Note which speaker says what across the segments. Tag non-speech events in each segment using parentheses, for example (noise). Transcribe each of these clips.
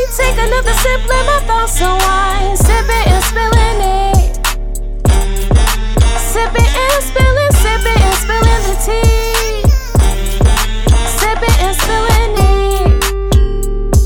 Speaker 1: took a sip, let my thoughts unwind. Sipping and spilling it. Sipping and spilling, sipping and spilling the tea. Sipping and spilling it.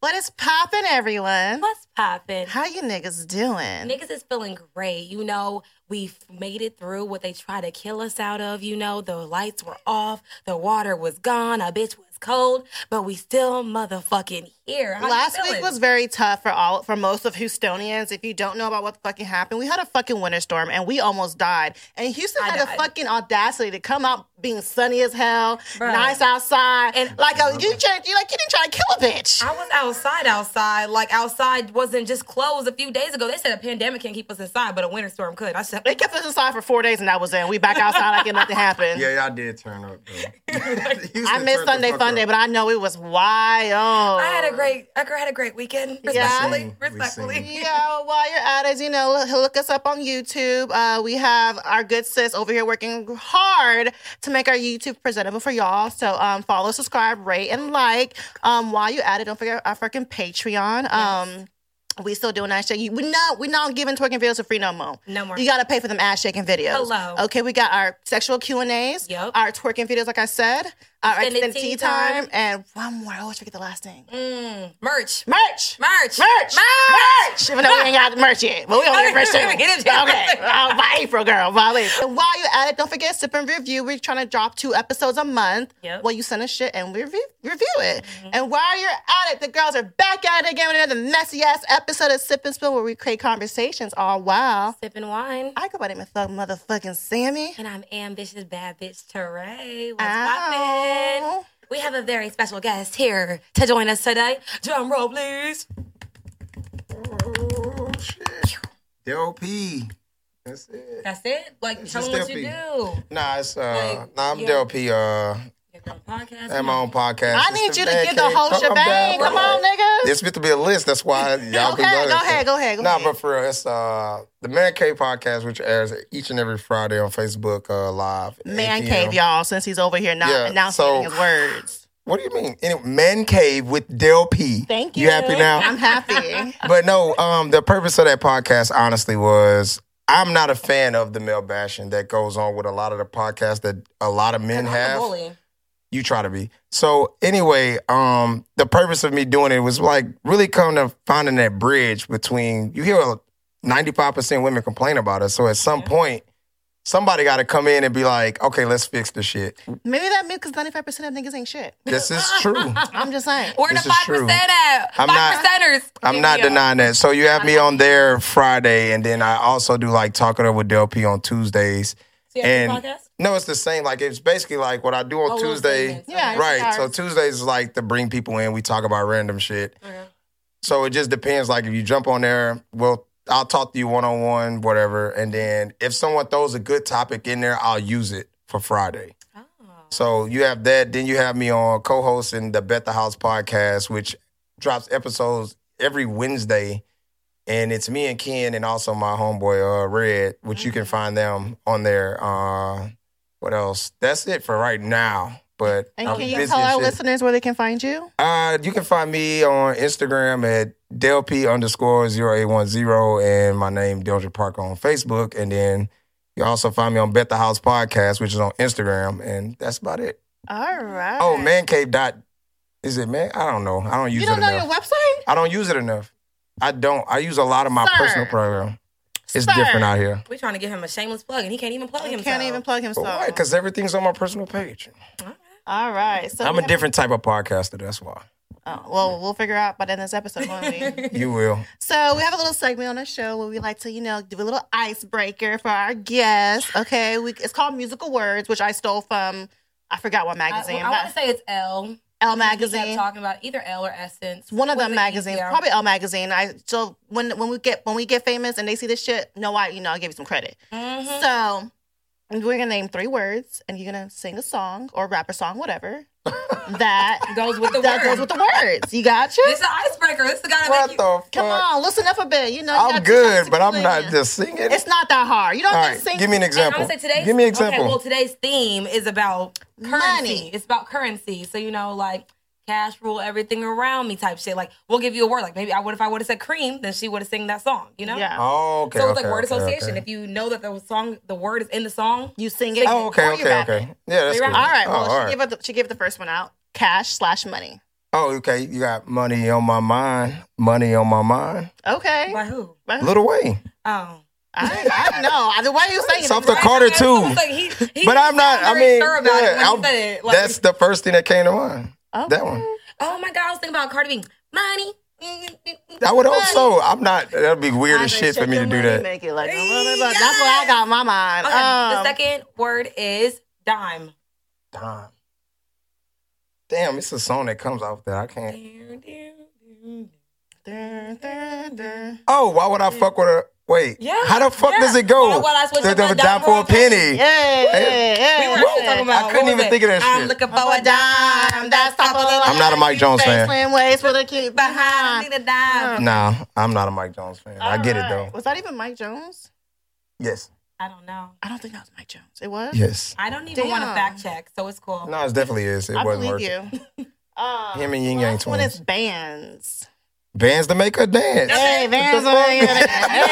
Speaker 2: What is poppin', everyone?
Speaker 3: What's poppin'?
Speaker 2: How you niggas doing?
Speaker 3: Niggas is feeling great. You know, we've made it through what they tried to kill us out of. You know, the lights were off, the water was gone, a bitch was cold, but we still motherfucking here. How you
Speaker 2: Last week
Speaker 3: feeling?
Speaker 2: was very tough for all for most of Houstonians. If you don't know about what fucking happened, we had a fucking winter storm and we almost died. And Houston
Speaker 3: I
Speaker 2: had the
Speaker 3: died.
Speaker 2: fucking audacity to come out being sunny as hell,
Speaker 3: Bruh.
Speaker 2: nice outside, and
Speaker 3: And-
Speaker 2: like a, you try, you like you didn't try to kill a bitch.
Speaker 3: I was outside, outside. Like outside wasn't just closed a few days ago. They said a pandemic can't keep us inside, but a winter storm could. I said, (laughs)
Speaker 2: they kept us inside for four days and that was it. We back outside like it nothing happened.
Speaker 4: Yeah, y'all did turn up.
Speaker 2: (laughs)
Speaker 4: Though. (laughs)
Speaker 2: I missed Sunday Funday, but I know it was wild.
Speaker 3: I had a great, I had a great weekend. Respectfully,
Speaker 4: seen, we seen.
Speaker 3: respectfully.
Speaker 2: Yeah, while you're at it, you know, look, look us up on YouTube. Uh, we have our good sis over here working hard to make our YouTube presentable for y'all. So um, follow, subscribe, rate, and like. Um, while you're at it, don't forget our freaking Patreon. Um, we still doing ass shaking. We not we not giving twerking videos for free no more.
Speaker 3: No more.
Speaker 2: You gotta pay for them ass shaking videos.
Speaker 3: Hello.
Speaker 2: Okay, we got our sexual Q and A's.
Speaker 3: Yup.
Speaker 2: Our twerking videos, like I said. Our
Speaker 3: Extended
Speaker 2: extended
Speaker 3: tea
Speaker 2: tea time.
Speaker 3: time. Mm.
Speaker 2: and one more. I always forget the last thing. Merch.
Speaker 3: Merch, merch,
Speaker 2: Merch! Merch! Even though we ain't got merch yet, but we don't get merch soon.
Speaker 3: We get it soon.
Speaker 2: Okay, Uh, by April, girl, by April. And while you're at it, don't forget sip and review. We're trying to drop two episodes a month.
Speaker 3: Yep.
Speaker 2: Well, you send us shit and we review, review it. And while you're at it, the girls are back at it again with another messy ass episode of Sip and Spill where we create conversations all while
Speaker 3: sipping wine.
Speaker 2: I go by the name of Thug Motherfucking Sammy.
Speaker 3: And I'm ambitious bad bitch Teray. What's
Speaker 2: Ow.
Speaker 3: poppin'?
Speaker 2: Oh.
Speaker 3: We have a very special guest here to join us today. Drum roll, please.
Speaker 4: Oh shit. DLP. That's it.
Speaker 3: That's it. Like, tell
Speaker 4: just
Speaker 3: them what you do.
Speaker 4: therapy. Nah, it's uh,
Speaker 3: Like,
Speaker 4: nah, I'm
Speaker 3: yeah.
Speaker 4: DLP. Uh,
Speaker 3: Your girl podcast.
Speaker 4: I have my own podcast.
Speaker 2: I
Speaker 4: It's
Speaker 2: need you to
Speaker 4: Bad
Speaker 2: give the
Speaker 4: Cave.
Speaker 2: whole
Speaker 4: Come- I'm
Speaker 2: shebang.
Speaker 4: down,
Speaker 2: Come
Speaker 4: bro.
Speaker 2: on, niggas.
Speaker 4: It's meant to be a list. That's why
Speaker 2: (laughs)
Speaker 4: y'all
Speaker 2: Okay,
Speaker 4: be buzzing.
Speaker 2: go ahead, go ahead, go
Speaker 4: nah,
Speaker 2: ahead.
Speaker 4: but for real, it's uh, the Man Cave podcast, which airs each and every Friday on Facebook uh, live. at 8
Speaker 2: Man
Speaker 4: PM.
Speaker 2: cave, y'all, since he's over here not
Speaker 4: Yeah,
Speaker 2: announcing
Speaker 4: so-
Speaker 2: his words.
Speaker 4: What do you mean? Anyway, Man Cave with Del P.
Speaker 2: Thank you.
Speaker 4: You happy
Speaker 2: (laughs)
Speaker 4: now?
Speaker 2: I'm happy.
Speaker 4: but no, um, the purpose of that podcast honestly was I'm not a fan of the male bashing that goes on with a lot of the podcasts that a lot of
Speaker 3: I'm
Speaker 4: men
Speaker 3: a
Speaker 4: have.
Speaker 3: bully.
Speaker 4: You try to be. So anyway, um, the purpose of me doing it was like really come to finding that bridge between you hear 95% women complain about us. So at some point, somebody gotta come in and be like, okay, let's fix this shit.
Speaker 2: Maybe that means because 95% of niggas ain't shit.
Speaker 4: This is true.
Speaker 2: I'm just saying.
Speaker 3: Where the
Speaker 4: This is
Speaker 3: five
Speaker 4: true.
Speaker 3: percent at?
Speaker 4: I'm
Speaker 3: five
Speaker 4: not-
Speaker 3: percenters.
Speaker 4: I'm not denying that. So you have me on there Friday, and then I also do like talking up with Del P on Tuesdays.
Speaker 3: So you have
Speaker 4: and
Speaker 3: two podcasts?
Speaker 4: no, it's the same. Like it's basically like what I do on
Speaker 3: Oh, little
Speaker 4: Tuesday.
Speaker 3: segments.
Speaker 2: Yeah,
Speaker 3: Okay.
Speaker 4: Right.
Speaker 2: it's
Speaker 4: So
Speaker 2: ours.
Speaker 4: Tuesdays is like to bring people in. We talk about random shit.
Speaker 3: Okay.
Speaker 4: So it just depends. Like if you jump on there, well, I'll talk to you one on one, whatever. And then if someone throws a good topic in there, I'll use it for Friday. So you have that. Then you have me on co-hosting the Bet the House podcast, which drops episodes every Wednesday. And it's me and Ken and also my homeboy uh, Red, which you can
Speaker 2: Mm-hmm.
Speaker 4: find them on there. Uh, what else? That's it for right now. But
Speaker 2: And
Speaker 4: I'm
Speaker 2: can you
Speaker 4: busy
Speaker 2: tell
Speaker 4: as
Speaker 2: our
Speaker 4: shit.
Speaker 2: listeners where they can find you?
Speaker 4: Uh, you can find me on Instagram at DelP underscore 0810 and my name Delja Parker on Facebook. And then you also find me on Bet the House Podcast, which is on Instagram. And that's about it.
Speaker 2: All right.
Speaker 4: Oh, man cave dot. Is it man? I don't know. I don't use
Speaker 2: You don't
Speaker 4: it
Speaker 2: know
Speaker 4: enough.
Speaker 2: your website?
Speaker 4: I don't use it enough. I don't. I use a lot of my
Speaker 2: Sir.
Speaker 4: personal program. It's
Speaker 2: Sir.
Speaker 4: different out here.
Speaker 3: We're Oh. trying to give him a shameless plug, and he can't even plug
Speaker 2: He
Speaker 3: himself.
Speaker 2: can't even plug
Speaker 4: But
Speaker 2: himself.
Speaker 4: why? Because everything's on my personal page.
Speaker 2: All right. So
Speaker 4: I'm
Speaker 2: we
Speaker 4: a
Speaker 2: have-
Speaker 4: different type of podcaster. That's why.
Speaker 2: oh, well, we'll figure out by the end of this episode, won't
Speaker 3: (laughs)
Speaker 2: we?
Speaker 4: You will.
Speaker 2: so we have a little segment on the show where we like to, you know, do a little icebreaker for our guests. Okay. We, it's called Musical Words, which I stole from, I forgot what
Speaker 3: I,
Speaker 2: magazine.
Speaker 3: I
Speaker 2: but-
Speaker 3: want to say it's L.
Speaker 2: Elle
Speaker 3: We
Speaker 2: magazine.
Speaker 3: kept talking about either L or Essence.
Speaker 2: One of
Speaker 3: Was
Speaker 2: them
Speaker 3: it
Speaker 2: magazines,
Speaker 3: easier?
Speaker 2: probably Elle magazine. I so when when we get when we get famous and they see this shit, no, I you know I'll give you some credit.
Speaker 3: Mhm. (laughs)
Speaker 2: So we're gonna name three words and you're gonna sing a song or rap a song, whatever. that
Speaker 3: Goes with the
Speaker 2: that
Speaker 3: word.
Speaker 2: goes with the words. You got you.
Speaker 3: It's an icebreaker. It's the guy that
Speaker 4: What the
Speaker 3: make you.
Speaker 4: fuck?
Speaker 2: Come on, listen up a bit. You know you
Speaker 4: I'm
Speaker 2: gotta
Speaker 4: good,
Speaker 2: be
Speaker 4: but I'm not
Speaker 2: articulate.
Speaker 4: just singing.
Speaker 2: It's not that hard. You don't
Speaker 4: All
Speaker 2: have
Speaker 4: right,
Speaker 2: to sing.
Speaker 4: give me an
Speaker 3: And
Speaker 4: example.
Speaker 3: I'm gonna say today's.
Speaker 4: give me an example.
Speaker 3: Okay, well, today's theme is about currency.
Speaker 2: Money.
Speaker 3: It's about currency. So you know, like cash rule everything around me type shit. Like we'll give you a word. Like maybe I would if I would have said cream, then she would have sang that song. You know.
Speaker 2: Yeah.
Speaker 4: oh, okay.
Speaker 3: So it's
Speaker 4: okay,
Speaker 3: like word
Speaker 4: okay,
Speaker 3: association.
Speaker 4: okay.
Speaker 3: If you know that the song, the word is in the song,
Speaker 2: You sing it.
Speaker 4: Oh, okay,
Speaker 2: or you
Speaker 4: okay,
Speaker 2: rap it.
Speaker 4: okay. Yeah, that's
Speaker 3: Or you rap
Speaker 4: cool.
Speaker 3: it.
Speaker 2: All right.
Speaker 4: Oh,
Speaker 2: Well,
Speaker 4: all
Speaker 2: she
Speaker 4: right.
Speaker 2: give the, she give the first one out. Cash slash money.
Speaker 4: Oh, okay. You got money on my mind. Money on my mind.
Speaker 2: Okay.
Speaker 3: by who?
Speaker 2: Uh-huh.
Speaker 4: Little Wayne.
Speaker 3: Oh.
Speaker 2: I, I know. I- The way you saying it.
Speaker 4: Off the
Speaker 2: right?
Speaker 4: Carter
Speaker 3: That's what
Speaker 4: too.
Speaker 3: I'm saying. He- he
Speaker 4: But I'm not.
Speaker 3: was
Speaker 4: I
Speaker 3: very
Speaker 4: mean,
Speaker 3: sure about it
Speaker 4: yeah,
Speaker 3: when he
Speaker 4: I'm-
Speaker 3: said it. Like,
Speaker 4: that's the first thing that came to mind.
Speaker 2: Okay.
Speaker 4: That one.
Speaker 3: Oh my god, I was thinking about Cardi B. Money.
Speaker 4: I would also. I'm not. That'd be weird as
Speaker 2: Just
Speaker 4: shit for
Speaker 2: check
Speaker 4: me
Speaker 2: your
Speaker 4: to do
Speaker 2: money,
Speaker 4: that.
Speaker 2: Make it like,
Speaker 3: Yes!
Speaker 2: That's what I got in my mind.
Speaker 3: Okay,
Speaker 2: um,
Speaker 3: the second word is dime.
Speaker 4: Damn. Damn, it's a song that comes off there. I can't.
Speaker 2: dun, dun, dun.
Speaker 4: Oh, why would I fuck with a? Wait.
Speaker 3: Yeah,
Speaker 4: How the fuck
Speaker 3: yeah.
Speaker 4: does it go?
Speaker 3: Why would I switch
Speaker 4: The-
Speaker 3: up
Speaker 4: the
Speaker 3: my
Speaker 4: dime for a penny.
Speaker 2: Yeah,
Speaker 4: Hey,
Speaker 2: yeah,
Speaker 3: We were
Speaker 2: yeah.
Speaker 3: actually talking about
Speaker 4: I couldn't
Speaker 3: what was
Speaker 4: even
Speaker 3: it?
Speaker 4: think of that
Speaker 3: I'm
Speaker 4: shit.
Speaker 3: looking for
Speaker 2: For
Speaker 3: a dime. That's top of the line.
Speaker 4: I'm not a Mike Jones fan.
Speaker 2: Slim ways for the kid
Speaker 3: behind.
Speaker 2: behind.
Speaker 3: Need a dime.
Speaker 4: Nah, I'm not a Mike Jones fan. I get it
Speaker 2: Alright.
Speaker 4: though.
Speaker 2: Was that even Mike Jones?
Speaker 4: Yes.
Speaker 3: I don't know.
Speaker 2: I don't think that was Mike Jones. It was.
Speaker 4: Yes.
Speaker 3: I don't even want to
Speaker 2: Damn.
Speaker 3: fact check, so it's cool.
Speaker 4: No, it definitely is. It
Speaker 2: I
Speaker 4: wasn't
Speaker 2: believe
Speaker 4: worth it.
Speaker 2: you.
Speaker 4: (laughs)
Speaker 2: Um,
Speaker 4: Him and Yin
Speaker 2: last
Speaker 4: Yang
Speaker 2: One is
Speaker 4: twins.
Speaker 2: bands.
Speaker 4: Bands to make her dance.
Speaker 2: Hey,
Speaker 4: (laughs)
Speaker 2: bands.
Speaker 4: What
Speaker 3: (laughs)
Speaker 4: the
Speaker 2: Hey,
Speaker 4: fuck?
Speaker 2: bands. Hey,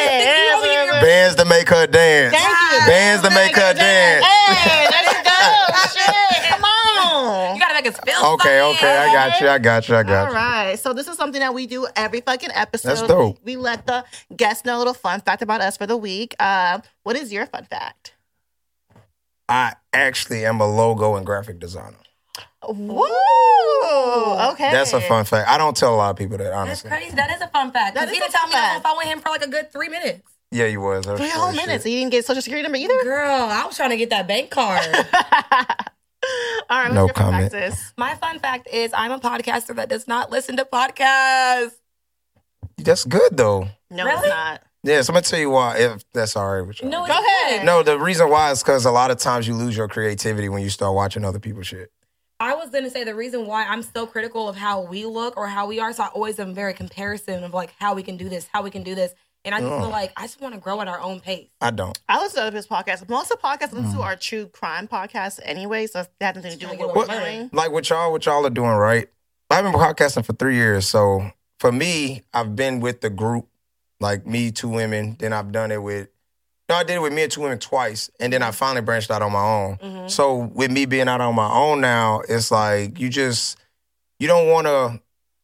Speaker 2: bands.
Speaker 4: Bands to make her dance.
Speaker 2: Thank you.
Speaker 4: Bands to make her dance.
Speaker 2: Hey, there you go. Shit, (laughs) come on.
Speaker 3: You gotta make us feel
Speaker 4: (laughs) Okay,
Speaker 3: something.
Speaker 4: okay, I got you. I got you. I got
Speaker 2: All
Speaker 4: you.
Speaker 2: right. So this is something that we do every fucking episode.
Speaker 4: That's dope.
Speaker 2: We let the guests know a little fun fact about us for the week. Uh, what is your fun fact?
Speaker 4: I actually am a logo and graphic designer.
Speaker 2: Woo! Okay.
Speaker 4: That's a fun fact. I don't tell a lot of people that,
Speaker 3: That's
Speaker 4: honestly.
Speaker 3: crazy. That is a fun fact.
Speaker 2: That
Speaker 3: Because
Speaker 2: is a
Speaker 3: he didn't tell me
Speaker 2: fun
Speaker 3: that
Speaker 2: fact.
Speaker 3: if I went him for like a good three minutes.
Speaker 4: Yeah, you was. That's
Speaker 2: Three
Speaker 4: true
Speaker 2: whole
Speaker 4: as
Speaker 2: minutes.
Speaker 4: shit.
Speaker 2: You didn't get social security number either. (laughs)
Speaker 3: Girl, I was trying to get that bank card.
Speaker 2: All right. what's
Speaker 4: No
Speaker 2: your fun fact,
Speaker 4: comment.
Speaker 2: sis?
Speaker 3: (laughs) My fun fact is I'm a podcaster that does not listen to podcasts.
Speaker 4: That's good, though.
Speaker 2: No,
Speaker 3: Really?
Speaker 2: it's not.
Speaker 4: Yeah, so I'm going to tell you why, if that's all right with you.
Speaker 2: Go
Speaker 3: No, it's
Speaker 2: ahead.
Speaker 3: good.
Speaker 4: No, the reason why is because a lot of times you lose your creativity when you start watching other people's shit.
Speaker 3: I was gonna say the reason why I'm so critical of how we look or how we are, so I always am very comparison of like how we can do this, how we can do this. And I just
Speaker 4: Yeah.
Speaker 3: feel like I just wanna grow at our own pace.
Speaker 4: I don't.
Speaker 2: I listen to his podcast. Most of the podcasts I
Speaker 4: Mm.
Speaker 2: listen to are true crime podcasts anyway, so that has nothing to do with what we're
Speaker 4: What-
Speaker 2: doing.
Speaker 4: Like what y'all, what y'all are doing, right? I've been podcasting for three years, so for me, I've been with the group, like me, two women. Then I've done it with, no, I did it with me and two women twice, and then I finally branched out on my own.
Speaker 3: Mhm.
Speaker 4: So with me being out on my own now, it's like you just you don't want to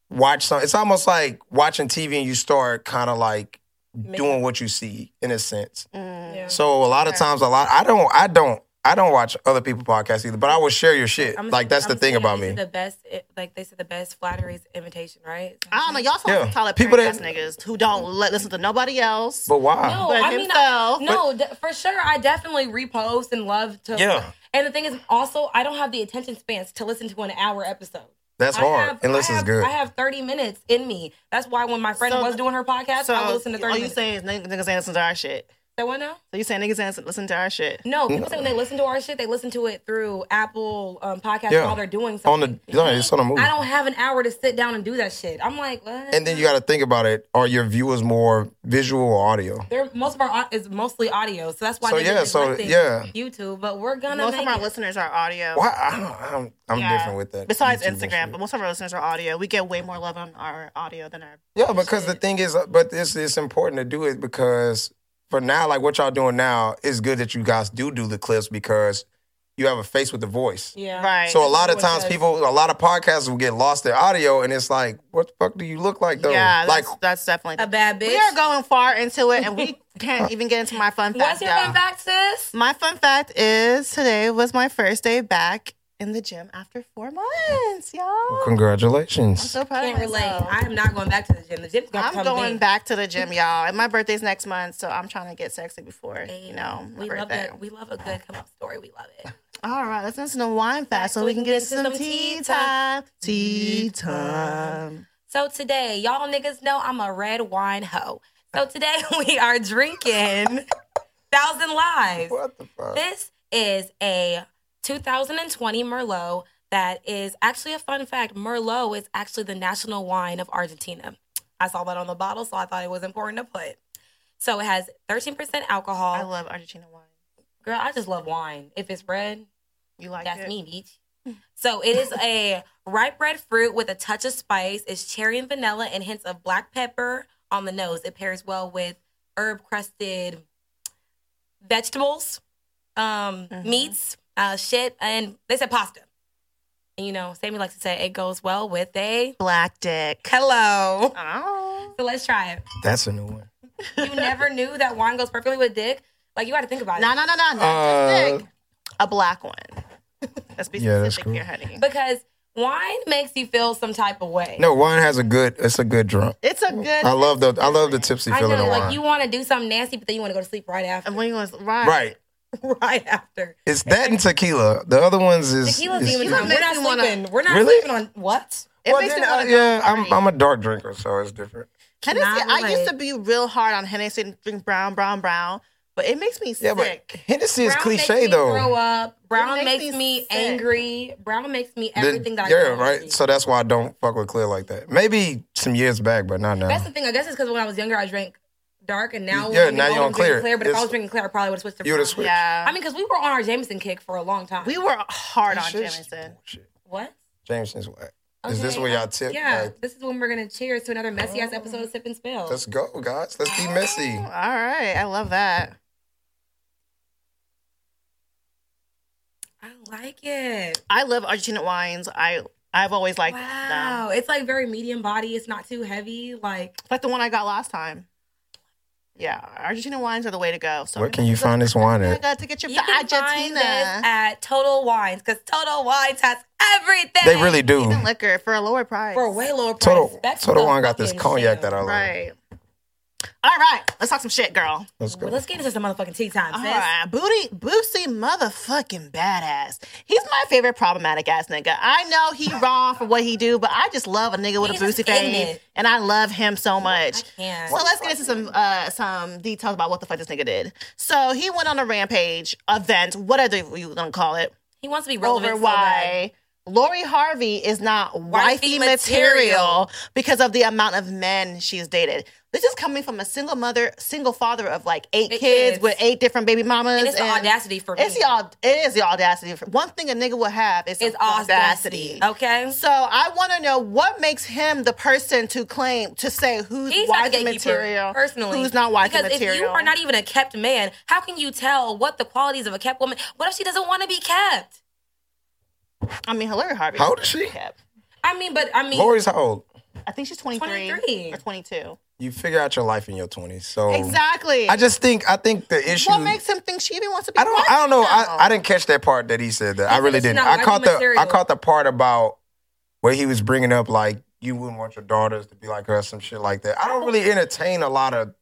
Speaker 4: watch some. It's almost like watching TV and you start kind of like doing what you see in a sense.
Speaker 3: Mm-hmm.
Speaker 2: Mm.
Speaker 3: Yeah.
Speaker 4: So a lot of
Speaker 2: Okay.
Speaker 4: times, a lot I don't, I don't, I don't watch other people podcasts either. But I will share your shit.
Speaker 3: I'm-
Speaker 4: like that's
Speaker 3: I'm
Speaker 4: the thing
Speaker 3: saying
Speaker 4: about
Speaker 3: they
Speaker 4: me.
Speaker 3: said The best, it- like they said, the best flattery is imitation, right?
Speaker 2: I
Speaker 4: Ah,
Speaker 2: don't know. Y'all sound
Speaker 4: Yeah.
Speaker 2: like some people
Speaker 4: People that-
Speaker 2: ass niggas who don't let, listen to nobody else.
Speaker 4: But why?
Speaker 3: No,
Speaker 2: But
Speaker 3: Oh, I mean, I,
Speaker 2: himself.
Speaker 3: no, de- for sure. I definitely repost and love to.
Speaker 4: Yeah.
Speaker 3: And the thing is, also, I don't have the attention spans to listen to an hour episode.
Speaker 4: That's hard. unless
Speaker 3: I
Speaker 4: it's
Speaker 3: have-
Speaker 4: good.
Speaker 3: I have 30 minutes in me. That's why when my friend
Speaker 2: So-
Speaker 3: was doing her podcast, I would listen to 30
Speaker 2: all you
Speaker 3: minutes.
Speaker 2: saying is niggas ain't listen to our shit.
Speaker 3: That one now?
Speaker 2: So you saying niggas ain't listen to our shit?
Speaker 3: No, people say when they listen to our shit, they listen to it through Apple um, podcast
Speaker 4: Yeah.
Speaker 3: while they're doing
Speaker 4: on
Speaker 3: something.
Speaker 4: the no, it's on a movie.
Speaker 3: I don't have an hour to sit down and do that shit. I'm like, what?
Speaker 4: and then you got to think about it. Are your viewers more visual or audio?
Speaker 3: They're, most of our au- is mostly audio, so that's why
Speaker 4: So,
Speaker 3: they
Speaker 4: yeah,
Speaker 3: yeah,
Speaker 4: so,
Speaker 3: so
Speaker 4: yeah.
Speaker 3: YouTube. But we're gonna
Speaker 2: Most
Speaker 3: make
Speaker 2: of our
Speaker 3: it.
Speaker 2: listeners are audio.
Speaker 4: Why? I don't, I'm, I'm
Speaker 2: Yeah.
Speaker 4: different with that.
Speaker 2: Besides
Speaker 4: YouTube and shit.
Speaker 2: Instagram, but most of our listeners are audio. We get way more love on our audio than our.
Speaker 4: Yeah, because the thing is, uh, but this it's important to do it because for now, like what y'all doing now, it's good that you guys do do the clips because you have a face with a voice.
Speaker 3: yeah,
Speaker 2: Right.
Speaker 4: So a lot of
Speaker 3: That's what it
Speaker 4: times,
Speaker 3: says.
Speaker 4: people, a lot of podcasts will get lost their audio, and it's like, what the fuck do you look like though?
Speaker 2: yeah,
Speaker 4: oh, like
Speaker 2: that's, that's definitely
Speaker 3: A bad bitch.
Speaker 2: We are going far into it, and we
Speaker 3: (laughs)
Speaker 2: can't even get into my fun fact.
Speaker 3: What's your
Speaker 2: y'all.
Speaker 3: fun fact, sis?
Speaker 2: My fun fact is today was my first day back in the gym after four months, y'all. I'm
Speaker 4: congratulations.
Speaker 2: so proud
Speaker 3: Can't
Speaker 2: of
Speaker 3: relate.
Speaker 2: myself.
Speaker 3: I am not going back to the gym. The gym's gonna
Speaker 2: I'm
Speaker 3: come
Speaker 2: going
Speaker 3: big.
Speaker 2: back to the gym, y'all. And my birthday's next month, so I'm trying to get sexy before,
Speaker 3: Hey,
Speaker 2: you know, my
Speaker 3: we love
Speaker 2: birthday.
Speaker 3: that. We love a good come up story. We love it.
Speaker 2: All right, let's listen to Wine Fast so we can get into some tea time. Tea time.
Speaker 3: So today, y'all niggas know I'm a red wine hoe. So today (laughs) we are drinking Thousand Lives.
Speaker 4: What the fuck?
Speaker 3: This is a 2020 Merlot that is actually a fun fact. Merlot is actually the national wine of Argentina. I saw that on the bottle, so I thought it was important to put. So it has 13% alcohol.
Speaker 2: I love Argentina wine.
Speaker 3: Girl, I just love wine. If it's red,
Speaker 2: You like
Speaker 3: that's
Speaker 2: it?
Speaker 3: me, bitch. So it is a (laughs) ripe red fruit with a touch of spice. It's cherry and vanilla and hints of black pepper on the nose. It pairs well with herb crusted vegetables, um,
Speaker 2: Mm-hmm.
Speaker 3: meats, uh, shit, and they said pasta. And you know, Sammy likes to say it goes well with a
Speaker 2: Black dick. (laughs)
Speaker 3: hello.
Speaker 2: Oh.
Speaker 3: So let's try it.
Speaker 4: That's a new one.
Speaker 3: You never knew that wine goes perfectly with dick. Like you got to think about it.
Speaker 2: No, no, no, no. Not
Speaker 4: Uh,
Speaker 2: just dick. A black one. Let's be
Speaker 4: Yeah, that's
Speaker 2: specific
Speaker 4: cool.
Speaker 2: here, honey.
Speaker 3: because wine makes you feel some type of way.
Speaker 4: No, wine has a good. It's a good drunk.
Speaker 2: It's a good.
Speaker 4: I love the I love the tipsy
Speaker 3: I
Speaker 4: feeling
Speaker 3: know,
Speaker 4: of
Speaker 3: like
Speaker 4: wine.
Speaker 3: you want to do something nasty, but then you want to go to sleep right after.
Speaker 2: And when you was right.
Speaker 4: right.
Speaker 3: (laughs) right after.
Speaker 4: It's that and tequila. The other ones is
Speaker 3: Tequila's
Speaker 4: is-
Speaker 3: demon
Speaker 2: Tequila
Speaker 3: time. We're not
Speaker 2: makes me wanna-
Speaker 3: sleeping. We're not
Speaker 4: Really?
Speaker 3: sleeping on what?
Speaker 2: It
Speaker 4: Well,
Speaker 2: makes
Speaker 4: then,
Speaker 2: me
Speaker 4: uh,
Speaker 2: want to
Speaker 4: yeah, I'm I'm a dark drinker, so it's different.
Speaker 2: Hennessy,
Speaker 3: Cannot
Speaker 2: I used to
Speaker 3: relate.
Speaker 2: be real hard on Hennessy and drink brown, brown, brown, but it makes me
Speaker 4: Yeah,
Speaker 2: sick.
Speaker 4: but Hennessy is
Speaker 3: Brown
Speaker 4: cliche
Speaker 3: makes me Throw
Speaker 4: though.
Speaker 3: up. Brown
Speaker 2: It
Speaker 3: makes,
Speaker 2: makes
Speaker 3: me,
Speaker 2: me sick.
Speaker 3: angry. Brown makes me
Speaker 4: Then-
Speaker 3: everything that I
Speaker 4: yeah,
Speaker 3: don't wanna be.
Speaker 4: right. So that's why I don't fuck with clear like that. Maybe some years back, but not now.
Speaker 3: That's the thing. I guess it's because when I was younger, I drank dark, and now
Speaker 4: Yeah,
Speaker 3: I'm getting
Speaker 4: now you're
Speaker 3: older,
Speaker 4: on
Speaker 3: I'm drinking
Speaker 4: clear.
Speaker 3: But if I
Speaker 4: It's-
Speaker 3: was drinking clear, I probably would have switched to
Speaker 4: You would've
Speaker 3: brown.
Speaker 4: switched.
Speaker 2: Yeah.
Speaker 3: I mean, because we were on our Jameson kick for a long time.
Speaker 2: we were hard on
Speaker 4: Shit's
Speaker 2: Jameson.
Speaker 4: bullshit.
Speaker 3: what?
Speaker 4: Jameson's whack. Is this
Speaker 3: Okay,
Speaker 4: where
Speaker 3: uh,
Speaker 4: y'all tip?
Speaker 3: Yeah,
Speaker 4: Like,
Speaker 3: this is when we're gonna cheers to another messy ass episode of Sip and Spill.
Speaker 4: let's go, guys. Let's be
Speaker 3: Oh,
Speaker 4: messy.
Speaker 2: All right. I love that.
Speaker 3: I like it.
Speaker 2: I love Argentina wines. I, I've always liked
Speaker 3: Wow,
Speaker 2: them.
Speaker 3: it's like very medium body. It's not too heavy. Like
Speaker 2: Like the one I got last time. Yeah. Argentina wines are the way to go. So
Speaker 4: Where can you find this
Speaker 2: (laughs)
Speaker 4: wine
Speaker 2: I
Speaker 4: at?
Speaker 2: got to get your
Speaker 3: you can find this
Speaker 2: Argentina
Speaker 3: at Total Wines because Total Wines has everything.
Speaker 4: They really do.
Speaker 2: liquor for a lower price.
Speaker 3: for a way lower price.
Speaker 4: Total
Speaker 3: That's
Speaker 4: Total
Speaker 3: the
Speaker 4: Wine got this
Speaker 3: fucking
Speaker 4: cognac
Speaker 3: shit.
Speaker 4: that I love.
Speaker 2: Right. All right. Let's talk some shit, girl.
Speaker 4: Let's go.
Speaker 3: Well, let's get into some motherfucking tea time.
Speaker 2: All
Speaker 3: sis.
Speaker 2: right, booty, boosie, motherfucking badass. He's my favorite problematic ass nigga. I know
Speaker 3: (laughs)
Speaker 2: he wrong for what he do, but I just love a nigga with
Speaker 3: He's
Speaker 2: a
Speaker 3: just
Speaker 2: boosie
Speaker 3: in
Speaker 2: face,
Speaker 3: it.
Speaker 2: and I love him so much.
Speaker 3: can't.
Speaker 2: So let's get into some uh, some details about what the fuck this nigga did. So he went on a rampage event, whatever you gonna call it,
Speaker 3: He wants to be relevant.
Speaker 2: over why. Lori Harvey is not
Speaker 3: Wifey
Speaker 2: wifey
Speaker 3: material.
Speaker 2: material because of the amount of men she's dated. This is coming from a single mother, single father of like eight,
Speaker 3: Eight
Speaker 2: kids,
Speaker 3: kids.
Speaker 2: with eight different baby mamas.
Speaker 3: And it's the audacity for me.
Speaker 2: It's the au- it is the audacity. One thing a nigga will have is
Speaker 3: It's
Speaker 2: some audacity.
Speaker 3: audacity. Okay.
Speaker 2: So I want to know what makes him the person to claim to say who's
Speaker 3: He's not the
Speaker 2: wifey
Speaker 3: gatekeeper,
Speaker 2: material,
Speaker 3: personally.
Speaker 2: who's not wifey
Speaker 3: because
Speaker 2: material.
Speaker 3: if you are not even a kept man, how can you tell what the qualities of a kept woman? What if she doesn't want to be kept? e
Speaker 2: I mean, Hillary Harvey.
Speaker 4: How old is she?
Speaker 2: Yep.
Speaker 3: I mean, but I mean,
Speaker 4: Lori's how old?
Speaker 2: I think she's 23,
Speaker 3: 23.
Speaker 2: or 22.
Speaker 4: You figure out your life in your twenties. So
Speaker 2: Exactly.
Speaker 4: Oh. I just think I think the issue.
Speaker 2: what makes him think she even wants to be
Speaker 4: I don't.
Speaker 2: wifey
Speaker 4: I don't know.
Speaker 2: now?
Speaker 4: I, I didn't catch that part that he said that. I
Speaker 3: said
Speaker 4: really
Speaker 3: it's
Speaker 4: didn't.
Speaker 3: not
Speaker 4: I
Speaker 3: white
Speaker 4: caught the.
Speaker 3: material.
Speaker 4: I caught the part about where he was bringing up like you wouldn't want your daughters to be like her, some shit like that. I don't really entertain a lot of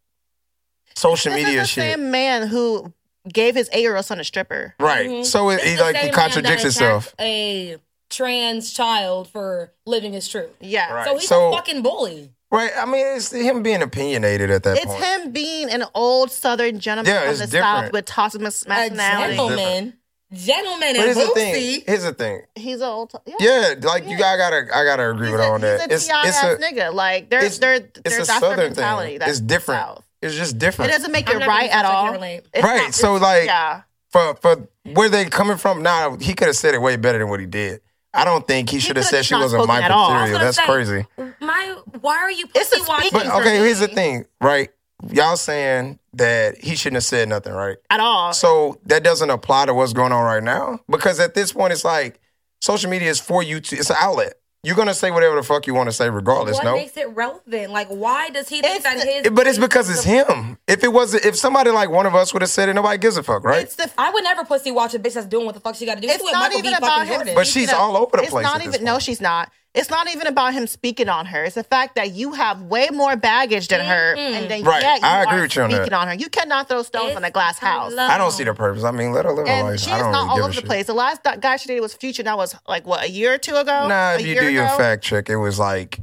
Speaker 4: social
Speaker 2: This
Speaker 4: media
Speaker 2: is the
Speaker 4: shit.
Speaker 2: same man who gave his eight-year-old son a stripper.
Speaker 4: Right.
Speaker 3: Mhm.
Speaker 4: So it,
Speaker 3: It's
Speaker 4: it
Speaker 3: the
Speaker 4: like
Speaker 3: same
Speaker 4: it
Speaker 3: man
Speaker 4: contradicts
Speaker 3: that
Speaker 4: itself.
Speaker 3: attacked A trans child for living his truth.
Speaker 2: Yeah.
Speaker 4: Right.
Speaker 3: So he's
Speaker 4: So-
Speaker 3: a fucking bully.
Speaker 4: Right. I mean, it's him being opinionated at that
Speaker 2: It's
Speaker 4: point.
Speaker 2: him being an old Southern gentleman
Speaker 4: Yeah,
Speaker 2: from
Speaker 4: it's
Speaker 2: the South
Speaker 4: different.
Speaker 2: with toxic mas-
Speaker 3: A
Speaker 2: masculinity.
Speaker 4: Exactly.
Speaker 3: gentleman, gentleman,
Speaker 4: But
Speaker 3: and
Speaker 4: here's the thing.
Speaker 3: boozy.
Speaker 4: Here's the thing.
Speaker 2: He's an old. Yeah.
Speaker 4: Yeah, like you, I gotta, I gotta agree
Speaker 2: He's
Speaker 4: with
Speaker 2: a,
Speaker 4: her on that.
Speaker 2: He's a ti ass nigga. Like they're
Speaker 4: it's-
Speaker 2: they're
Speaker 4: it's
Speaker 2: they're
Speaker 4: a
Speaker 2: that's their
Speaker 4: southern
Speaker 2: mentality.
Speaker 4: thing.
Speaker 2: That's
Speaker 4: it's
Speaker 2: the
Speaker 4: different.
Speaker 2: South.
Speaker 4: It's just
Speaker 2: It
Speaker 4: different.
Speaker 2: doesn't make
Speaker 3: I'm
Speaker 2: it
Speaker 3: not
Speaker 2: right
Speaker 3: from
Speaker 2: at
Speaker 3: the South, I
Speaker 2: all.
Speaker 3: can't relate.
Speaker 2: It's
Speaker 4: Right,
Speaker 2: not-
Speaker 4: so,
Speaker 2: it's-
Speaker 4: like-
Speaker 2: yeah,
Speaker 4: for for where they coming from now, he could have said it way better than what he did. I don't think he should have
Speaker 2: could've
Speaker 4: said
Speaker 2: just
Speaker 4: she
Speaker 2: not
Speaker 4: wasn't my
Speaker 2: spoken at all.
Speaker 4: material.
Speaker 3: That's
Speaker 4: That's
Speaker 3: what I'm
Speaker 4: crazy.
Speaker 3: My, why are you
Speaker 2: It's a
Speaker 3: pussy watching?
Speaker 4: But
Speaker 2: speaking for
Speaker 4: okay,
Speaker 2: me.
Speaker 4: here's the thing, right? Y'all saying that he shouldn't have said nothing, right?
Speaker 2: at all.
Speaker 4: So that doesn't apply to what's going on right now because at this point, it's like social media is for you to. It's an outlet. You're gonna say whatever the fuck you want to say, regardless.
Speaker 3: What
Speaker 4: no,
Speaker 3: makes it relevant? Like, why does he think
Speaker 2: It's
Speaker 3: that
Speaker 2: the-
Speaker 3: his?
Speaker 4: It- but it's because it's him. If it wasn't, if somebody like one of us would have said it, nobody gives a fuck, right?
Speaker 2: it's the
Speaker 3: I would never pussy watch a bitch that's doing what the fuck she got to do. She
Speaker 2: It's
Speaker 3: with
Speaker 2: not
Speaker 3: Michael
Speaker 2: even
Speaker 3: B.
Speaker 2: about
Speaker 3: fucking
Speaker 2: him.
Speaker 3: Jordan.
Speaker 4: But she- she's
Speaker 2: speaking
Speaker 4: all over the
Speaker 2: it's
Speaker 4: place
Speaker 2: Not
Speaker 4: at this
Speaker 2: even. No,
Speaker 4: point.
Speaker 2: she's not. It's not even about him speaking on her. It's the fact that you have way more baggage than her, and then
Speaker 4: Right.
Speaker 2: yet you
Speaker 4: I agree
Speaker 2: are
Speaker 4: with you on that.
Speaker 2: speaking on her. You cannot throw stones
Speaker 3: Mm-hmm. It's
Speaker 2: on a glass house.
Speaker 3: love.
Speaker 4: I don't see the purpose. I mean, let her live her
Speaker 2: um, And
Speaker 4: life.
Speaker 2: she
Speaker 4: I
Speaker 2: is
Speaker 4: don't
Speaker 2: not
Speaker 4: really
Speaker 2: all
Speaker 4: give
Speaker 2: over the
Speaker 4: a shit.
Speaker 2: place. The last do- guy she dated was Future, and that was like what a year or two ago.
Speaker 4: Nah,
Speaker 2: A
Speaker 4: if you
Speaker 2: year
Speaker 4: do your
Speaker 2: ago?
Speaker 4: fact check, it was like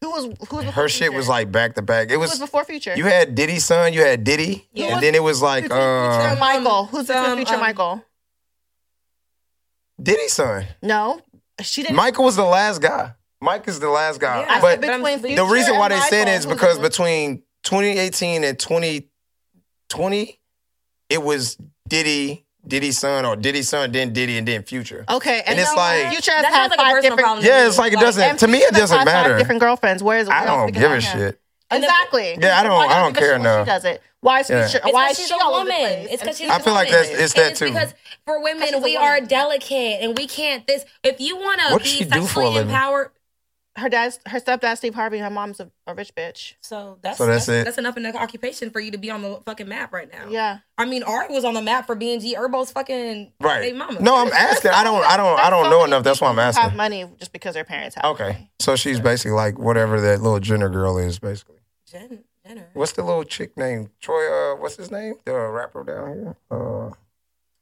Speaker 2: who was who was before
Speaker 4: her shit
Speaker 2: Future?
Speaker 4: was like back to back. It
Speaker 2: who was
Speaker 4: was
Speaker 2: before Future.
Speaker 4: you had Diddy's son, you had Diddy,
Speaker 3: Yeah.
Speaker 4: and then it was like
Speaker 2: Future
Speaker 4: uh,
Speaker 2: Michael. Who's
Speaker 3: um,
Speaker 2: the Future
Speaker 3: um,
Speaker 2: Michael?
Speaker 4: Diddy's son.
Speaker 2: No, she didn't.
Speaker 4: Michael was the last guy. Mike is the last guy.
Speaker 3: Yeah.
Speaker 2: I
Speaker 4: But
Speaker 2: said between
Speaker 3: the
Speaker 2: Future
Speaker 4: the reason why
Speaker 2: and
Speaker 4: they said it
Speaker 2: Michael,
Speaker 4: is
Speaker 2: who's
Speaker 4: because
Speaker 2: the-
Speaker 4: between 2018 and 2020, it was Diddy, Diddy's son, or Diddy's son, then Diddy, and then Future.
Speaker 2: okay, and,
Speaker 4: it's
Speaker 2: you know
Speaker 4: like-
Speaker 2: what? Future has
Speaker 3: That
Speaker 2: had
Speaker 3: sounds like a
Speaker 2: five
Speaker 3: personal
Speaker 2: different.
Speaker 3: problem.
Speaker 4: Yeah, it's like it
Speaker 2: and
Speaker 4: doesn't. To me,
Speaker 2: Future
Speaker 4: it
Speaker 2: has
Speaker 4: doesn't
Speaker 2: had five
Speaker 4: matter.
Speaker 2: different girlfriends. Where's
Speaker 4: I don't give a shit.
Speaker 2: Exactly.
Speaker 4: Yeah, I don't-
Speaker 2: Why not?
Speaker 4: I don't
Speaker 2: Because
Speaker 4: care
Speaker 2: she- when
Speaker 4: enough.
Speaker 2: She does it. Why is
Speaker 4: Yeah.
Speaker 2: she?
Speaker 3: It's
Speaker 2: Why
Speaker 3: 'cause
Speaker 2: is
Speaker 3: she's
Speaker 2: she
Speaker 3: a
Speaker 2: all over the
Speaker 3: woman.
Speaker 2: place?
Speaker 3: It's because she's.
Speaker 4: I feel
Speaker 3: a
Speaker 4: like
Speaker 3: woman.
Speaker 4: that's- it's
Speaker 3: And
Speaker 4: that too.
Speaker 3: Because for
Speaker 2: she's a
Speaker 3: women, we
Speaker 2: woman.
Speaker 3: are delicate and we can't. This if you want to
Speaker 4: What
Speaker 3: be
Speaker 4: does she do for a
Speaker 3: sexually
Speaker 4: living?
Speaker 3: empowered.
Speaker 2: her dad's her stepdad Steve Harvey. and Her mom's a, a rich bitch.
Speaker 3: So that's
Speaker 4: So that's it.
Speaker 3: That's enough in the occupation for you to be on the fucking map right now.
Speaker 2: Yeah.
Speaker 3: I mean, Ari was on the map for being G Herbo's fucking they
Speaker 4: Right.
Speaker 3: mama.
Speaker 4: No, I'm asking. I don't. I don't. I
Speaker 2: (laughs)
Speaker 4: don't know enough. That's why I'm
Speaker 2: Have
Speaker 4: asking.
Speaker 2: money just because their parents have.
Speaker 4: Okay. So she's basically like whatever that little Jenner girl is, basically.
Speaker 3: Jen, Jenner.
Speaker 4: What's the little chick name? Troy. Uh, what's his name? The rapper down here. Uh,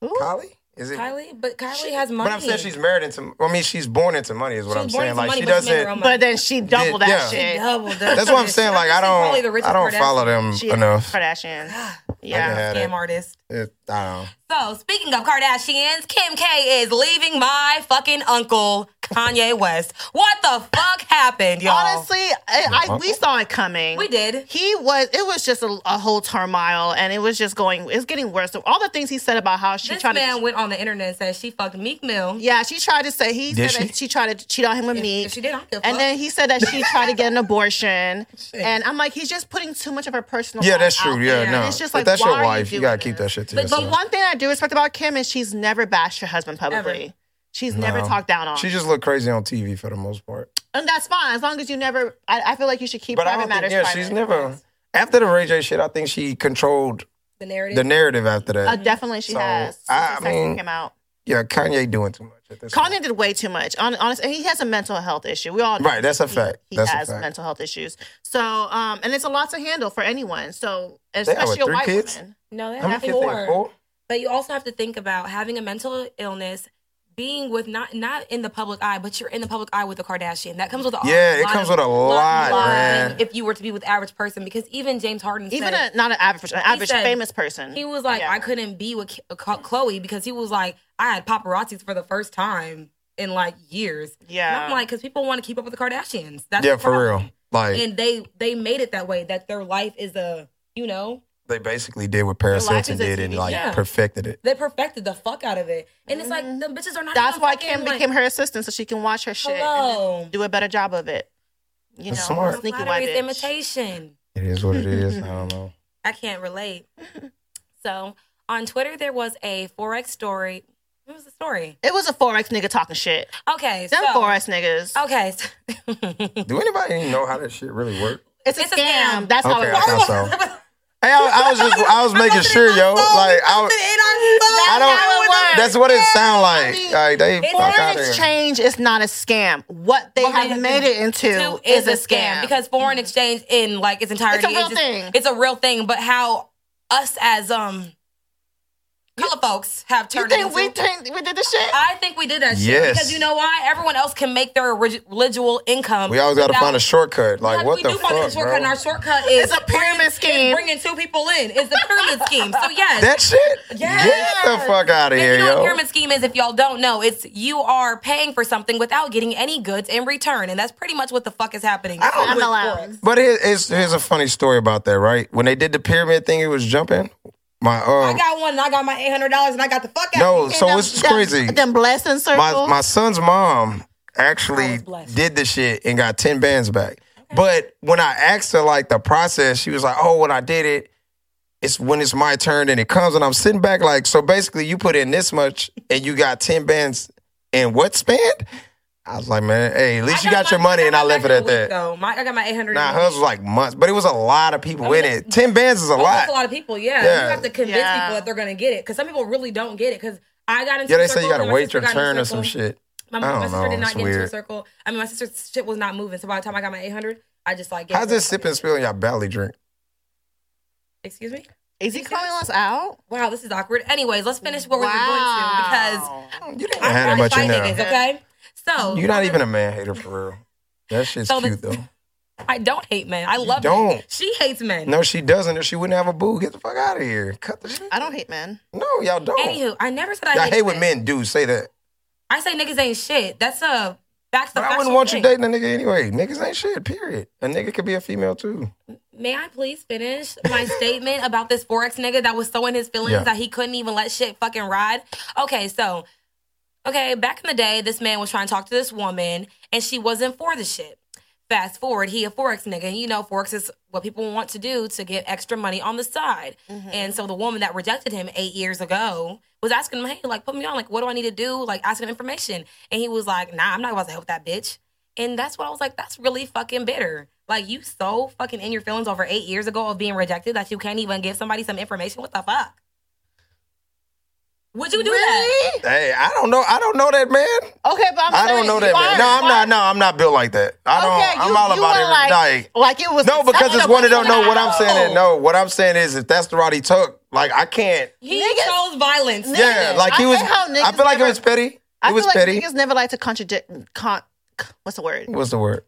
Speaker 2: Who?
Speaker 4: Kylie. Is it?
Speaker 3: Kylie, but Kylie has money.
Speaker 4: But I'm saying she's married into. I mean, she's born into money. Is what
Speaker 3: She's
Speaker 4: I'm
Speaker 3: born
Speaker 4: saying.
Speaker 3: into
Speaker 4: Like
Speaker 3: money,
Speaker 4: she
Speaker 3: but she made her
Speaker 4: doesn't.
Speaker 3: own
Speaker 2: But then she doubled
Speaker 4: Yeah.
Speaker 2: that
Speaker 4: She
Speaker 2: shit.
Speaker 3: double.
Speaker 4: That's what I'm saying. Like I
Speaker 3: Probably the
Speaker 4: don't.
Speaker 3: richest
Speaker 4: I don't
Speaker 3: Kardashian-
Speaker 4: follow them
Speaker 2: She
Speaker 4: enough.
Speaker 2: Kardashian.
Speaker 4: I
Speaker 2: Yeah.
Speaker 4: had
Speaker 3: Scam
Speaker 4: it.
Speaker 3: artist.
Speaker 4: It- I
Speaker 3: So speaking of Kardashians, Kim K is leaving my fucking uncle Kanye West. What the fuck happened, y'all?
Speaker 2: Honestly, I, I we saw it coming.
Speaker 3: we did.
Speaker 2: He was. It was just a, a whole turmoil, and it was just going. It's getting worse. So all the things he said about how she
Speaker 3: This
Speaker 2: tried
Speaker 3: man
Speaker 2: to.
Speaker 3: went on the internet and said she fucked Meek Mill.
Speaker 2: Yeah, she tried to say he
Speaker 4: Did
Speaker 2: said
Speaker 4: she?
Speaker 2: that she tried to cheat on him with me.
Speaker 3: If she did, I don't give a
Speaker 2: And
Speaker 3: fuck.
Speaker 2: then he said that she tried to
Speaker 3: (laughs)
Speaker 2: get an abortion, and I'm like, he's just putting too much of her personal.
Speaker 4: don't. Yeah,
Speaker 2: life
Speaker 4: that's
Speaker 2: out
Speaker 4: true. Yeah,
Speaker 2: there.
Speaker 4: no.
Speaker 2: And It's just
Speaker 4: If
Speaker 2: like
Speaker 4: that's
Speaker 2: why
Speaker 4: your
Speaker 2: are
Speaker 4: wife, you
Speaker 2: doing
Speaker 4: gotta keep
Speaker 2: this?
Speaker 4: that shit to
Speaker 3: But- but
Speaker 4: yourself.
Speaker 2: But one thing I do respect about Kim is she's never bashed her husband publicly.
Speaker 3: Never.
Speaker 2: She's never
Speaker 4: No.
Speaker 2: talked down on,
Speaker 4: She just looked crazy on TV for the most part.
Speaker 2: and that's fine as long as you never. I, I feel like you should keep
Speaker 4: But I
Speaker 2: private
Speaker 4: don't
Speaker 2: matters
Speaker 4: think. Yeah,
Speaker 2: private.
Speaker 4: she's never. After the Ray J shit, I think she controlled
Speaker 3: the narrative.
Speaker 4: the narrative after
Speaker 2: Uh,
Speaker 4: that.
Speaker 2: definitely, she
Speaker 4: So,
Speaker 2: has. Since
Speaker 4: I
Speaker 2: the second
Speaker 4: mean-
Speaker 2: came out.
Speaker 4: Yeah, Kanye doing too much. At this point.
Speaker 2: Kanye did way too much. Hon- Honest, and he has a mental health issue. We all know
Speaker 4: Right, that's a
Speaker 2: he-
Speaker 4: fact.
Speaker 2: He
Speaker 4: That's a
Speaker 2: has
Speaker 4: fact.
Speaker 2: mental health issues. So, um, and it's a lot to handle for anyone. So,
Speaker 4: what,
Speaker 2: especially a
Speaker 4: three
Speaker 2: white
Speaker 4: kids?
Speaker 2: woman.
Speaker 3: no, they
Speaker 4: How many
Speaker 3: have
Speaker 4: kids they
Speaker 3: four.
Speaker 4: have? Four?
Speaker 3: But you also have to think about having a mental illness, being with not not in the public eye, but you're in the public eye with a Kardashian. That comes with a
Speaker 4: Yeah, it
Speaker 3: lot
Speaker 4: comes
Speaker 3: of-
Speaker 4: with a lot, man.
Speaker 3: If you were to be with average person, because even James Harden
Speaker 2: Even
Speaker 3: said
Speaker 2: a, not an average, an average
Speaker 3: said-
Speaker 2: famous person.
Speaker 3: he was like,
Speaker 2: Yeah.
Speaker 3: I couldn't be with K- K- Chloe because he was like, I had paparazzis for the first time in like years. And
Speaker 2: yeah,
Speaker 3: I'm like, because people want to keep up with the Kardashians. That's
Speaker 4: Yeah,
Speaker 3: the
Speaker 4: for
Speaker 3: problem.
Speaker 4: real. Like
Speaker 3: And they they made it that way that their life is a you know
Speaker 4: they basically did what Paris
Speaker 2: Their life
Speaker 4: Hilton
Speaker 2: is a
Speaker 4: did and
Speaker 2: TV
Speaker 4: like
Speaker 3: show.
Speaker 4: perfected it.
Speaker 3: they perfected the fuck out of it. And it's like the bitches are
Speaker 2: Mm-hmm.
Speaker 3: not.
Speaker 2: that's
Speaker 3: even
Speaker 2: why
Speaker 3: fucking,
Speaker 2: Kim
Speaker 3: like,
Speaker 2: became her assistant so she can watch her shit
Speaker 3: Hello.
Speaker 2: and just do a better job of it. You
Speaker 4: That's
Speaker 2: know,
Speaker 4: smart.
Speaker 2: sneaky
Speaker 3: Flattery
Speaker 2: white
Speaker 3: is
Speaker 2: bitch.
Speaker 3: imitation.
Speaker 4: It is what it is. I don't know.
Speaker 3: I can't relate.
Speaker 2: (laughs)
Speaker 3: So on Twitter, there was a forex story. What was the story?
Speaker 2: It was a forex nigga talking shit.
Speaker 3: Okay,
Speaker 2: Them
Speaker 3: so oh,
Speaker 2: forex niggas.
Speaker 3: okay, so- (laughs)
Speaker 2: (laughs)
Speaker 3: it's
Speaker 4: Do anybody even know how that shit really worked?
Speaker 2: it's a
Speaker 3: it's a
Speaker 2: scam.
Speaker 3: scam.
Speaker 2: That's how
Speaker 4: Okay,
Speaker 2: it
Speaker 4: I
Speaker 2: works.
Speaker 4: thought so. (laughs) Hey, I, I was just I was making sure, yo. Like I, was- I
Speaker 2: how it
Speaker 4: don't.
Speaker 2: works.
Speaker 4: That's what it sound
Speaker 2: I
Speaker 4: like.
Speaker 2: mean,
Speaker 4: Like they fuck out
Speaker 2: Foreign
Speaker 4: here.
Speaker 2: exchange is not a scam. What they
Speaker 3: Behind
Speaker 2: have
Speaker 3: it
Speaker 2: made it into is a scam. Mm-hmm.
Speaker 3: because foreign exchange in like its entirety
Speaker 2: It's a real
Speaker 3: is just-
Speaker 2: thing.
Speaker 3: It's a real thing, but how us as um color folks have
Speaker 2: you
Speaker 3: turned it
Speaker 2: think
Speaker 3: into.
Speaker 2: we think we did the shit?
Speaker 3: I think we did that shit
Speaker 4: Yes.
Speaker 3: because you know why? Everyone else can make their orig- residual income.
Speaker 4: We always got to
Speaker 3: without-
Speaker 4: find a shortcut. Like
Speaker 3: Like,
Speaker 4: what
Speaker 3: we
Speaker 4: the
Speaker 3: do find
Speaker 4: fuck,
Speaker 3: a shortcut,
Speaker 4: bro?
Speaker 3: and our shortcut is
Speaker 2: It's a pyramid
Speaker 3: bringing-
Speaker 2: scheme.
Speaker 3: is Bringing two people in is the pyramid scheme. So yes,
Speaker 4: That shit.
Speaker 3: Yes.
Speaker 4: Get the fuck out of
Speaker 3: if
Speaker 4: here,
Speaker 3: you know what
Speaker 4: yo.
Speaker 3: a pyramid scheme is, if y'all don't know, it's you are paying for something without getting any goods in return, and that's pretty much what the fuck is happening.
Speaker 4: I don't-
Speaker 3: with
Speaker 2: MLM.
Speaker 3: Forex.
Speaker 4: But here- here's, here's a funny story about that, right? When they did the pyramid thing, it was jumping. My
Speaker 3: I
Speaker 4: um,
Speaker 3: got one, and I got my eight hundred dollars, and I got the fuck out.
Speaker 4: no,
Speaker 2: Them-
Speaker 4: so it's
Speaker 2: them-
Speaker 4: crazy.
Speaker 2: Them blessing
Speaker 4: My
Speaker 2: circles.
Speaker 4: my son's mom
Speaker 3: I
Speaker 4: actually
Speaker 3: was blessed.
Speaker 4: did the shit and got ten bands back. But when I asked her like the process, she was like, "Oh, when I did it, it's when it's my turn and it comes." And I'm sitting back like, so basically, you put in this much and you got ten bands in what span? I was like, man, hey, at least you got, your money, and I left it at that.
Speaker 3: Though my, I got my eight hundred.
Speaker 4: Nah, hers was like months, but it was a lot of people
Speaker 3: mean,
Speaker 4: in it. Ten bands is a lot.
Speaker 3: That's a lot of people. Yeah,
Speaker 4: Yeah.
Speaker 3: you have to convince
Speaker 2: Yeah.
Speaker 3: people that they're gonna get it because some people really don't get it. Because I got into a
Speaker 4: Yeah, they say you
Speaker 3: circle,
Speaker 4: gotta
Speaker 3: my
Speaker 4: wait
Speaker 3: sister
Speaker 4: your
Speaker 3: got into a
Speaker 4: turn or some
Speaker 3: circle.
Speaker 4: shit.
Speaker 3: My,
Speaker 4: I
Speaker 3: my
Speaker 4: don't
Speaker 3: sister
Speaker 4: know.
Speaker 3: did not
Speaker 4: It's
Speaker 3: get into a
Speaker 4: weird.
Speaker 3: circle. I mean, my sister's shit was not moving. So by the time I got my eight hundred, I just like. gave
Speaker 4: How's
Speaker 3: her
Speaker 4: this
Speaker 3: the
Speaker 4: sip
Speaker 3: fucking-
Speaker 4: and spill in your belly drink?
Speaker 3: Excuse me.
Speaker 2: Is he calling us out?
Speaker 3: Wow, this is awkward. Anyways, let's finish where we were going to because
Speaker 2: Wow.
Speaker 4: You didn't
Speaker 3: I'm
Speaker 4: have that
Speaker 3: not
Speaker 4: much in
Speaker 3: fighting niggas,
Speaker 4: there.
Speaker 3: okay? So
Speaker 4: You're not even a man hater for real. That shit's
Speaker 3: So the-
Speaker 4: cute though.
Speaker 3: I don't hate men. I love men.
Speaker 4: don't.
Speaker 3: She hates men.
Speaker 4: No, she doesn't. If she wouldn't have a boo, get the fuck out of here. Cut the shit.
Speaker 2: I don't hate men.
Speaker 4: No, y'all don't.
Speaker 3: Anywho, I never said I
Speaker 4: y'all
Speaker 3: hate
Speaker 4: hate what men do. Say that.
Speaker 3: I say niggas ain't shit. That's a that's a
Speaker 4: But I wouldn't
Speaker 3: factual
Speaker 4: want
Speaker 3: thing.
Speaker 4: you dating a nigga anyway. Niggas ain't shit, period. A nigga could be a female too.
Speaker 3: May I please finish my statement about this Forex nigga that was so in his feelings
Speaker 4: Yeah.
Speaker 3: that he couldn't even let shit fucking ride? Okay, so, okay, back in the day, this man was trying to talk to this woman and she wasn't for the shit. Fast forward, he a Forex nigga. And you know, Forex is what people want to do to get extra money on the side.
Speaker 2: Mm-hmm.
Speaker 3: And so the woman that rejected him eight years ago was asking him, hey, like, put me on. Like, what do I need to do? Like, asking him information. And he was like, nah, I'm not about to help that bitch. And that's what I was like, that's really fucking bitter. Like you so fucking in your feelings over eight years ago of being rejected that you can't even give somebody some information. What the fuck? Would you do that?
Speaker 4: Hey, I don't know. I don't know that man.
Speaker 2: Okay, but I'm
Speaker 4: I don't
Speaker 2: saying
Speaker 4: know
Speaker 2: you
Speaker 4: that man.
Speaker 2: are-
Speaker 4: No, I'm not. No, I'm not built like that. I don't.
Speaker 2: Okay,
Speaker 4: I'm
Speaker 2: you-
Speaker 4: all
Speaker 2: you
Speaker 4: about
Speaker 2: are
Speaker 4: it.
Speaker 2: like-
Speaker 4: like
Speaker 2: Like it was
Speaker 4: No, because it's
Speaker 2: acceptable
Speaker 4: one of them.
Speaker 2: to
Speaker 4: No, what
Speaker 2: have-
Speaker 4: I'm saying is no. What I'm saying is if that's the route he took, like I can't.
Speaker 3: He
Speaker 2: Niggas-
Speaker 3: chose violence.
Speaker 4: Yeah, like he
Speaker 2: I
Speaker 4: was.
Speaker 2: hate how
Speaker 4: I
Speaker 2: niggas
Speaker 4: feel like it
Speaker 2: never-
Speaker 4: was petty.
Speaker 2: I
Speaker 4: It was
Speaker 2: feel like
Speaker 4: petty.
Speaker 2: niggas never like to contradict. Con, what's the word?
Speaker 4: What's the word?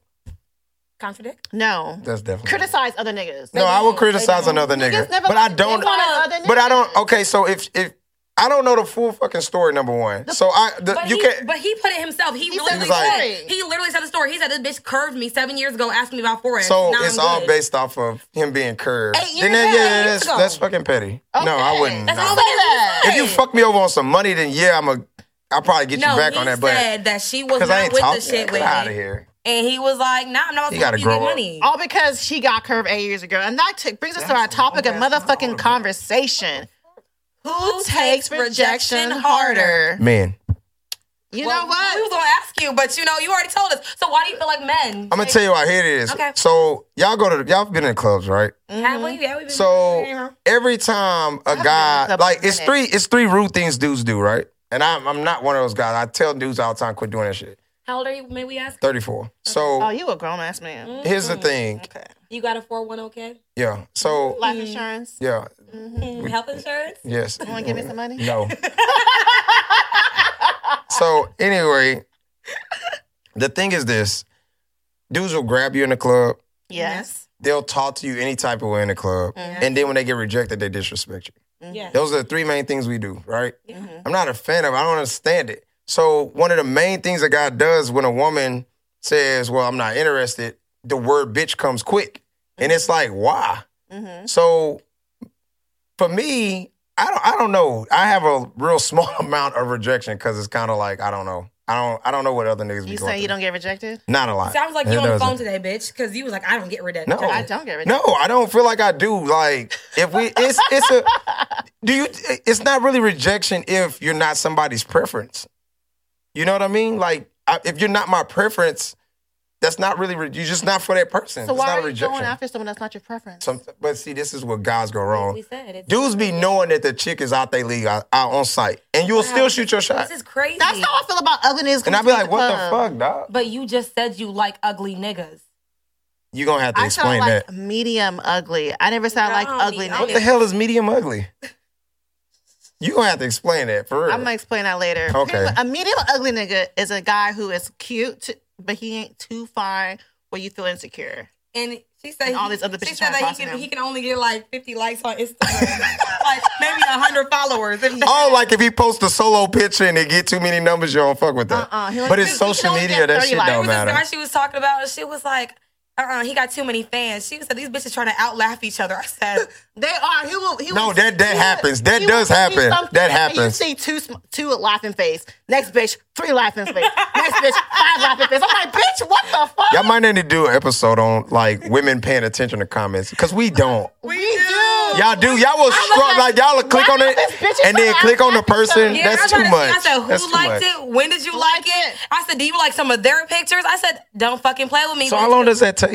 Speaker 3: contradict.
Speaker 2: No,
Speaker 4: That's definitely.
Speaker 2: criticize other niggas.
Speaker 4: No, I will criticize
Speaker 3: don't.
Speaker 4: another nigga,
Speaker 2: Niggas never
Speaker 4: but I
Speaker 2: like to
Speaker 4: don't.
Speaker 2: criticize other
Speaker 4: But I
Speaker 2: niggas.
Speaker 4: don't. Okay, so if if I don't know the full fucking story, number one. So I the,
Speaker 3: But
Speaker 4: you
Speaker 3: he,
Speaker 4: can't.
Speaker 3: but he put it himself. He,
Speaker 2: said
Speaker 3: literally
Speaker 4: the story.
Speaker 3: said he literally said the story. He said this bitch curved me seven years ago, asking me about forex.
Speaker 4: So
Speaker 3: Now
Speaker 4: it's
Speaker 3: I'm
Speaker 4: all
Speaker 3: good.
Speaker 4: based off of him being curved.
Speaker 3: Eight years
Speaker 4: Then that-
Speaker 3: ago,
Speaker 4: yeah,
Speaker 3: eight
Speaker 4: yeah,
Speaker 3: years
Speaker 4: that's
Speaker 3: ago.
Speaker 4: that's fucking petty. No, I
Speaker 2: Okay,
Speaker 4: wouldn't.
Speaker 3: That's
Speaker 4: no.
Speaker 3: all
Speaker 2: Say
Speaker 3: that
Speaker 2: that.
Speaker 3: he
Speaker 4: If you
Speaker 3: said.
Speaker 4: fuck me over on some money, then yeah, I'm a. I'll probably get
Speaker 3: no,
Speaker 4: you back
Speaker 3: he
Speaker 4: on that, but
Speaker 3: said that she was
Speaker 4: because
Speaker 3: not
Speaker 4: I ain't
Speaker 3: with
Speaker 4: talking.
Speaker 3: the shit
Speaker 4: Get
Speaker 3: with
Speaker 4: out
Speaker 3: it.
Speaker 4: of here.
Speaker 3: And he was like, "Nah, I'm not
Speaker 4: You
Speaker 3: going
Speaker 4: gotta
Speaker 3: to
Speaker 4: grow
Speaker 3: get
Speaker 4: up.
Speaker 3: money."
Speaker 2: All because she got curved eight years ago, and that t- brings us to our topic of motherfucking conversation.
Speaker 3: Who
Speaker 2: Takes rejection harder.
Speaker 4: Men,
Speaker 2: You
Speaker 3: Well,
Speaker 2: know what?
Speaker 3: We was gonna ask you, but you know, you already told us. So why do you feel like men?
Speaker 4: I'm gonna tell you why. Here it is.
Speaker 3: Okay.
Speaker 4: So y'all go to the, y'all been in clubs, right?
Speaker 2: Mm-hmm.
Speaker 3: Have we? Have we been
Speaker 4: Mm-hmm. So every time a guy
Speaker 2: club
Speaker 4: like
Speaker 2: in a
Speaker 4: it's
Speaker 2: minute.
Speaker 4: three it's three rude things dudes do, right? And I'm I'm not one of those guys. I tell dudes all the time, quit doing that shit.
Speaker 3: how old are you? May we ask?
Speaker 4: Thirty four. So
Speaker 2: Oh, you a grown ass man.
Speaker 4: here's the thing.
Speaker 2: Okay.
Speaker 3: You got a four one okay?
Speaker 4: Yeah. So
Speaker 2: Life insurance.
Speaker 4: yeah.
Speaker 3: Health insurance?
Speaker 4: Yes.
Speaker 2: Want to give me some money? (laughs)
Speaker 4: No. so anyway, the thing is this: dudes will grab you in the club.
Speaker 2: Yes.
Speaker 4: They'll talk to you any type of way in the club,
Speaker 3: Mm-hmm.
Speaker 4: and then when they get rejected, they disrespect you.
Speaker 3: Yeah.
Speaker 4: Those are the three main things we do, right?
Speaker 3: Mm-hmm.
Speaker 4: I'm not a fan of it. I don't understand it. So one of the main things a guy does when a woman says, Well, I'm not interested, the word bitch comes quick. And it's like, why?
Speaker 2: Mm-hmm.
Speaker 3: Mm-hmm.
Speaker 4: So for me, I don't I don't know. I have a real (laughs) small amount of rejection because it's kind of like, I don't know. I don't I don't know what other niggas be
Speaker 2: You
Speaker 4: going
Speaker 2: saying you
Speaker 4: through.
Speaker 2: don't get rejected?
Speaker 4: Not a lot.
Speaker 3: Sounds like
Speaker 4: It
Speaker 3: you on the
Speaker 4: doesn't.
Speaker 3: phone today, bitch, because you was like, I don't get rid of
Speaker 4: No.
Speaker 3: that.
Speaker 2: I don't get rejected.
Speaker 4: No, I don't feel like I do. Like if we, it's it's a. Do you? It's not really rejection if you're not somebody's preference. You know what I mean? Like I, if you're not my preference, that's not really. Re- you're just not for that person.
Speaker 2: So
Speaker 4: it's
Speaker 2: why
Speaker 4: not
Speaker 2: are
Speaker 4: a
Speaker 2: you
Speaker 4: rejection.
Speaker 2: going after someone that's not your preference?
Speaker 4: Some, but see, this is where guys go wrong.
Speaker 3: We said it's
Speaker 4: Dudes be knowing that the chick is out they league, out, out on site, and you'll still shoot your shot.
Speaker 3: This is crazy.
Speaker 2: That's how I feel about ugly niggas. coming
Speaker 4: And I'll be
Speaker 2: to
Speaker 4: like,
Speaker 2: the
Speaker 4: "What
Speaker 2: club.
Speaker 4: the fuck, dog?
Speaker 3: But you just said you like ugly niggas.
Speaker 4: You gonna have to
Speaker 2: I sound
Speaker 4: explain
Speaker 2: like
Speaker 4: that.
Speaker 2: medium ugly. I never sound like
Speaker 3: No,
Speaker 2: ugly
Speaker 3: medium.
Speaker 2: niggas.
Speaker 3: What
Speaker 4: What the hell is medium ugly? You gonna have to explain
Speaker 2: (laughs)
Speaker 4: that for real.
Speaker 2: I'm gonna explain that later.
Speaker 4: Okay.
Speaker 2: Here's what- A medium ugly nigga is a guy who is cute, but he ain't too fine where you feel insecure.
Speaker 3: And she said
Speaker 2: And all
Speaker 3: he-
Speaker 2: these other
Speaker 3: She
Speaker 2: bitches
Speaker 3: said
Speaker 2: trying to
Speaker 3: that
Speaker 2: boss
Speaker 3: he can
Speaker 2: him.
Speaker 3: he can only get like 50 likes on
Speaker 4: (laughs)
Speaker 3: Instagram, like maybe 100 followers. If (laughs) that.
Speaker 4: Oh, like if he posts a solo picture and it get too many numbers, you don't fuck with that.
Speaker 2: Uh-uh, he only-
Speaker 4: But it's
Speaker 2: he
Speaker 4: social
Speaker 2: can only
Speaker 4: media,
Speaker 2: get
Speaker 4: that
Speaker 2: 30
Speaker 4: shit
Speaker 2: likes.
Speaker 4: don't
Speaker 2: It was
Speaker 3: This
Speaker 4: matter.
Speaker 3: girl she was talking about, she was like, uh-uh, he got too many fans. She said, these bitches trying to outlaugh each other. I
Speaker 4: (laughs)
Speaker 3: said,
Speaker 2: They are. He will. He
Speaker 4: No,
Speaker 2: will-
Speaker 4: that- that
Speaker 2: he will-
Speaker 4: happens. That
Speaker 2: he will
Speaker 4: does
Speaker 2: see
Speaker 4: happen.
Speaker 2: something,
Speaker 4: That
Speaker 2: and
Speaker 4: happens.
Speaker 2: You see two sm- two laughing face. Next bitch, three laughing face. Next bitch, five laughing face. I'm like, bitch, what the fuck?
Speaker 4: Y'all might need to do an episode on like women paying attention to comments because we don't.
Speaker 2: we do.
Speaker 4: Y'all do. Y'all will
Speaker 2: was
Speaker 4: scrub like
Speaker 2: like,
Speaker 4: y'all will click
Speaker 2: why
Speaker 4: on it
Speaker 2: this bitch is
Speaker 4: and then
Speaker 2: on our
Speaker 4: click on the person.
Speaker 2: episode?
Speaker 3: Yeah,
Speaker 4: That's
Speaker 3: I
Speaker 4: too
Speaker 3: tried
Speaker 4: much.
Speaker 3: To, I said, who
Speaker 4: That's too
Speaker 3: liked
Speaker 4: much.
Speaker 3: it? When did you like it? I said, do you like some of their pictures? I said, don't fucking play with me.
Speaker 4: So how long does that take?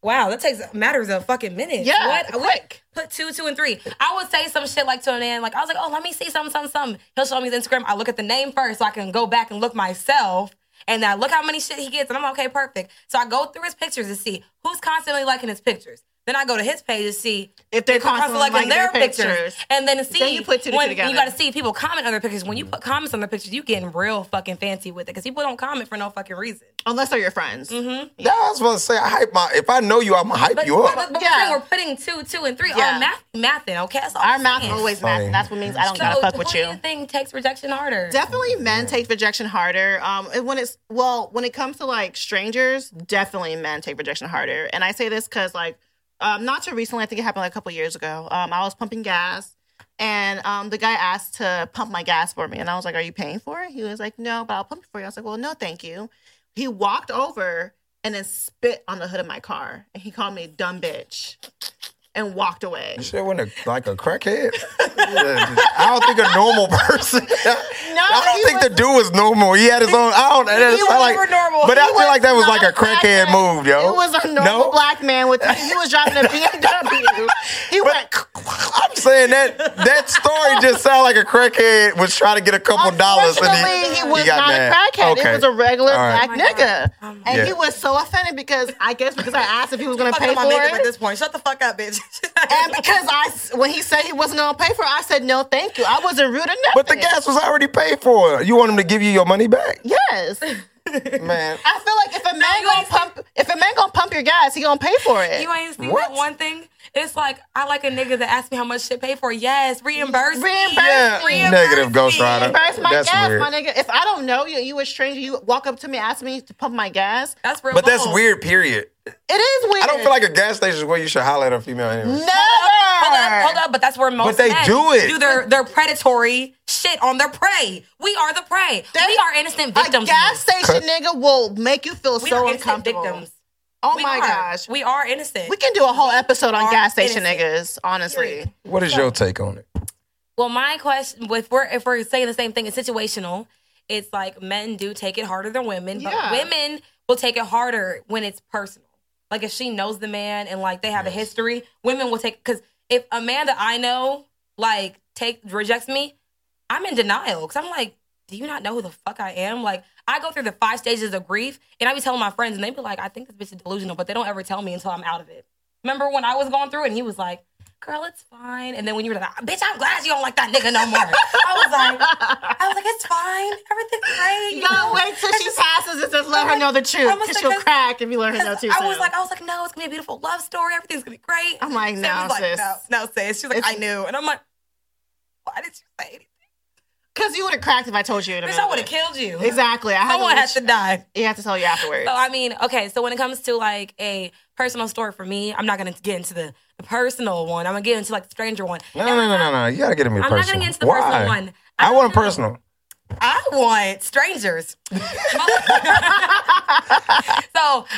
Speaker 3: wow, that takes matters of fucking minutes.
Speaker 2: Yeah,
Speaker 3: what? We
Speaker 2: quick.
Speaker 3: Put two, two, and three. I would say some shit like to an end. Like I was like, oh, let me see some, some, some. He'll show me his Instagram. I look at the name first so I can go back and look myself. And I look how many shit he gets, and I'm okay, perfect. So I go through his pictures to see who's constantly liking his pictures. Then I go to his page to see
Speaker 2: If they're
Speaker 3: constantly liking their pictures. and then to see
Speaker 2: you put two to two
Speaker 3: when
Speaker 2: together.
Speaker 3: you got to see people comment on their pictures. When you put comments on their pictures, you getting real fucking fancy with it because people don't comment for no fucking reason.
Speaker 2: Unless they're your friends.
Speaker 3: Mm-hmm.
Speaker 4: Yeah, I was about to say I hype my. If I know you, I'ma hype
Speaker 3: But,
Speaker 4: you
Speaker 3: but,
Speaker 4: up.
Speaker 3: but
Speaker 2: Yeah.
Speaker 3: we're, saying we're putting two, two, and three.
Speaker 2: Yeah.
Speaker 3: Our math, mathing. Okay, that's all
Speaker 2: Our
Speaker 3: I'm
Speaker 2: math
Speaker 3: saying.
Speaker 2: always
Speaker 4: Funny.
Speaker 2: math. That's what means I don't
Speaker 3: So
Speaker 2: gotta fuck
Speaker 3: the
Speaker 2: with
Speaker 3: bullying
Speaker 2: you.
Speaker 3: Thing takes rejection harder.
Speaker 2: Definitely men take rejection harder. Um, and when it's well, when it comes to like strangers, definitely men take rejection harder. And I say this because like, um, not too recently, I think it happened like a couple years ago. Um, I was pumping gas, and um, the guy asked to pump my gas for me, and I was like, "Are you paying for it?" He was like, "No, but I'll pump it for you." I was like, "Well, no, thank you." He walked over and then spit on the hood of my car, and he called me a dumb bitch, and walked away.
Speaker 4: You Shit, when a, like a crackhead. I don't think a normal person. (laughs)
Speaker 2: No,
Speaker 4: I
Speaker 2: he
Speaker 4: don't think the dude was normal. He had his own. I don't. That
Speaker 2: He
Speaker 4: is,
Speaker 2: was
Speaker 4: I like,
Speaker 2: never normal.
Speaker 4: But I
Speaker 2: He
Speaker 4: feel like that was
Speaker 2: not
Speaker 4: like a
Speaker 2: black
Speaker 4: crackhead
Speaker 2: man.
Speaker 4: move, yo.
Speaker 2: It was a normal
Speaker 4: No?
Speaker 2: black man with he was driving
Speaker 4: (laughs)
Speaker 2: a BMW. He went.
Speaker 4: I'm saying that that story just sounded like a crackhead was trying to get a couple dollars and
Speaker 2: Unfortunately,
Speaker 4: he,
Speaker 2: he was
Speaker 4: he got
Speaker 2: not
Speaker 4: mad.
Speaker 2: a crackhead.
Speaker 4: Okay.
Speaker 2: It was a regular
Speaker 4: All
Speaker 2: black
Speaker 4: right.
Speaker 3: Oh my
Speaker 2: nigga,
Speaker 3: God. Oh my
Speaker 2: and
Speaker 4: God.
Speaker 2: he was so offended because I guess because I asked if he was going to
Speaker 5: Fuck
Speaker 2: pay
Speaker 5: up
Speaker 2: for
Speaker 5: my makeup at
Speaker 2: it.
Speaker 5: this point. Shut the fuck up,
Speaker 2: (laughs)
Speaker 5: bitch.
Speaker 2: And because I, s- when he said he wasn't gonna pay for it, I said no, thank you. I wasn't rude enough.
Speaker 4: But the gas was already paid for. You want him to give you your money back?
Speaker 3: (laughs)
Speaker 2: yes,
Speaker 4: Man.
Speaker 2: I feel like if a man
Speaker 3: you
Speaker 2: gonna
Speaker 3: ain't-
Speaker 2: pump, if a man gonna pump your gas, he gonna pay for it.
Speaker 3: You ain't seen
Speaker 4: What?
Speaker 3: that one thing. It's like I like a nigga that asks me how much shit pay for. Yes, reimburse. me.
Speaker 2: Reimburse
Speaker 4: Yeah,
Speaker 3: Reimburse
Speaker 4: negative
Speaker 3: me.
Speaker 4: Ghost Rider.
Speaker 2: First, my
Speaker 4: That's
Speaker 2: gas,
Speaker 4: weird.
Speaker 2: my nigga. If I don't know you, you a stranger, you walk up to me, ask me to pump my gas.
Speaker 3: That's real.
Speaker 4: But that's
Speaker 3: bold.
Speaker 4: weird, period.
Speaker 2: It is weird.
Speaker 4: I don't feel like a gas station is where you should holler at a female anyway.
Speaker 2: never.
Speaker 3: Hold up, hold up, but that's where most
Speaker 4: But they
Speaker 3: men
Speaker 4: do it.
Speaker 3: Do their their predatory shit on their prey. We are the prey. we are innocent victims.
Speaker 2: A gas
Speaker 3: here.
Speaker 2: station nigga will make you feel
Speaker 3: we
Speaker 2: so
Speaker 3: are innocent
Speaker 2: uncomfortable.
Speaker 3: victims.
Speaker 2: Oh
Speaker 3: We
Speaker 2: my
Speaker 3: are.
Speaker 2: gosh. We,
Speaker 3: we are innocent.
Speaker 2: can do a whole episode on
Speaker 3: are
Speaker 2: gas station niggas,
Speaker 3: innocent.
Speaker 2: honestly.
Speaker 3: Period.
Speaker 4: What is your take on it?
Speaker 3: Well, my question, if we're if we're saying the same thing, it's situational. It's like men do take it harder than women, but
Speaker 2: Yeah.
Speaker 3: women will take it harder when it's personal. Like if she knows the man and like they have a history, women will take because if a man that I know like take rejects me, I'm in denial because I'm like, do you not know who the fuck I am? Like I go through the five stages of grief, and I be telling my friends, and they be like, I think this bitch is delusional, but they don't ever tell me until I'm out of it. Remember when I was going through it, and he was like, "Girl, it's fine." And then when you were like, "Bitch, I'm glad you don't like that nigga no more," I was like, "I was like, it's fine, everything's great." you know?
Speaker 2: Y'all wait till she passes and just let her know the truth.
Speaker 3: almost
Speaker 2: Because
Speaker 3: like
Speaker 2: she'll
Speaker 3: a-
Speaker 2: crack if you let her know
Speaker 3: Because
Speaker 2: too
Speaker 3: I
Speaker 2: soon.
Speaker 3: was like, I was like, no, it's gonna be a beautiful love story. Everything's gonna be great.
Speaker 2: I'm like,
Speaker 3: Sam
Speaker 2: no,
Speaker 3: was like,
Speaker 2: sis.
Speaker 3: no, no, sis. She's like,
Speaker 2: It's-
Speaker 3: I knew, and I'm like, why did you say anything?
Speaker 2: Because you would have cracked if I told you. in a
Speaker 3: Bitch, I
Speaker 2: minute.
Speaker 3: would have killed you.
Speaker 2: Exactly. I had
Speaker 3: Someone
Speaker 2: to,
Speaker 3: has to die.
Speaker 2: You have to tell you afterwards.
Speaker 3: So I mean, okay. So when it comes to like a personal story for me, I'm not gonna get into the, the personal one. I'm gonna get into like the stranger one.
Speaker 4: No, no, no, no, no. You gotta get him a
Speaker 3: I'm
Speaker 4: personal.
Speaker 3: not gonna get into the
Speaker 4: Why?
Speaker 3: personal one.
Speaker 4: I,
Speaker 3: don't
Speaker 4: want a
Speaker 3: know.
Speaker 4: personal.
Speaker 3: I want strangers. (laughs) so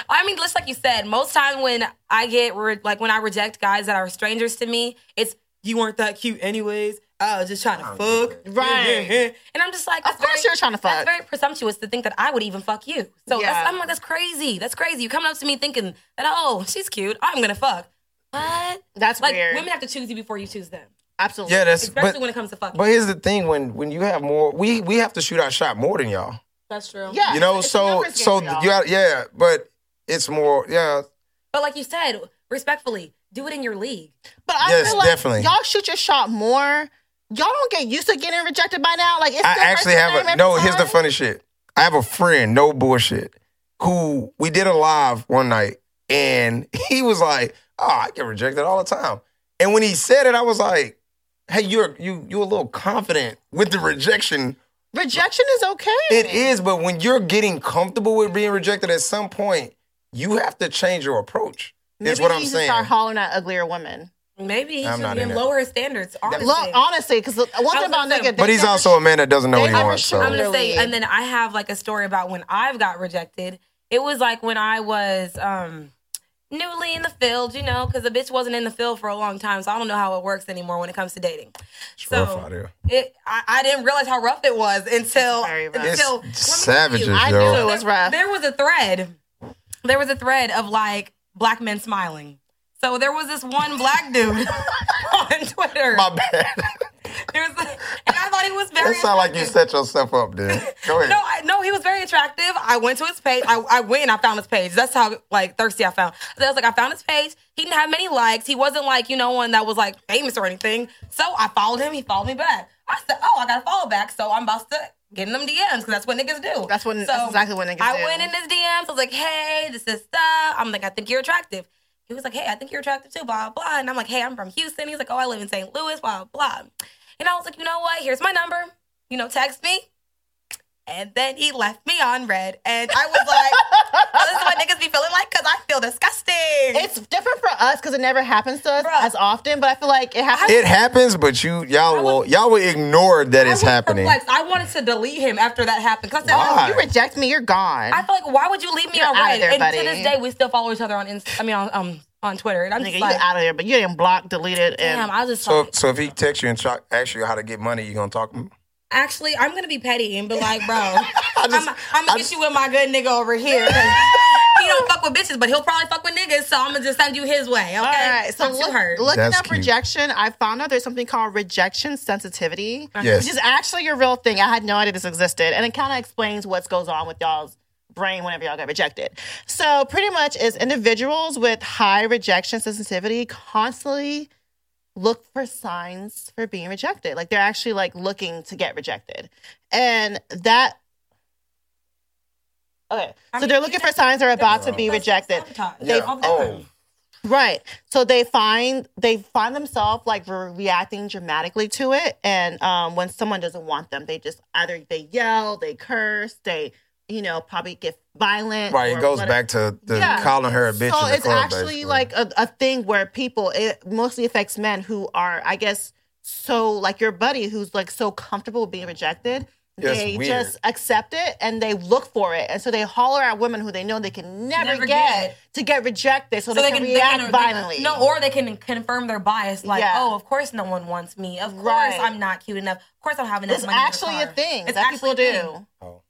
Speaker 3: I mean, just like you said, most time when I get re- like when I reject guys that are strangers to me, it's you weren't that cute anyways. I was just trying to fuck,
Speaker 2: Oh, Right.
Speaker 3: (laughs) And I'm just like,
Speaker 2: Of
Speaker 3: that's
Speaker 2: course you're trying to fuck.
Speaker 3: That's very presumptuous to think that I would even fuck you. So
Speaker 2: Yeah.
Speaker 3: that's, I'm like, that's crazy. That's crazy. You coming up to me thinking that oh, she's cute. I'm gonna fuck. What?
Speaker 2: That's
Speaker 3: like
Speaker 2: weird.
Speaker 3: women have to choose you before you choose them,
Speaker 2: Absolutely.
Speaker 4: Yeah, that's
Speaker 3: especially
Speaker 4: but,
Speaker 3: when it comes to fucking.
Speaker 4: but here's the thing when when you have more we we have to shoot our shot more than y'all.
Speaker 3: that's true.
Speaker 2: Yeah.
Speaker 4: You know,
Speaker 2: it's a
Speaker 4: so
Speaker 2: numbers game
Speaker 4: so
Speaker 2: for y'all.
Speaker 4: you got yeah, but it's more yeah.
Speaker 3: But like you said, respectfully, do it in your league.
Speaker 2: But I
Speaker 4: Yes,
Speaker 2: feel like
Speaker 4: definitely.
Speaker 2: y'all shoot your shot more. Y'all don't get used to getting rejected by now. Like it's
Speaker 4: I
Speaker 2: still
Speaker 4: actually
Speaker 2: first time
Speaker 4: have a
Speaker 2: every
Speaker 4: no. Here's the
Speaker 2: time.
Speaker 4: funny shit. I have a friend, no bullshit, who we did a live one night, and (laughs) he was like, "Oh, I get rejected all the time." And when he said it, I was like, "Hey, you're you you a little confident with the rejection."
Speaker 2: Rejection is okay.
Speaker 4: It is, but when you're getting comfortable with being rejected, at some point, you have to change your approach.
Speaker 2: Maybe
Speaker 4: Is what
Speaker 2: you
Speaker 4: I'm
Speaker 2: need to
Speaker 4: saying.
Speaker 2: Start hollering at uglier women.
Speaker 3: Maybe he
Speaker 4: I'm
Speaker 3: should
Speaker 4: not in
Speaker 3: be
Speaker 4: it.
Speaker 3: lower his standards. Honestly.
Speaker 2: Look, honestly, because one thing
Speaker 3: was
Speaker 2: about
Speaker 3: gonna say,
Speaker 2: nigga,
Speaker 4: But he's also a man that doesn't know
Speaker 2: they
Speaker 4: what he
Speaker 2: never
Speaker 4: wants.
Speaker 2: shoot
Speaker 4: So
Speaker 3: I'm gonna say,
Speaker 2: Really?
Speaker 3: and then I have like a story about when I've got rejected. It was like when I was um newly in the field, you know, because the bitch wasn't in the field for a long time, so I don't know how it works anymore when it comes to dating.
Speaker 4: It's
Speaker 3: so
Speaker 4: rough out here.
Speaker 3: it, I, I didn't realize how rough it was until
Speaker 2: very rough.
Speaker 4: It's
Speaker 3: until let me tell
Speaker 4: savages,
Speaker 3: you,
Speaker 2: I
Speaker 4: yo.
Speaker 2: knew it was rough.
Speaker 3: there was a thread. There was a thread of like black men smiling. So there was this one black dude (laughs) on Twitter.
Speaker 4: (laughs) My bad.
Speaker 3: There was, and I thought he was very
Speaker 4: It
Speaker 3: very
Speaker 4: sound like you
Speaker 3: attractive.
Speaker 4: set yourself up, dude. Go ahead.
Speaker 3: No, I, no, he was very attractive. I went to his page. I, I went and I found his page. That's how like thirsty I found. So I was like, I found his page. He didn't have many likes. He wasn't like you know one that was like famous or anything. So I followed him. He followed me back. I said, oh, I got to follow back. So I'm about to get in them DMs because that's what niggas do.
Speaker 2: That's what-
Speaker 3: So
Speaker 2: that's exactly what niggas
Speaker 3: I
Speaker 2: do.
Speaker 3: went in his DMs. I was like, hey, this is stuff. I'm like, I think you're attractive. He was like, hey, I think you're attractive too, blah, blah. And I'm like, hey, I'm from Houston. He's like, oh, I live in St. Louis, blah, blah. And I was like, you know what? Here's my number. You know, text me. And then he left me on red. And I was like, oh, this is what niggas be feeling like because I feel disgusting.
Speaker 2: It's different for us because it never happens to us
Speaker 3: Bruh.
Speaker 2: as often, but I feel like it happens.
Speaker 4: It happens, but you y'all will y'all will ignore that
Speaker 3: I
Speaker 4: it's
Speaker 3: was
Speaker 4: happening.
Speaker 3: perplexed. I wanted to delete him after that happened. Cause I said, "Oh,
Speaker 4: Why?
Speaker 2: you reject me, you're gone.
Speaker 3: I feel like, why would you leave me
Speaker 2: You're
Speaker 3: on
Speaker 2: outta
Speaker 3: red?
Speaker 2: there,
Speaker 3: and
Speaker 2: buddy.
Speaker 3: to this day, we still follow each other on Insta- I mean, on, um, on Twitter. And I'm
Speaker 2: Nigga,
Speaker 3: just
Speaker 2: you
Speaker 3: like,
Speaker 2: out of there, but you didn't block, delete it, and
Speaker 3: damn, I was just
Speaker 4: So,
Speaker 3: like,
Speaker 4: so if he texts you and try, asks you how to get money, you gonna talk to him?
Speaker 3: actually, I'm gonna be petty and be like,
Speaker 4: (laughs)
Speaker 3: bro, I'm,
Speaker 4: just-
Speaker 3: I'm gonna
Speaker 4: I
Speaker 3: get
Speaker 4: just-
Speaker 3: you with my good nigga over here. 'cause he don't fuck with bitches, but he'll probably fuck with niggas. So I'm gonna just send you his way. Okay,
Speaker 2: All right, so
Speaker 3: I'm too
Speaker 2: look,
Speaker 3: hurt.
Speaker 2: looking
Speaker 4: That's
Speaker 2: up
Speaker 4: cute.
Speaker 2: rejection, I found out there's something called rejection sensitivity,
Speaker 3: Uh-huh.
Speaker 4: Yes.
Speaker 2: which is actually a real thing. I had no idea this existed, and it kind of explains what goes on with y'all's brain whenever y'all get rejected. So pretty much, is individuals with high rejection sensitivity constantly look for signs for being rejected. Like they're actually like looking to get rejected, and that. Okay, so
Speaker 3: mean,
Speaker 2: they're looking for signs they're about to be
Speaker 3: That's
Speaker 2: rejected.
Speaker 3: self-sabotage.
Speaker 4: Yeah.
Speaker 3: All the
Speaker 4: Oh,
Speaker 3: time.
Speaker 2: Right. So they find they find themselves like re- reacting dramatically to it, and um, when someone doesn't want them, they just either they yell, they curse, they you know probably get violent.
Speaker 4: right. It
Speaker 2: or
Speaker 4: goes
Speaker 2: whatever.
Speaker 4: back to the
Speaker 2: Yeah.
Speaker 4: calling her a bitch.
Speaker 2: So
Speaker 4: in the
Speaker 2: it's
Speaker 4: club,
Speaker 2: actually
Speaker 4: basically.
Speaker 2: like a, a thing where people it mostly affects men who are I guess so like your buddy who's like so comfortable being rejected.
Speaker 4: Yeah, it's
Speaker 2: they
Speaker 4: weird.
Speaker 2: just accept it and they look for it, and so they holler at women who they know they can never,
Speaker 3: Never
Speaker 2: get,
Speaker 3: get.
Speaker 2: to get rejected, so,
Speaker 3: So
Speaker 2: they,
Speaker 3: they
Speaker 2: can,
Speaker 3: can
Speaker 2: react
Speaker 3: they can,
Speaker 2: violently.
Speaker 3: No, or they can confirm their bias. Like,
Speaker 2: Yeah.
Speaker 3: oh, of course, no one wants me. Of course,
Speaker 2: Right.
Speaker 3: I'm not cute enough. Of course, I'm having enough
Speaker 2: It's
Speaker 3: money in the
Speaker 2: actually a
Speaker 3: car.
Speaker 2: thing
Speaker 3: It's
Speaker 2: that people
Speaker 3: actually a thing.
Speaker 2: do.
Speaker 4: Oh.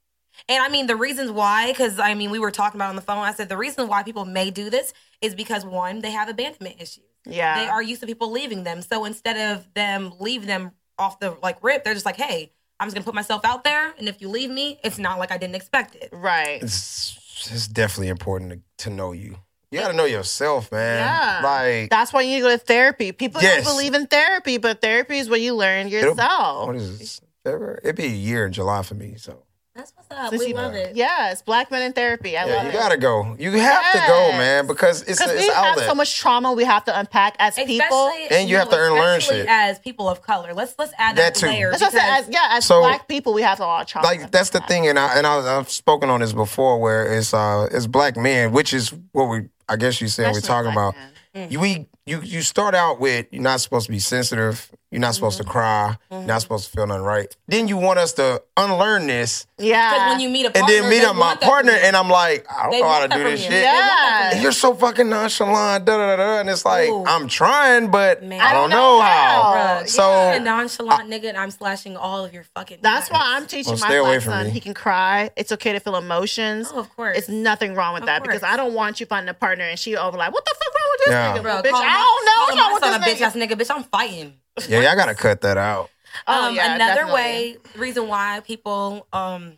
Speaker 3: And I mean, the reasons why, because I mean, we were talking about it on the phone. I said the reason why people may do this is because one, they have abandonment issues.
Speaker 2: Yeah.
Speaker 3: They are used to people leaving them. So instead of them leave them off the like rip, they're just like, hey, I'm just gonna put myself out there, and if you leave me, it's not like I didn't expect it.
Speaker 2: Right.
Speaker 4: it's, it's definitely important to, to know you. You got to know yourself, man.
Speaker 2: Yeah.
Speaker 4: Like
Speaker 2: That's why you need to go to therapy. People
Speaker 4: Yes.
Speaker 2: don't believe in therapy, but therapy is where you learn
Speaker 4: it'll- What
Speaker 2: yourself.
Speaker 4: is this? February? It'd be a year in July for me. So
Speaker 3: That's what's up.
Speaker 2: Since
Speaker 3: We
Speaker 2: you-
Speaker 3: love it.
Speaker 2: Yes, black men in therapy. I
Speaker 4: yeah,
Speaker 2: love
Speaker 4: you
Speaker 2: it.
Speaker 4: gotta go. You have to go,
Speaker 2: Yes.
Speaker 4: man, because it's
Speaker 2: Because
Speaker 4: a,
Speaker 2: we
Speaker 4: it's an
Speaker 2: have
Speaker 4: outlet.
Speaker 2: so much trauma we have to unpack as people.
Speaker 3: Especially-
Speaker 4: And you have to earn- learn
Speaker 3: especially
Speaker 4: shit.
Speaker 3: as people of color. Let's let's add
Speaker 4: That
Speaker 3: that,
Speaker 4: too.
Speaker 3: layer.
Speaker 2: That's what I said.
Speaker 3: because-
Speaker 2: As, yeah, as
Speaker 4: So-
Speaker 2: black people, we have a lot of trauma.
Speaker 4: like that's the thing, and I and I, I've spoken on this before, where it's uh it's black men, which is what we I guess you said we're
Speaker 2: Especially
Speaker 4: talking
Speaker 2: black
Speaker 4: about.
Speaker 2: men.
Speaker 4: You we you you start out with you're not supposed to be sensitive, you're not supposed to
Speaker 2: Mm-hmm.
Speaker 4: cry, you're not supposed to feel nothing right. Then you want us to unlearn this,
Speaker 2: Yeah.
Speaker 3: because when you meet a
Speaker 4: and
Speaker 3: partner,
Speaker 4: then meet
Speaker 3: they
Speaker 4: up my
Speaker 3: want that from
Speaker 4: partner,
Speaker 3: you.
Speaker 4: and I'm like, I don't
Speaker 3: They
Speaker 4: know how
Speaker 3: want
Speaker 4: to
Speaker 3: that
Speaker 4: do
Speaker 3: from
Speaker 4: this
Speaker 3: you.
Speaker 4: shit.
Speaker 2: yeah.
Speaker 4: You're so fucking nonchalant, da da da da, and it's like
Speaker 3: Ooh.
Speaker 4: I'm trying, but
Speaker 3: Man.
Speaker 4: I don't know how.
Speaker 2: how.
Speaker 4: So
Speaker 3: a nonchalant nigga, and I'm slashing all of your fucking.
Speaker 2: That's why
Speaker 3: tires.
Speaker 2: I'm teaching
Speaker 4: Well,
Speaker 2: my
Speaker 4: stay away
Speaker 2: black
Speaker 4: from
Speaker 2: son
Speaker 4: me.
Speaker 2: he can cry. It's okay to feel emotions.
Speaker 3: Oh, of course.
Speaker 2: It's nothing wrong with
Speaker 3: Of
Speaker 2: that because
Speaker 3: course.
Speaker 2: I don't want you finding a partner and she over like, what the fuck wrong with this
Speaker 4: Yeah.
Speaker 2: nigga?
Speaker 3: Bro,
Speaker 2: bitch,
Speaker 3: call my-
Speaker 2: I don't know
Speaker 3: call
Speaker 2: what's
Speaker 3: my
Speaker 2: wrong with
Speaker 3: son a
Speaker 2: this nigga.
Speaker 3: bitch ass nigga. Bitch, I'm fighting.
Speaker 4: yeah, y'all gotta cut that out.
Speaker 2: Oh,
Speaker 3: um,
Speaker 2: yeah,
Speaker 3: another
Speaker 2: definitely.
Speaker 3: way, reason why people um,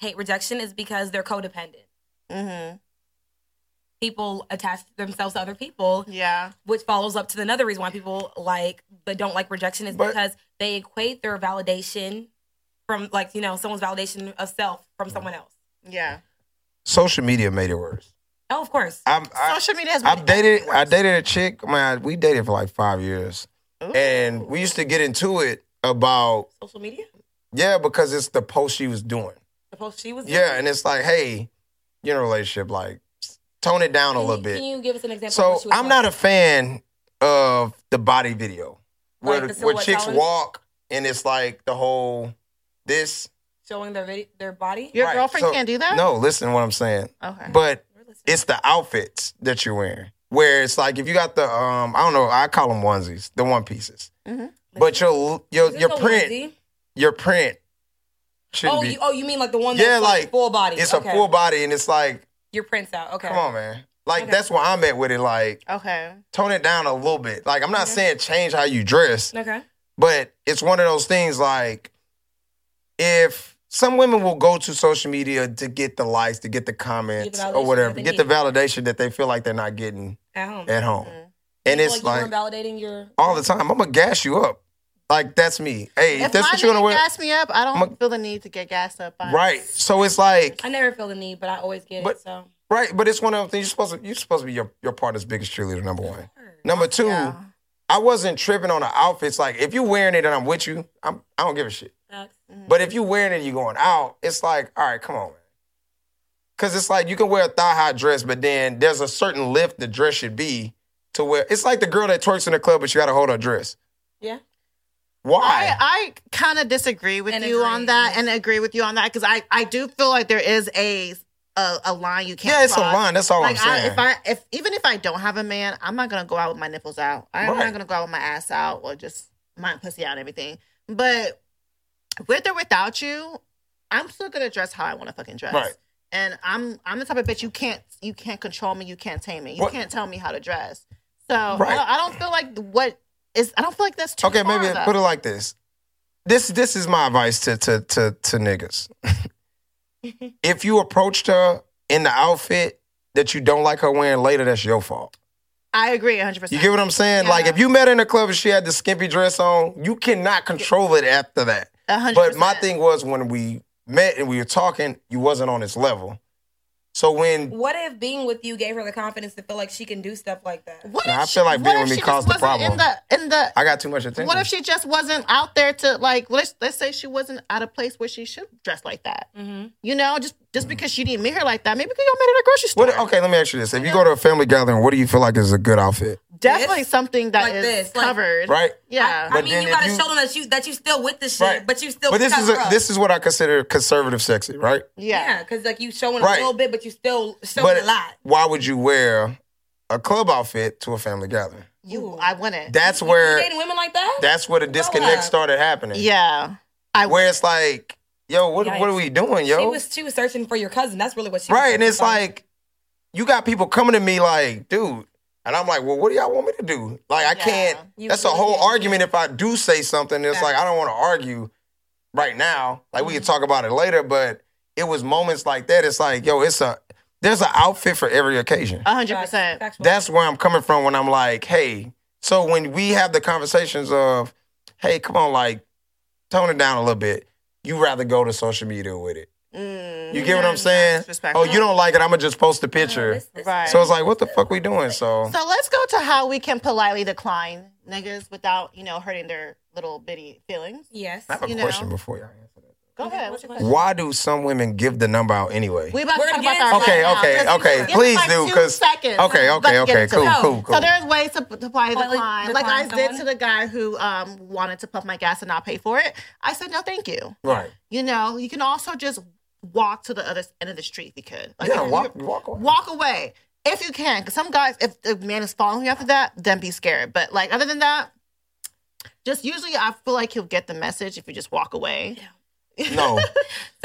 Speaker 3: hate rejection is because they're codependent.
Speaker 2: Mhm.
Speaker 3: People attach themselves to other people,
Speaker 2: Yeah.
Speaker 3: which follows up to another reason why people like but don't like rejection is
Speaker 4: But-
Speaker 3: because they equate their validation from like you know someone's validation of self
Speaker 4: Mm-hmm.
Speaker 3: from someone else.
Speaker 2: Yeah.
Speaker 4: Social media made it worse.
Speaker 3: Oh, of course.
Speaker 4: I'm, I,
Speaker 2: Social media has
Speaker 4: I've
Speaker 2: made
Speaker 4: dated.
Speaker 2: that
Speaker 4: I
Speaker 2: worse.
Speaker 4: dated a chick. Man, we dated for like five years,
Speaker 2: Ooh.
Speaker 4: and we used to get into it about
Speaker 3: Social media.
Speaker 4: yeah because it's the post she was doing.
Speaker 3: The post she was.
Speaker 4: Yeah, and it's like, hey, you're in a relationship. Like, tone it down a
Speaker 3: Can
Speaker 4: little
Speaker 3: you-
Speaker 4: bit.
Speaker 3: Can you give us an example?
Speaker 4: So I'm not a fan of the body video
Speaker 3: Like
Speaker 4: where,
Speaker 3: the
Speaker 4: where
Speaker 3: silhouette
Speaker 4: chicks
Speaker 3: challenge?
Speaker 4: walk and it's like the whole this.
Speaker 3: showing their vid- their body.
Speaker 2: Your
Speaker 4: Right,
Speaker 2: girlfriend
Speaker 4: so-
Speaker 2: can't do that?
Speaker 4: No, listen to what I'm saying.
Speaker 2: Okay.
Speaker 4: But
Speaker 3: We're listening.
Speaker 4: it's the outfits that you're wearing. Where it's like if you got the um I don't know I call them onesies, the one pieces.
Speaker 2: Mhm.
Speaker 4: But your your
Speaker 3: There's
Speaker 4: your
Speaker 3: no
Speaker 4: print
Speaker 3: onesie.
Speaker 4: your print shouldn't
Speaker 3: Oh,
Speaker 4: be.
Speaker 3: you, oh, you mean like the one?
Speaker 4: Yeah,
Speaker 3: that's like,
Speaker 4: like,
Speaker 3: full body.
Speaker 4: it's
Speaker 3: Okay.
Speaker 4: a full body and it's like
Speaker 3: Your prints out. Okay.
Speaker 4: come on man. Like
Speaker 3: Okay.
Speaker 4: that's where I'm at with it. Like
Speaker 2: Okay.
Speaker 4: tone it down a little bit. Like I'm not saying change how you dress.
Speaker 3: Okay.
Speaker 4: But it's one of those things like if some women will go to social media to get the likes, to get the comments
Speaker 3: validation
Speaker 4: or whatever,
Speaker 3: that they
Speaker 4: get the
Speaker 3: need.
Speaker 4: validation that they feel like they're not getting
Speaker 3: At home.
Speaker 4: at home. And it's
Speaker 3: like, you
Speaker 4: like
Speaker 3: were validating your.
Speaker 4: all the time, I'm gonna gas you up. Like that's me. Hey, if,
Speaker 2: If
Speaker 4: that's
Speaker 2: my
Speaker 4: what you wanna
Speaker 2: nigga
Speaker 4: wear.
Speaker 2: gas me up, I don't
Speaker 4: I'ma-
Speaker 2: feel the need to get gassed up. By
Speaker 4: Right. So it's like
Speaker 3: I never feel the need, but I always get
Speaker 4: But-
Speaker 3: it. So
Speaker 4: right, but it's one of the things you're supposed to you're supposed to be your, your partner's biggest cheerleader, number one. Number two,
Speaker 2: Yeah.
Speaker 4: I wasn't tripping on the outfits. Like if you're wearing it and I'm with you, I'm I don't give a shit.
Speaker 3: that's
Speaker 4: But if you wearing it and you're going out, it's like, all right, come on, man. Cause it's like you can wear a thigh high dress, but then there's a certain lift the dress should be to where it's like the girl that twerks in the club, but you gotta hold her dress.
Speaker 3: yeah.
Speaker 4: Why?
Speaker 2: I, I kind of disagree with
Speaker 3: And
Speaker 2: you on
Speaker 3: agree,
Speaker 2: that
Speaker 3: yes.
Speaker 2: and agree with you on that because I, I do feel like there is a a, a line you can't
Speaker 4: yeah, it's a
Speaker 2: cross.
Speaker 4: line. That's all
Speaker 2: Like
Speaker 4: I'm
Speaker 2: I,
Speaker 4: saying.
Speaker 2: if I if even if I don't have a man, I'm not gonna go out with my nipples out. I'm
Speaker 4: Right.
Speaker 2: not gonna go out with my ass out or just my pussy out and everything. But with or without you, I'm still gonna dress how I want to fucking dress.
Speaker 4: Right.
Speaker 2: And I'm I'm the type of bitch you can't you can't control me, you can't tame me, you
Speaker 4: What-
Speaker 2: can't tell me how to dress. So I,
Speaker 4: Right.
Speaker 2: don't, I don't feel like what is I don't feel like that's too
Speaker 4: okay,
Speaker 2: far,
Speaker 4: maybe
Speaker 2: though.
Speaker 4: put it like this. This this is my advice to to to to
Speaker 2: (laughs)
Speaker 4: niggas. if you approached her in the outfit that you don't like her wearing later, that's your fault.
Speaker 2: I agree 100. percent
Speaker 4: You get what I'm saying? Like if you met her in a club and she had the skimpy dress on, you cannot control it after that.
Speaker 2: A hundred
Speaker 4: But my
Speaker 2: percent.
Speaker 4: thing was when we met and we were talking, you wasn't on this level. So when
Speaker 3: What if being with you gave her the confidence to feel like she can do stuff like that?
Speaker 2: What
Speaker 4: Nah,
Speaker 2: if
Speaker 4: I feel like
Speaker 2: what
Speaker 4: being
Speaker 2: if
Speaker 4: with me
Speaker 2: she just
Speaker 4: caused the
Speaker 2: wasn't In
Speaker 4: problem.
Speaker 2: the in the
Speaker 4: I got too much attention,
Speaker 2: What if she just wasn't out there to like let's let's say she wasn't at a place where she should dress like that.
Speaker 3: Mm-hmm.
Speaker 2: You know, just just because you didn't meet her like that, maybe because y'all met at a grocery store.
Speaker 4: What- okay, let me ask you this: If you go to a family gathering, what do you feel like is a good outfit?
Speaker 2: Definitely
Speaker 3: This?
Speaker 2: something that
Speaker 3: Like
Speaker 2: is
Speaker 3: this, like-
Speaker 2: covered,
Speaker 4: Right?
Speaker 2: Yeah,
Speaker 4: But
Speaker 3: I mean,
Speaker 4: then
Speaker 3: you
Speaker 4: if
Speaker 3: gotta
Speaker 4: you-
Speaker 3: show them that you that you still with the shit, but you still.
Speaker 4: But this is
Speaker 3: cover
Speaker 4: a,
Speaker 3: up.
Speaker 4: this is what I consider conservative sexy, right?
Speaker 2: yeah.
Speaker 3: yeah, because like you showing
Speaker 4: Right.
Speaker 3: a little bit, but you still showing
Speaker 4: But
Speaker 3: a lot.
Speaker 4: why would you wear a club outfit to a family gathering?
Speaker 2: You, I wouldn't.
Speaker 4: That's
Speaker 3: You
Speaker 4: where
Speaker 3: dating women like that?
Speaker 4: that's where the disconnect started happening.
Speaker 2: yeah, I would.
Speaker 4: Where it's like, yo, what what are we doing, yo?
Speaker 3: she was she was searching for your cousin. That's really what she. was
Speaker 4: Right. And
Speaker 3: searching
Speaker 4: it's
Speaker 3: for.
Speaker 4: like, you got people coming to me like, dude. And I'm like, well, what do y'all want me to do? Like, I can't.
Speaker 3: You
Speaker 4: That's a
Speaker 3: really
Speaker 4: whole
Speaker 3: can't.
Speaker 4: argument if I do say something. It's
Speaker 3: Yeah.
Speaker 4: like, I don't want to argue right now. Like, we can
Speaker 3: Mm-hmm.
Speaker 4: talk about it later, but it was moments like that. It's like, yo, it's a, there's an outfit for every occasion.
Speaker 2: A hundred
Speaker 3: Facts,
Speaker 2: percent.
Speaker 3: factual.
Speaker 4: That's where I'm coming from when I'm like, hey, so when we have the conversations of, hey, come on, like, tone it down a little bit. You rather go to social media with it. You get what I'm saying?
Speaker 2: Mm-hmm. disrespectful.
Speaker 4: Oh, you don't like it? I'm gonna just post the picture.
Speaker 3: This- this-
Speaker 2: Right.
Speaker 4: So it's like, what the fuck we doing? So
Speaker 2: So let's go to how we can politely decline niggas without you know hurting their little bitty feelings.
Speaker 3: Yes.
Speaker 4: I have a
Speaker 2: you know.
Speaker 4: question before y'all answer that.
Speaker 2: Go ahead.
Speaker 3: what's your
Speaker 4: Why do some women give the number out anyway?
Speaker 2: We about
Speaker 3: We're
Speaker 2: to talk
Speaker 3: gonna
Speaker 2: about
Speaker 3: get
Speaker 2: our
Speaker 3: into
Speaker 4: Okay,
Speaker 3: it now,
Speaker 4: okay,
Speaker 3: because we
Speaker 4: okay.
Speaker 3: should.
Speaker 4: Please
Speaker 2: like
Speaker 4: do,
Speaker 2: two
Speaker 4: cause
Speaker 2: seconds.
Speaker 4: okay,
Speaker 2: We're about
Speaker 4: okay,
Speaker 2: to get
Speaker 4: okay,
Speaker 2: into
Speaker 4: cool,
Speaker 2: it.
Speaker 4: cool, cool.
Speaker 2: So there's ways to to apply the
Speaker 3: Politely
Speaker 2: decline. Like
Speaker 3: decline
Speaker 2: I did
Speaker 3: someone?
Speaker 2: to the guy who um wanted to puff my gas and not pay for it. I said no, thank you.
Speaker 4: right?
Speaker 2: You know, you can also just walk to the other end of the street if you could. Like,
Speaker 4: Yeah,
Speaker 2: if
Speaker 4: walk,
Speaker 2: you- (laughs)
Speaker 4: walk away.
Speaker 2: walk away if you can. Because some guys, if the man is following you after that, then be scared. But like other than that, just usually I feel like he'll get the message if you just walk away.
Speaker 4: No,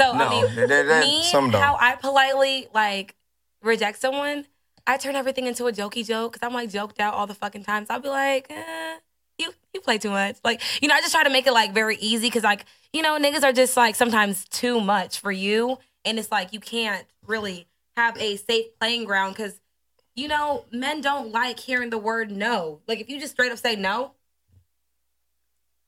Speaker 3: So
Speaker 4: No,
Speaker 3: I mean,
Speaker 4: that- that- that-
Speaker 3: me,
Speaker 4: some don't.
Speaker 3: how I politely like reject someone, I turn everything into a jokey joke because I'm like joked out all the fucking time. So I'll be like, eh, you you play too much. Like you know, I just try to make it like very easy because like you know niggas are just like sometimes too much for you, and it's like you can't really have a safe playing ground because you know men don't like hearing the word no. Like if you just straight up say no.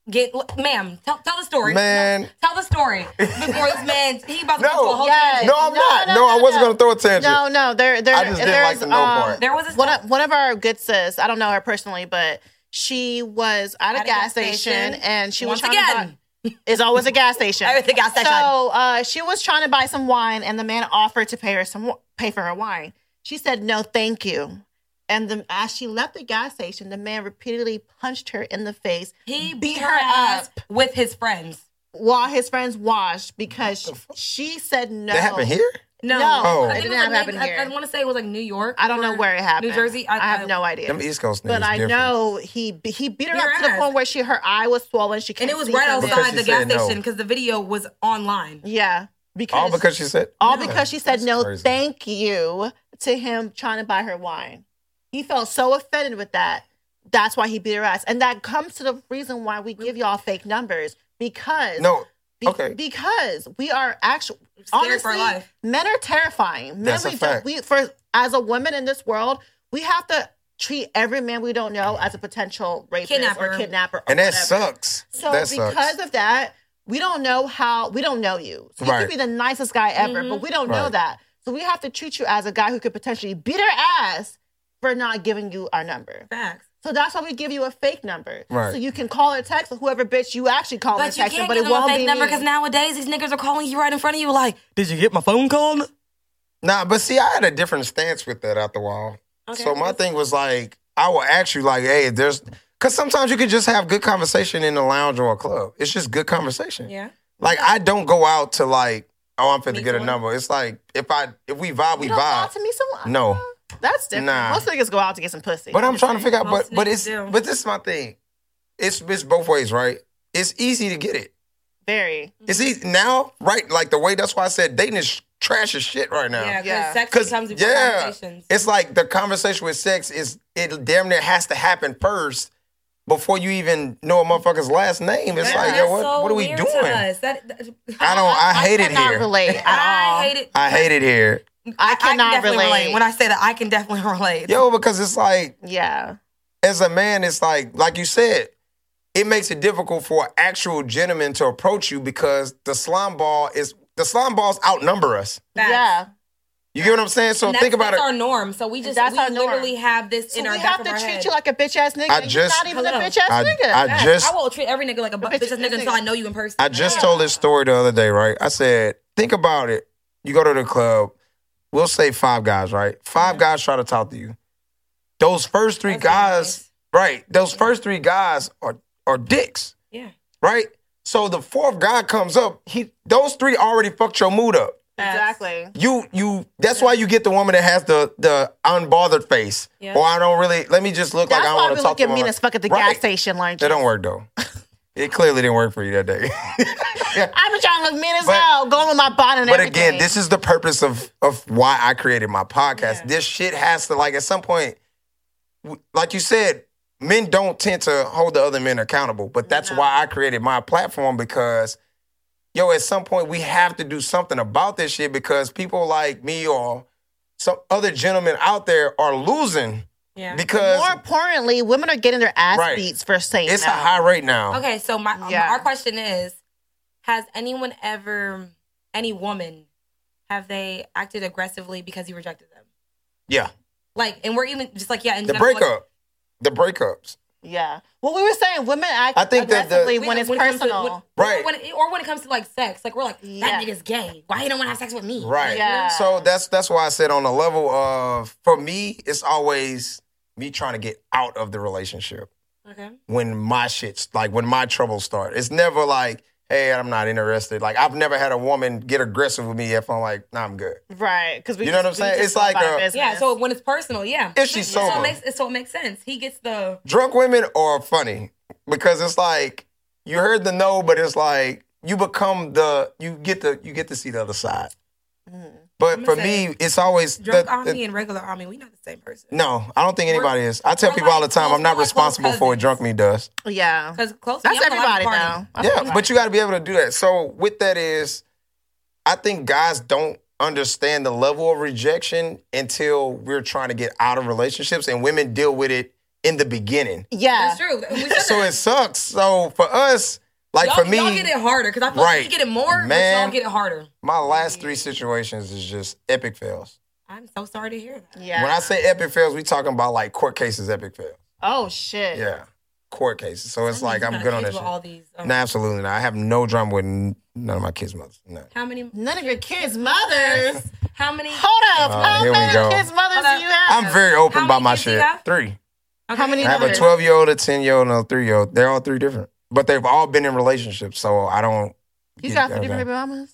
Speaker 3: Get, ma'am, tell, tell the story.
Speaker 4: man.
Speaker 3: Tell the story before this man. He about to
Speaker 4: No.
Speaker 3: go through a whole
Speaker 2: Yes.
Speaker 3: thing.
Speaker 4: No, I'm
Speaker 2: No,
Speaker 4: not. No,
Speaker 2: no,
Speaker 4: I
Speaker 2: no,
Speaker 4: wasn't
Speaker 2: no.
Speaker 4: gonna throw a (laughs) tangent.
Speaker 2: No, no, there, there,
Speaker 4: I just didn't like
Speaker 2: there's
Speaker 4: the no
Speaker 2: um,
Speaker 4: part.
Speaker 3: There was a
Speaker 2: one
Speaker 3: story.
Speaker 2: of, one of our good sis. I don't know her personally, but she was at a, gas, station, and she
Speaker 3: Once
Speaker 2: was trying
Speaker 3: again.
Speaker 2: to buy, is always a gas station.
Speaker 3: (laughs) Always a gas station.
Speaker 2: So uh, she was trying to buy some wine, and the man offered to pay her some wi- pay for her wine. She said no, thank you. And the, as she left the gas station, the man repeatedly punched her in the face
Speaker 3: He
Speaker 2: beat
Speaker 3: beat
Speaker 2: her
Speaker 3: her ass with his friends.
Speaker 2: while his friends watched because she said no.
Speaker 4: That happened here.
Speaker 3: No,
Speaker 2: No,
Speaker 4: Oh.
Speaker 3: I
Speaker 4: it
Speaker 3: think
Speaker 2: didn't
Speaker 3: was
Speaker 2: have
Speaker 3: like
Speaker 2: happen
Speaker 3: New- I-
Speaker 2: here.
Speaker 3: I, want to say it was like New York.
Speaker 2: I don't know
Speaker 3: or
Speaker 2: where it happened.
Speaker 3: New Jersey.
Speaker 2: I, have no idea.
Speaker 4: Them East Coast niggas.
Speaker 2: But I
Speaker 4: different.
Speaker 2: know he he beat her
Speaker 3: Beat her
Speaker 2: up to the
Speaker 3: ass.
Speaker 2: point where she her eye was swollen. She
Speaker 3: And
Speaker 2: couldn't
Speaker 3: it was
Speaker 2: see
Speaker 3: right
Speaker 2: from
Speaker 4: Because
Speaker 3: outside
Speaker 4: she
Speaker 2: it.
Speaker 3: the gas
Speaker 4: said no.
Speaker 3: station because the video was online.
Speaker 2: Yeah, because
Speaker 4: all because she said
Speaker 2: all
Speaker 4: Yeah,
Speaker 2: because she said
Speaker 4: that's
Speaker 2: no,
Speaker 4: crazy.
Speaker 2: thank you to him trying to buy her wine. He felt so offended with that. That's why he beat her ass, and that comes to the reason why we give y'all fake numbers because
Speaker 4: No,
Speaker 2: Be-
Speaker 4: Okay.
Speaker 2: Because we are actually
Speaker 3: Scared
Speaker 2: honestly,
Speaker 3: for our life.
Speaker 2: men are terrifying. Men
Speaker 4: That's a
Speaker 2: we don't-
Speaker 4: fact.
Speaker 2: we for as a woman in this world, we have to treat every man we don't know as a potential rapist
Speaker 3: Kidnapper.
Speaker 2: or kidnapper. Or
Speaker 4: And that
Speaker 2: whatever.
Speaker 4: sucks.
Speaker 2: So
Speaker 4: that
Speaker 2: because
Speaker 4: sucks.
Speaker 2: of that, we don't know how we don't know you. So you
Speaker 4: Right.
Speaker 2: could be the nicest guy ever,
Speaker 3: Mm-hmm.
Speaker 2: but we don't know
Speaker 4: Right.
Speaker 2: that. So we have to treat you as a guy who could potentially beat our ass for not giving you our number.
Speaker 3: Facts.
Speaker 2: So that's why we give you a fake number.
Speaker 4: Right.
Speaker 2: So you can call or text whoever bitch you actually call or
Speaker 3: But you
Speaker 2: text,
Speaker 3: can't
Speaker 2: but
Speaker 3: give
Speaker 2: it
Speaker 3: them a
Speaker 2: won't be
Speaker 3: fake number
Speaker 2: me.
Speaker 3: because nowadays these niggas are calling you right in front of you like,
Speaker 5: Did you get my phone call?
Speaker 4: Nah, but see, I had a different stance with that after a while. so my thing was like, I will ask you like, hey, there's because sometimes you can just have good conversation in the lounge or a club. It's just good conversation.
Speaker 3: yeah.
Speaker 4: Like I don't go out to like, oh, I'm fit to
Speaker 3: Meet
Speaker 4: get a
Speaker 3: someone?
Speaker 4: number. It's like if I if we vibe, we
Speaker 2: You don't
Speaker 4: vibe.
Speaker 2: want to meet someone?
Speaker 4: No.
Speaker 2: That's different.
Speaker 4: Nah.
Speaker 2: Most niggas go out to get some pussy.
Speaker 4: But I'm trying to figure out. But
Speaker 3: Most
Speaker 4: but
Speaker 3: niggas
Speaker 4: it's
Speaker 3: do.
Speaker 4: but this is my thing. It's it's both ways, right? It's easy to get it.
Speaker 2: very.
Speaker 4: It's easy now, right? Like the way that's why I said dating is trash as shit right now.
Speaker 3: Yeah, because
Speaker 2: Yeah.
Speaker 3: sex
Speaker 4: Cause
Speaker 3: comes before
Speaker 4: yeah,
Speaker 3: conversations.
Speaker 4: it's like the conversation with sex is it damn near has to happen first before you even know a motherfucker's last name. It's
Speaker 3: Yeah,
Speaker 4: like,
Speaker 3: that's
Speaker 4: yo, what
Speaker 3: so
Speaker 4: what are we
Speaker 3: weird
Speaker 4: doing?
Speaker 3: to us. That- that-
Speaker 4: I don't. Oh, I, hate it
Speaker 2: cannot
Speaker 4: here.
Speaker 2: relate at all. (laughs)
Speaker 3: I
Speaker 2: I,
Speaker 3: hate it.
Speaker 4: I hate it here.
Speaker 3: I,
Speaker 2: cannot
Speaker 3: can definitely relate.
Speaker 2: relate.
Speaker 3: When I say that, I can definitely (laughs) relate.
Speaker 4: Yo, because it's like
Speaker 2: yeah.
Speaker 4: as a man, it's like like you said, it makes it difficult for an actual gentleman to approach you because the slime ball is the slime balls outnumber us.
Speaker 3: Facts.
Speaker 2: Yeah.
Speaker 4: You get what I'm saying? So
Speaker 3: And that's,
Speaker 4: think about
Speaker 3: that's
Speaker 4: it.
Speaker 3: our norm. So we just
Speaker 2: That's
Speaker 3: we
Speaker 2: our norm.
Speaker 3: literally have this
Speaker 2: So
Speaker 3: in
Speaker 2: we
Speaker 3: our
Speaker 2: have
Speaker 3: back
Speaker 2: to
Speaker 3: of our
Speaker 2: treat
Speaker 3: head.
Speaker 2: you like a bitch ass nigga.
Speaker 4: I
Speaker 2: You're
Speaker 4: just-
Speaker 2: not even
Speaker 3: Hello.
Speaker 2: a bitch ass
Speaker 4: I-
Speaker 2: nigga.
Speaker 4: I
Speaker 3: Facts.
Speaker 4: just-
Speaker 3: I will treat every nigga like a bu-
Speaker 2: bitch
Speaker 3: bitch ass
Speaker 2: ass
Speaker 3: nigga until
Speaker 2: nigga.
Speaker 3: I know you in person.
Speaker 4: I just told this story the other day, right? I said, think about it. You go to the club, we'll say five guys, right? Five guys try to talk to you. Those first three
Speaker 3: That's not
Speaker 4: guys, right? Those first three guys are are dicks,
Speaker 3: Yeah.
Speaker 4: right? So the fourth guy comes up, he those three already fucked your mood up.
Speaker 2: exactly.
Speaker 4: You you that's why you get the woman that has the the unbothered face.
Speaker 3: Yeah.
Speaker 4: Or I don't really let me just look
Speaker 2: That's
Speaker 4: like I
Speaker 2: why
Speaker 4: want
Speaker 2: we
Speaker 4: to talk
Speaker 2: look
Speaker 4: to
Speaker 2: at
Speaker 4: women.
Speaker 2: mean as fuck at the
Speaker 4: Right.
Speaker 2: gas station line.
Speaker 4: That don't work though. it clearly didn't work for you that day. (laughs)
Speaker 2: I've been trying to look mean as
Speaker 4: But-
Speaker 2: hell, going with my bonnet and
Speaker 4: But
Speaker 2: everything.
Speaker 4: again, this is the purpose of of why I created my podcast.
Speaker 3: Yeah.
Speaker 4: This shit has to like at some point, w- like you said, men don't tend to hold the other men accountable. But that's why I created my platform because, yo, at some point we have to do something about this shit because people like me or some other gentlemen out there are losing
Speaker 3: Yeah.
Speaker 4: because
Speaker 2: More importantly, women are getting their ass
Speaker 4: Right.
Speaker 2: beats for saying
Speaker 4: it's
Speaker 2: no.
Speaker 4: a high rate now.
Speaker 3: Okay, so my, my-
Speaker 2: Yeah.
Speaker 3: our question is: Has anyone ever, any woman, have they acted aggressively because you rejected them?
Speaker 4: Yeah,
Speaker 3: Like, and we're even just like yeah, in
Speaker 4: the
Speaker 3: general, like,
Speaker 4: breakup, the breakups.
Speaker 2: Yeah. Well, we were saying women act
Speaker 4: I think that the-
Speaker 2: aggressively when
Speaker 3: don't-
Speaker 2: it's
Speaker 3: it comes to-
Speaker 2: personal.
Speaker 3: when-
Speaker 4: Right.
Speaker 3: Or when, it, or when it comes to like sex, like we're like that
Speaker 2: Yeah.
Speaker 3: nigga's gay. Why he don't want to have sex with me?
Speaker 4: Right.
Speaker 2: Yeah.
Speaker 4: So that's that's why I said on the level of for me, it's always me trying to get out of the relationship
Speaker 3: Okay.
Speaker 4: when my shit's like when my troubles start. It's never like, hey, I'm not interested. Like I've never had a woman get aggressive with me if I'm like, nah, I'm good.
Speaker 2: right. Because we
Speaker 4: You know
Speaker 2: just-
Speaker 4: what
Speaker 2: we
Speaker 4: I'm saying?
Speaker 2: just
Speaker 4: It's
Speaker 2: go
Speaker 4: like
Speaker 2: about our
Speaker 4: a-
Speaker 2: business.
Speaker 3: Yeah. So when it's personal, yeah.
Speaker 4: If she's
Speaker 3: So it
Speaker 4: sober.
Speaker 3: makes so it makes sense. He gets the
Speaker 4: Drunk women are funny because it's like you heard the no, but it's like you become the you get the you get to see the other side. But
Speaker 3: I'ma
Speaker 4: for
Speaker 3: Mm-hmm. say,
Speaker 4: me, it's always
Speaker 3: drunk
Speaker 4: the-
Speaker 3: on
Speaker 4: the-
Speaker 3: me and regular on me. We not the same person.
Speaker 4: no, I don't think
Speaker 3: We're-
Speaker 4: anybody is. I tell
Speaker 3: we're
Speaker 4: people all the
Speaker 3: like
Speaker 4: time,
Speaker 3: close-
Speaker 4: I'm not
Speaker 3: we're like close
Speaker 4: responsible for what
Speaker 3: cousins.
Speaker 4: drunk me does.
Speaker 2: yeah.
Speaker 3: Because close. to me,
Speaker 2: That's
Speaker 3: I'm a lot of
Speaker 2: everybody
Speaker 3: party.
Speaker 2: now. That's
Speaker 4: Yeah,
Speaker 2: everybody.
Speaker 4: but you got to be able to do that. So with that is, I think guys don't understand the level of rejection until we're trying to get out of relationships, and women deal with it in the beginning.
Speaker 2: yeah.
Speaker 3: That's true.
Speaker 4: (laughs)
Speaker 3: We said
Speaker 4: So
Speaker 3: that.
Speaker 4: it sucks. So for us, like
Speaker 3: y'all,
Speaker 4: for me,
Speaker 3: y'all get it harder because I feel
Speaker 4: Right.
Speaker 3: like you get it more, but
Speaker 4: Man.
Speaker 3: y'all get it harder.
Speaker 4: my last three situations is just epic fails.
Speaker 3: I'm so sorry to hear that.
Speaker 2: Yeah.
Speaker 4: When I say epic fails, we talking about like court cases, epic fails.
Speaker 2: oh shit.
Speaker 4: Yeah, court cases. So
Speaker 3: I
Speaker 4: it's
Speaker 3: mean,
Speaker 4: like
Speaker 3: you
Speaker 4: I'm
Speaker 3: got
Speaker 4: good on
Speaker 3: kids
Speaker 4: this.
Speaker 3: with
Speaker 4: Shit.
Speaker 3: All these, um,
Speaker 4: No, absolutely not. I have no drama with n- none of my kids' mothers. No.
Speaker 3: How many?
Speaker 2: None of your kids' mothers.
Speaker 3: (laughs) How many?
Speaker 2: Hold up.
Speaker 4: Oh,
Speaker 2: How
Speaker 4: here we go.
Speaker 2: many kids' mothers
Speaker 3: Hold up.
Speaker 2: do you have?
Speaker 4: I'm very open
Speaker 3: How
Speaker 4: about
Speaker 3: many
Speaker 4: my
Speaker 3: kids you
Speaker 4: shit.
Speaker 3: have?
Speaker 4: Three.
Speaker 3: Okay.
Speaker 2: How many
Speaker 4: I have a
Speaker 2: Mothers.
Speaker 4: 12 year old, a 10 year old, and a 3 year old. They're all three different, but they've all been in relationships. So I don't.
Speaker 2: you
Speaker 4: get-
Speaker 2: got
Speaker 4: I
Speaker 2: three
Speaker 4: don't-
Speaker 2: different baby mamas?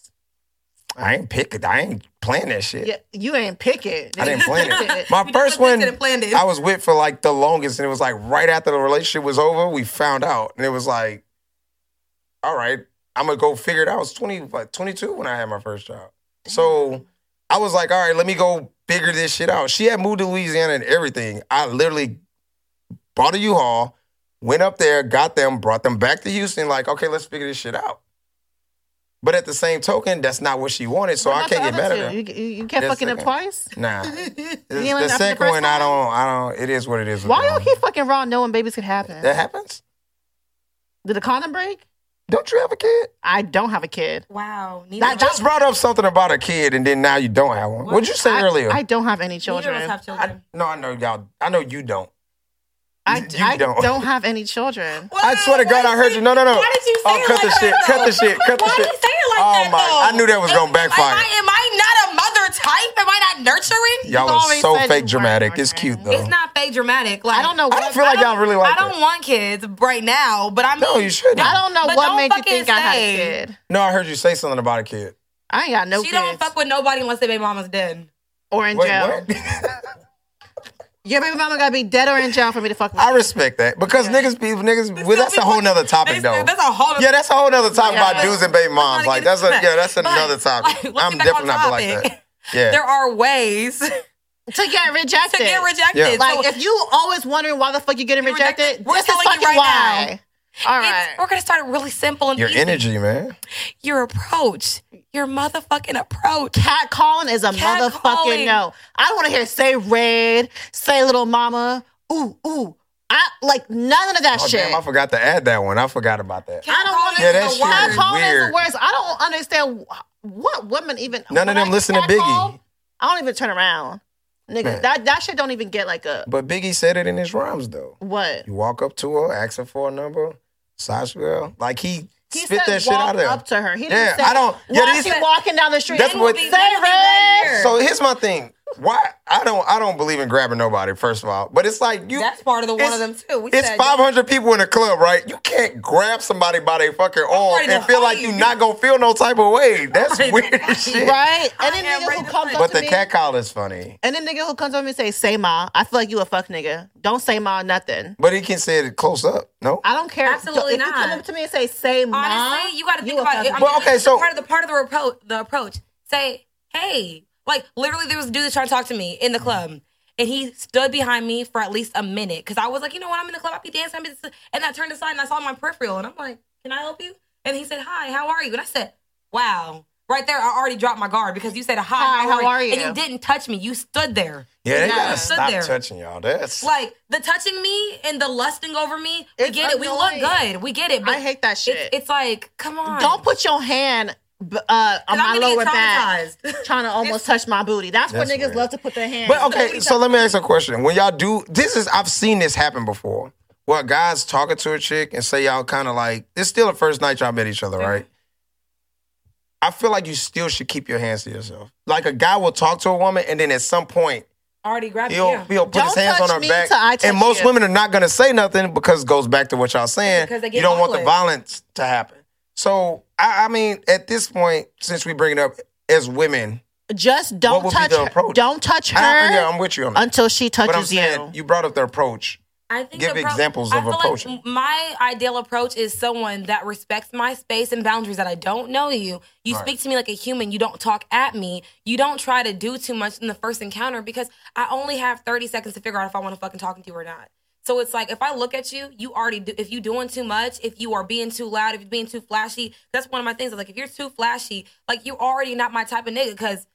Speaker 4: I ain't pick it. I ain't plan that shit.
Speaker 2: Yeah, you ain't pick it. (laughs)
Speaker 4: I
Speaker 3: (laughs)
Speaker 4: didn't plan it.
Speaker 2: My
Speaker 4: My first one,
Speaker 3: didn't plan it.
Speaker 4: I was with for like the longest, and it was like right after the relationship was over, we found out, and it was like, all right, I'm gonna go figure it out. I was 20, like 22 when I had my first job, so I was like, all right, let me go figure this shit out. She had moved to Louisiana and everything. I literally bought a U-Haul, went up there, got them, brought them back to Houston. Like, okay, let's figure this shit out. But at the same token, that's not what she wanted, so I
Speaker 2: Not the
Speaker 4: can't get
Speaker 2: other
Speaker 4: mad
Speaker 2: two.
Speaker 4: at her.
Speaker 2: You, you, you kept
Speaker 4: Just
Speaker 2: fucking up
Speaker 4: second.
Speaker 2: twice. (laughs)
Speaker 4: Nah,
Speaker 2: ain't
Speaker 4: the
Speaker 2: like that from the
Speaker 4: second
Speaker 2: first
Speaker 4: one, I
Speaker 2: time?
Speaker 4: don't, I don't. It is what it is. with
Speaker 2: Why
Speaker 4: that
Speaker 2: y'all
Speaker 4: one.
Speaker 2: keep fucking raw knowing babies could happen?
Speaker 4: that happens?
Speaker 2: Did the condom break?
Speaker 4: Don't you have a kid?
Speaker 2: I don't have a kid.
Speaker 3: Wow. Neither,
Speaker 4: You just brought up something about a kid, and then now you don't have one. What'd you say
Speaker 2: I,
Speaker 4: earlier?
Speaker 2: I don't have any
Speaker 3: neither of us
Speaker 2: children.
Speaker 3: have
Speaker 4: I-
Speaker 3: children.
Speaker 4: no, I know y'all. I know you don't.
Speaker 2: I,
Speaker 4: You
Speaker 2: I
Speaker 4: don't.
Speaker 2: don't. have any
Speaker 3: (laughs)
Speaker 2: children.
Speaker 4: I swear to God, I heard you. No, no, no.
Speaker 3: Why did you say
Speaker 4: oh,
Speaker 3: it
Speaker 4: cut
Speaker 3: like
Speaker 4: the shit.
Speaker 3: that,
Speaker 4: Cut the
Speaker 3: though?
Speaker 4: shit. Cut the
Speaker 3: Why
Speaker 4: shit.
Speaker 3: did you say it like
Speaker 4: oh
Speaker 3: that?
Speaker 4: my!
Speaker 3: though?
Speaker 4: I knew that was
Speaker 3: Am-
Speaker 4: gonna backfire.
Speaker 3: Am I, am I not a mother type? Am I not nurturing?
Speaker 4: y'all
Speaker 2: You've
Speaker 4: are
Speaker 2: always
Speaker 4: so
Speaker 2: said you
Speaker 4: fake
Speaker 2: weren't
Speaker 4: dramatic. It's
Speaker 2: nurturing.
Speaker 4: cute though.
Speaker 3: It's not fake dramatic. Like
Speaker 2: I don't know. What,
Speaker 4: I don't feel like y'all really like
Speaker 3: I don't
Speaker 4: that.
Speaker 3: want kids right now, but I mean,
Speaker 4: No, you shouldn't.
Speaker 2: I don't know
Speaker 3: But
Speaker 2: what
Speaker 3: don't
Speaker 2: made you
Speaker 3: fucking
Speaker 2: think I had a
Speaker 3: say.
Speaker 2: kid.
Speaker 4: No, I heard you say something about a kid.
Speaker 2: I ain't got no
Speaker 3: she
Speaker 2: kids.
Speaker 3: don't fuck with nobody unless their baby mama's dead.
Speaker 2: or in
Speaker 4: Wait,
Speaker 2: jail.
Speaker 4: what? (laughs)
Speaker 2: Your baby mama gotta be dead or in jail for me to fuck with.
Speaker 4: I respect that because niggas, people, niggas. Well, that's a whole nother topic
Speaker 3: That's-
Speaker 4: though.
Speaker 3: That's a whole.
Speaker 4: Yeah, that's a whole nother topic
Speaker 2: Yeah.
Speaker 4: about dudes and baby moms.
Speaker 3: not
Speaker 4: Like
Speaker 3: get
Speaker 4: that's a
Speaker 3: into
Speaker 4: yeah,
Speaker 3: that.
Speaker 4: that's
Speaker 3: But,
Speaker 2: (laughs)
Speaker 4: another topic.
Speaker 3: like, let's
Speaker 4: I'm
Speaker 3: get back on
Speaker 4: definitely not like
Speaker 3: topic.
Speaker 4: that. Yeah.
Speaker 3: There are ways (laughs) to
Speaker 2: to get rejected.
Speaker 3: get rejected.
Speaker 4: Yeah.
Speaker 2: Like
Speaker 3: So
Speaker 2: if you always wondering why the fuck you getting
Speaker 3: You're
Speaker 2: rejected,
Speaker 3: rejected. We're
Speaker 2: this is
Speaker 3: telling you
Speaker 2: fucking
Speaker 3: right
Speaker 2: why. All
Speaker 3: it's-
Speaker 2: right.
Speaker 3: we're gonna start really simple and
Speaker 4: Your
Speaker 3: easy.
Speaker 4: energy, man.
Speaker 3: your approach, your motherfucking approach.
Speaker 2: Cat calling is a
Speaker 3: Cat
Speaker 2: motherfucking
Speaker 3: calling.
Speaker 2: no. I don't want to hear say red, say little mama, ooh ooh. I like none of that
Speaker 4: Oh
Speaker 2: shit.
Speaker 4: damn, I forgot to add that one. I forgot about that.
Speaker 2: I don't want
Speaker 4: Yeah,
Speaker 2: to
Speaker 4: that shit
Speaker 2: cat
Speaker 4: is
Speaker 2: calling is
Speaker 4: weird.
Speaker 2: the worst. I don't understand wh- what women even.
Speaker 4: None of
Speaker 2: when
Speaker 4: them
Speaker 2: I
Speaker 4: listen to
Speaker 2: cat
Speaker 4: Biggie.
Speaker 2: call, I don't even turn around, nigga.
Speaker 4: Man.
Speaker 2: That that shit don't even get like a
Speaker 4: But Biggie said it in his rhymes though.
Speaker 2: what.
Speaker 4: You walk up to her, ask her for a number, Sasha girl. Like he,
Speaker 2: He
Speaker 4: spit
Speaker 2: said
Speaker 4: that shit
Speaker 2: walk
Speaker 4: out of there.
Speaker 2: up to her. He
Speaker 4: Yeah,
Speaker 2: didn't say,
Speaker 4: I don't- yeah,
Speaker 2: why
Speaker 4: these-
Speaker 2: she walking down the street?
Speaker 4: That's what-
Speaker 2: say
Speaker 3: Say right
Speaker 2: red.
Speaker 3: here.
Speaker 4: So here's my thing. Why I don't I don't believe in grabbing nobody, first of all. But it's like you
Speaker 3: That's part of the one
Speaker 4: it's-
Speaker 3: of them too. We
Speaker 4: it's
Speaker 3: said,
Speaker 4: 500 people in a club, right? You can't grab somebody by their fucking arm
Speaker 3: ready to
Speaker 4: and feel like
Speaker 3: fight.
Speaker 4: you're not gonna feel no type of way.
Speaker 2: (laughs)
Speaker 4: That's
Speaker 3: ready to
Speaker 4: weird (laughs)
Speaker 3: fight.
Speaker 4: as shit.
Speaker 2: Right? And then nigga
Speaker 3: am
Speaker 2: who
Speaker 3: ready to
Speaker 2: comes
Speaker 3: play.
Speaker 2: up
Speaker 4: But
Speaker 2: to
Speaker 4: the
Speaker 2: me,
Speaker 4: cat call is funny.
Speaker 2: and then nigga who comes up to me and say, "Say ma," I feel like you a fuck nigga. Don't say ma nothing.
Speaker 4: But he can say it close up. No.
Speaker 2: I don't care.
Speaker 3: Absolutely
Speaker 2: if you come
Speaker 3: not.
Speaker 2: up to me and say, "Say ma,"
Speaker 3: honestly, you got to think
Speaker 2: a
Speaker 3: about
Speaker 2: fuck
Speaker 3: it. I
Speaker 2: nigga.
Speaker 3: mean,
Speaker 4: Well, okay,
Speaker 3: it's
Speaker 4: so-
Speaker 3: part of the part of the approach, the approach. Say, hey, like literally, there was a dude that tried to talk to me in the club. And he stood behind me for at least a minute because I was like, you know what? I'm in the club. I be dancing. I be this- and I turned aside and I saw my peripheral. And I'm like, can I help you? And he said, hi, how are you? And I said, wow. Right there, I already dropped my guard because you said, hi,
Speaker 2: Hi, how are you?
Speaker 3: And you didn't touch me. You stood there.
Speaker 4: yeah, they
Speaker 3: Yeah.
Speaker 4: gotta
Speaker 3: Stood
Speaker 4: stop
Speaker 3: there.
Speaker 4: touching y'all. That's
Speaker 3: Like the touching me and the lusting over me, we
Speaker 2: It's
Speaker 3: get it. We look
Speaker 2: annoying.
Speaker 3: good. We get it. But
Speaker 2: I hate that shit.
Speaker 3: It's, it's like, come on.
Speaker 2: don't put your hand b- uh, on
Speaker 3: And
Speaker 2: my
Speaker 3: I'm gonna
Speaker 2: lower
Speaker 3: get
Speaker 2: back, (laughs)
Speaker 3: traumatized.
Speaker 2: trying to almost touch my booty. That's, what
Speaker 4: That's
Speaker 2: niggas
Speaker 4: weird.
Speaker 2: love to put their hand.
Speaker 4: But okay, so let me ask you a question. When y'all do this is I've seen this happen before. Where a guys talking to a chick and say y'all kind of like it's still the first night y'all met each other, right? I feel like you still should keep your hands to yourself. Like a guy will talk to a woman and then at some point
Speaker 3: already grabbed
Speaker 4: he'll
Speaker 3: yeah.
Speaker 4: he'll put his
Speaker 2: Don't
Speaker 4: hands on
Speaker 2: touch
Speaker 4: her
Speaker 2: me
Speaker 4: back.
Speaker 2: till I touch
Speaker 4: and most
Speaker 2: you.
Speaker 4: women are not gonna say nothing because it goes back to what y'all saying.
Speaker 3: Because they get
Speaker 4: You don't want the
Speaker 3: awkward.
Speaker 4: violence to happen. So I, I mean, at this point, since we bring it up as women,
Speaker 2: just
Speaker 4: What
Speaker 2: don't
Speaker 4: would be
Speaker 2: touch.
Speaker 4: the
Speaker 2: Her.
Speaker 4: approach?
Speaker 2: Don't touch her
Speaker 4: I, yeah, I'm with you on that.
Speaker 2: until she
Speaker 4: But I'm
Speaker 2: touches
Speaker 4: saying
Speaker 2: you.
Speaker 4: you brought up the approach.
Speaker 3: I think
Speaker 4: Give
Speaker 3: the pro-
Speaker 4: examples
Speaker 3: I
Speaker 4: of
Speaker 3: feel like
Speaker 4: approaching.
Speaker 3: my ideal approach is someone that respects my space and boundaries. That I don't know you. You
Speaker 4: Right.
Speaker 3: speak to me like a human. You don't talk at me. You don't try to do too much in the first encounter because I only have thirty seconds to figure out if I want to fucking talk to you or not. So it's like if I look at you, you already do, if you doing too much, if you are being too loud, if you're being too flashy. That's one of my things. Like if you're too flashy, like you're already not my type of nigga because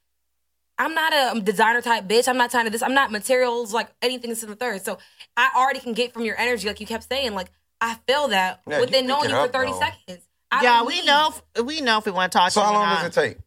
Speaker 3: I'm not a um, designer type bitch. I'm not tied to this. I'm not materials like anything to the third. So I already can get from your energy, like you kept saying. Like I feel that
Speaker 4: Yeah, you
Speaker 3: within
Speaker 4: pick
Speaker 3: knowing
Speaker 4: it
Speaker 3: you for
Speaker 4: up,
Speaker 3: 30
Speaker 4: though.
Speaker 3: seconds. I
Speaker 2: yeah,
Speaker 3: don't
Speaker 2: we
Speaker 3: need
Speaker 2: know. If, we know if we want to talk.
Speaker 4: So
Speaker 2: to Oh you
Speaker 4: how
Speaker 2: or
Speaker 4: long
Speaker 2: not.
Speaker 4: does it take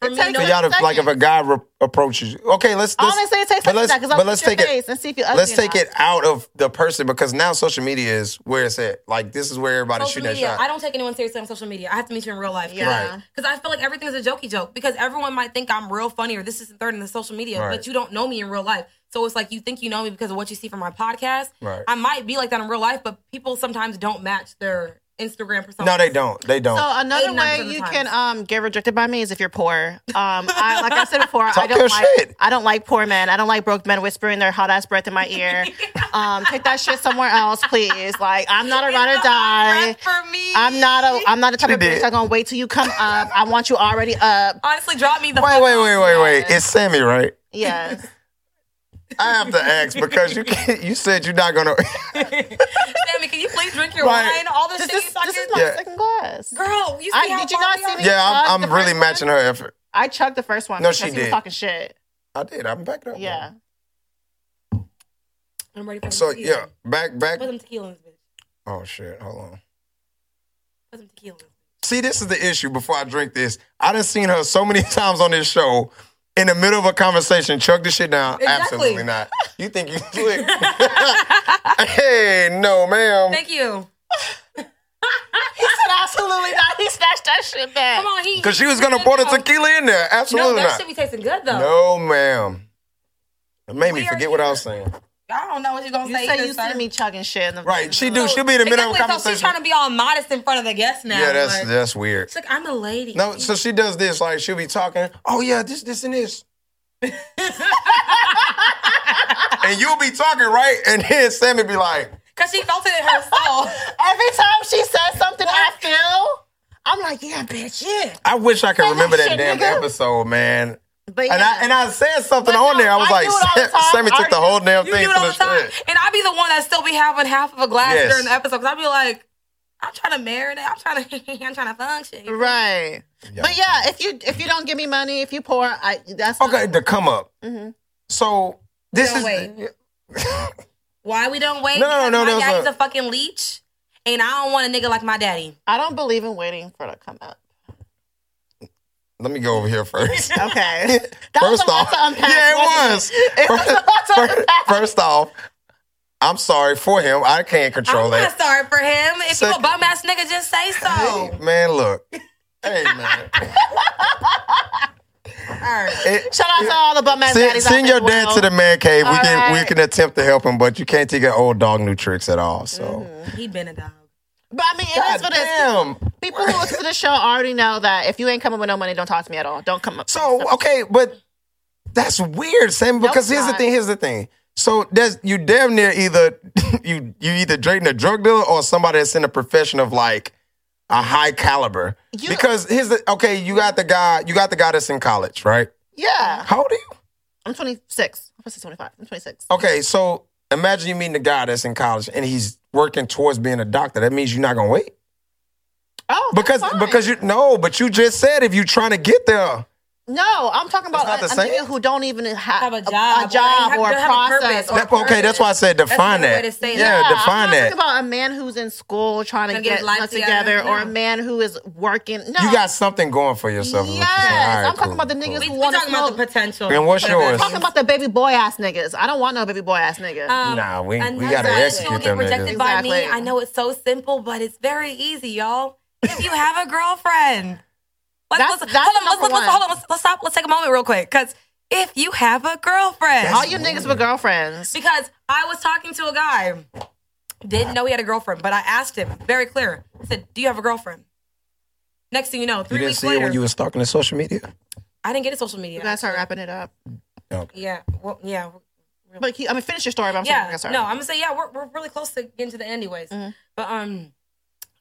Speaker 3: for
Speaker 2: it
Speaker 3: me
Speaker 2: takes
Speaker 3: to
Speaker 4: for
Speaker 2: Thirty
Speaker 4: y'all to like if a guy re- approaches you? Okay, let's, let's
Speaker 2: Honestly, it takes
Speaker 4: but
Speaker 2: but
Speaker 4: let's-
Speaker 2: let's,
Speaker 4: but let's
Speaker 2: your
Speaker 4: take it-
Speaker 2: face and see if you ugly
Speaker 4: let's
Speaker 2: or
Speaker 4: take
Speaker 2: not.
Speaker 4: it out of the person because now social media is where it's at. Like this is where everybody's
Speaker 3: social
Speaker 4: shooting
Speaker 3: media.
Speaker 4: that
Speaker 3: I
Speaker 4: shot.
Speaker 3: don't take anyone seriously on social media. I have to meet you in real life.
Speaker 2: Yeah.
Speaker 4: Right.
Speaker 3: Because I feel like everything is a jokey joke because everyone might think I'm real funny or this is the third in the social media,
Speaker 4: Right.
Speaker 3: but you don't know me in real life. So it's like you think you know me because of what you see from my podcast.
Speaker 4: Right.
Speaker 3: I might be like that in real life, but people sometimes don't match their Instagram persona.
Speaker 4: No, they don't. They don't.
Speaker 2: So uh,
Speaker 3: Eight,
Speaker 2: another
Speaker 3: nine
Speaker 2: way
Speaker 3: percent
Speaker 2: you
Speaker 3: of the
Speaker 2: can um, get rejected by me is if you're poor. Um, I, like I said before, I
Speaker 4: Talk
Speaker 2: don't
Speaker 4: your
Speaker 2: like
Speaker 4: shit.
Speaker 2: I don't like poor men. I don't like broke men whispering their hot ass breath in my ear. um, take that shit somewhere else, please. Like I'm not a ride or die.
Speaker 3: For me.
Speaker 2: I'm not a I'm not the type
Speaker 4: She
Speaker 2: of bitch
Speaker 4: did.
Speaker 2: that's gonna wait till you come up. I want you already up.
Speaker 3: Honestly, drop me the
Speaker 4: wait,
Speaker 3: fuck
Speaker 4: wait,
Speaker 3: off.
Speaker 4: wait, wait, wait. It's Sammy, right?
Speaker 2: Yes.
Speaker 4: I have to ask
Speaker 2: (laughs)
Speaker 4: because you can't, you said you're not gonna.
Speaker 3: Sammy, can you please drink your
Speaker 4: Right.
Speaker 3: wine? All the
Speaker 2: This
Speaker 3: shit
Speaker 2: is
Speaker 3: you talking
Speaker 2: this is my
Speaker 4: Yeah.
Speaker 2: second glass.
Speaker 3: Girl, you see
Speaker 2: I-
Speaker 3: how
Speaker 2: did you
Speaker 3: far
Speaker 2: not
Speaker 3: we
Speaker 2: see
Speaker 3: are?
Speaker 2: me?
Speaker 4: Yeah, I'm,
Speaker 2: The
Speaker 4: I'm really
Speaker 2: first
Speaker 4: matching her effort.
Speaker 2: I chugged the first one.
Speaker 4: No,
Speaker 2: because
Speaker 4: she
Speaker 2: was
Speaker 4: did.
Speaker 2: talking shit.
Speaker 4: I did. I'm back up.
Speaker 2: Yeah.
Speaker 3: I'm ready for
Speaker 4: So
Speaker 3: some tequila.
Speaker 4: yeah, back back.
Speaker 3: Put some tequila in this bitch.
Speaker 4: Oh shit! Hold on.
Speaker 3: Put some tequila. in this
Speaker 4: See, this is the issue. Before I drink this, I done seen her so many (laughs) times on this show. In the middle of a conversation, chug the shit down.
Speaker 3: Exactly.
Speaker 4: Absolutely not. You think
Speaker 3: (laughs)
Speaker 4: you slick? hey, no, ma'am.
Speaker 3: bitch. Thank you.
Speaker 2: He said absolutely not. He snatched that shit back.
Speaker 3: Come on, he.
Speaker 4: Because she was gonna pour the tequila in there.
Speaker 3: No,
Speaker 4: Absolutely
Speaker 3: that
Speaker 4: not.
Speaker 3: should be tasting good though.
Speaker 4: No, ma'am. It made me
Speaker 3: We are
Speaker 4: forget what I was saying.
Speaker 3: I don't know what you're gonna
Speaker 2: You
Speaker 3: say.
Speaker 2: say
Speaker 3: either,
Speaker 2: you
Speaker 3: sir.
Speaker 2: see me chugging shit in the
Speaker 4: Right? She do. She'll be in the middle
Speaker 3: Exactly,
Speaker 4: of a
Speaker 3: So she's
Speaker 4: conversation.
Speaker 3: trying to be all modest in front of the guests now.
Speaker 4: Yeah, that's
Speaker 3: like,
Speaker 4: that's weird.
Speaker 3: It's like I'm a lady.
Speaker 4: No, so she does this. Like she'll be talking. Oh yeah, this, this,
Speaker 2: (laughs)
Speaker 4: and this. and you'll be talking right, and then Sammy be like,
Speaker 3: because she felt it in her
Speaker 4: (laughs)
Speaker 3: soul. (laughs)
Speaker 2: Every time she says something, I feel. I'm like, yeah, bitch, yeah.
Speaker 4: "I wish I could
Speaker 2: that
Speaker 4: remember that
Speaker 2: shit,
Speaker 4: damn
Speaker 2: nigga.
Speaker 4: episode, man."
Speaker 2: But yeah.
Speaker 4: And I and I said something
Speaker 2: But
Speaker 4: on
Speaker 2: no,
Speaker 4: there. I was
Speaker 2: I
Speaker 4: like,
Speaker 2: do it all the
Speaker 4: Sam-
Speaker 2: time.
Speaker 4: Sammy took the
Speaker 2: I-
Speaker 4: whole damn
Speaker 3: You
Speaker 4: thing
Speaker 3: do
Speaker 4: to
Speaker 3: it all
Speaker 4: the
Speaker 3: the time,
Speaker 4: shit.
Speaker 3: and I be the one that still be having half of a glass
Speaker 4: Yes.
Speaker 3: during the episode. Cause I be like, I'm trying to marinate. I'm trying to. (laughs) I'm trying to function.
Speaker 2: Right. But yeah, if you if you don't give me money, if you pour, I that's
Speaker 4: Okay, the come up.
Speaker 2: Mhm.
Speaker 4: So this
Speaker 3: No,
Speaker 4: is
Speaker 3: wait. Why we don't wait? Because
Speaker 4: No, no, no,
Speaker 3: My
Speaker 4: no,
Speaker 3: daddy's
Speaker 4: no.
Speaker 3: a fucking leech, and I don't want a nigga like my daddy.
Speaker 2: I don't believe in waiting for it to come up.
Speaker 4: let me go over
Speaker 2: (laughs)
Speaker 4: here first.
Speaker 2: Okay. (laughs) That was
Speaker 4: First
Speaker 2: a lot
Speaker 4: off,
Speaker 2: to unpack,
Speaker 4: yeah, it
Speaker 2: wasn't
Speaker 4: was.
Speaker 2: (laughs) It was a lot to
Speaker 4: First,
Speaker 2: unpack.
Speaker 4: first off, I'm sorry for him. I can't
Speaker 3: I'm
Speaker 4: control
Speaker 3: not
Speaker 4: that.
Speaker 3: sorry for him. If you a
Speaker 4: Second-
Speaker 3: bum ass nigga, just say so.
Speaker 4: Hey,
Speaker 2: Oh.
Speaker 4: man, look. Hey, man.
Speaker 3: All right.
Speaker 4: It-
Speaker 2: Shout out to all the bum ass
Speaker 4: Send,
Speaker 2: daddies. out
Speaker 4: send
Speaker 2: there
Speaker 4: your
Speaker 2: as
Speaker 4: dad
Speaker 2: well.
Speaker 4: to the man cave. We
Speaker 2: All
Speaker 4: can we
Speaker 2: right.
Speaker 4: can attempt to help him, but you can't take an old dog new tricks at all. So
Speaker 3: He been a dog.
Speaker 2: But I mean, it
Speaker 4: God
Speaker 2: is Mm-hmm. what it is.
Speaker 4: damn.
Speaker 2: People who listen to the show already know that if you ain't coming with no money, don't talk to me at all. Don't come up.
Speaker 4: So okay, but that's weird, Sam.
Speaker 2: it's
Speaker 4: Because here's the
Speaker 2: not.
Speaker 4: thing. Here's the thing. So that's you damn near either (laughs) you you either dating a drug dealer or somebody that's in a profession of like a high caliber.
Speaker 2: You-
Speaker 4: because here's the okay. You got the guy. You got the guy that's in college, right?
Speaker 2: yeah,
Speaker 4: How old are you?
Speaker 2: I'm 26. I'm supposed to say 25. I'm 26.
Speaker 4: Okay, so imagine you meeting a guy that's in college and he's working towards being a doctor. That means you're not gonna wait
Speaker 2: Oh, that's
Speaker 4: because
Speaker 2: fine.
Speaker 4: because you no. But you just said if you're trying to get there.
Speaker 2: no, I'm talking about
Speaker 4: That's
Speaker 2: a,
Speaker 4: not
Speaker 2: a
Speaker 4: the same.
Speaker 2: nigga who don't even have,
Speaker 3: Have a
Speaker 2: a
Speaker 3: job,
Speaker 2: job
Speaker 3: or
Speaker 2: or, a
Speaker 3: have- have a
Speaker 2: process.
Speaker 3: purpose,
Speaker 2: or-
Speaker 3: or-
Speaker 4: That- okay, that's why I said
Speaker 3: That's
Speaker 4: define
Speaker 3: a good
Speaker 4: that.
Speaker 3: way to say
Speaker 4: yeah,
Speaker 3: that.
Speaker 2: I'm
Speaker 4: define
Speaker 2: not
Speaker 4: that.
Speaker 2: talking about a man who's in school trying to
Speaker 3: Trying
Speaker 2: get,
Speaker 3: to get
Speaker 2: his
Speaker 3: his life
Speaker 2: nuts
Speaker 3: together,
Speaker 2: together, or a
Speaker 3: no.
Speaker 2: man who is working. No,
Speaker 4: You got something going for yourself. is what you're
Speaker 2: Yes,
Speaker 4: saying. All right,
Speaker 2: I'm talking
Speaker 4: cool,
Speaker 2: about the
Speaker 4: cool.
Speaker 2: niggas
Speaker 3: We,
Speaker 2: who
Speaker 3: we
Speaker 2: wanna
Speaker 3: talking about
Speaker 2: smoke.
Speaker 3: the potential.
Speaker 4: And what's
Speaker 3: for the
Speaker 4: yours?
Speaker 2: talking about the baby boy ass niggas. I don't want no baby boy ass niggas.
Speaker 3: Um,
Speaker 4: Nah, we- we
Speaker 3: another
Speaker 4: gotta
Speaker 3: thing
Speaker 4: execute
Speaker 3: you'll get
Speaker 4: them
Speaker 3: rejected
Speaker 4: niggas.
Speaker 3: by me.
Speaker 2: Exactly.
Speaker 3: I know it's so simple, but it's very easy, y'all. If you have a girlfriend, let's,
Speaker 2: That's- that's
Speaker 3: let's- hold on, let's,
Speaker 2: number
Speaker 3: let's, let's,
Speaker 2: one.
Speaker 3: hold on, let's, let's stop. Let's take a moment real quick, because if you have a girlfriend,
Speaker 2: All you niggas with girlfriends.
Speaker 3: because I was talking to a guy, didn't know he had a girlfriend, but I asked him very clear. I said, "Do you have a girlfriend?" Next thing you know,
Speaker 4: You
Speaker 3: three
Speaker 4: didn't
Speaker 3: weeks
Speaker 4: see
Speaker 3: later,
Speaker 4: it when you were stalking the social media.
Speaker 3: I didn't get his social media.
Speaker 2: You guys start wrapping it up.
Speaker 3: yeah, well, yeah.
Speaker 2: But keep- I mean, finish your story. But I'm sorry, Mm-hmm.
Speaker 3: yeah,
Speaker 2: you guys start.
Speaker 3: no, I'm gonna say yeah. We're, we're really close to getting to the end, anyways. But um,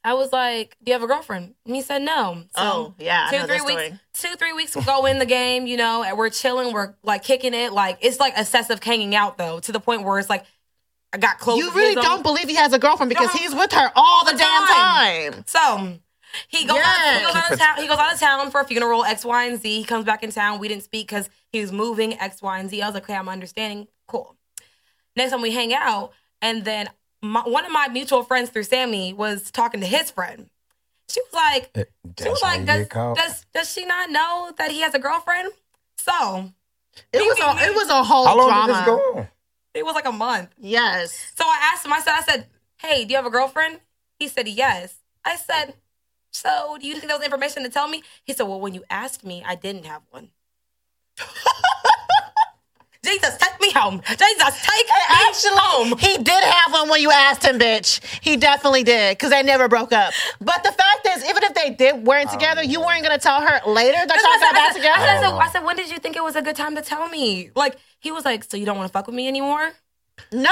Speaker 3: I was like, "Do you have a girlfriend?" And he said no. So
Speaker 2: Oh, yeah, I
Speaker 3: two
Speaker 2: know
Speaker 3: three
Speaker 2: that
Speaker 3: weeks.
Speaker 2: story.
Speaker 3: Two three weeks we go in the game, you know, and we're chilling. We're like kicking it. Like it's like excessive hanging out though, to the point where it's like I got close.
Speaker 2: you
Speaker 3: to
Speaker 2: really
Speaker 3: his own-
Speaker 2: don't believe he has a girlfriend because
Speaker 3: No.
Speaker 2: he's with her all the
Speaker 3: the
Speaker 2: damn
Speaker 3: time.
Speaker 2: time.
Speaker 3: So he goes, out,
Speaker 2: Yes.
Speaker 3: he, goes out of town, he goes out of town for a funeral, X, Y, and Z. He comes back in town. We didn't speak because he was moving, X, Y, and Z. I was like, okay, I'm understanding. Cool. Next time we hang out, and then my, one of my mutual friends through Sammy was talking to his friend. She was like, she was
Speaker 4: Eh, That's
Speaker 3: like,
Speaker 4: when you
Speaker 3: does,
Speaker 4: get caught.
Speaker 3: does, does she not know that he has a girlfriend? So
Speaker 2: It was a it was a whole
Speaker 4: How long
Speaker 2: drama.
Speaker 4: did this go on?
Speaker 3: it was like a month.
Speaker 2: Yes.
Speaker 3: So I asked him, I said, I said, hey, do you have a girlfriend? He said, yes. I said, so do you think that was information to tell me? He said, well, when you asked me, I didn't have one. (laughs) Jesus, take me home. Jesus, take me home.
Speaker 2: He did have one when you asked him, bitch. He definitely did because they never broke up. But the fact is, even if they did
Speaker 4: Oh,
Speaker 2: weren't together, you weren't gonna tell her later that
Speaker 3: That's what
Speaker 2: y'all
Speaker 3: I
Speaker 2: got
Speaker 3: said.
Speaker 2: back
Speaker 3: I said- I said- I
Speaker 2: together.
Speaker 3: said- I said, when did you think it was a good time to tell me? Like, he was like, so you don't want to fuck with me anymore?
Speaker 2: No,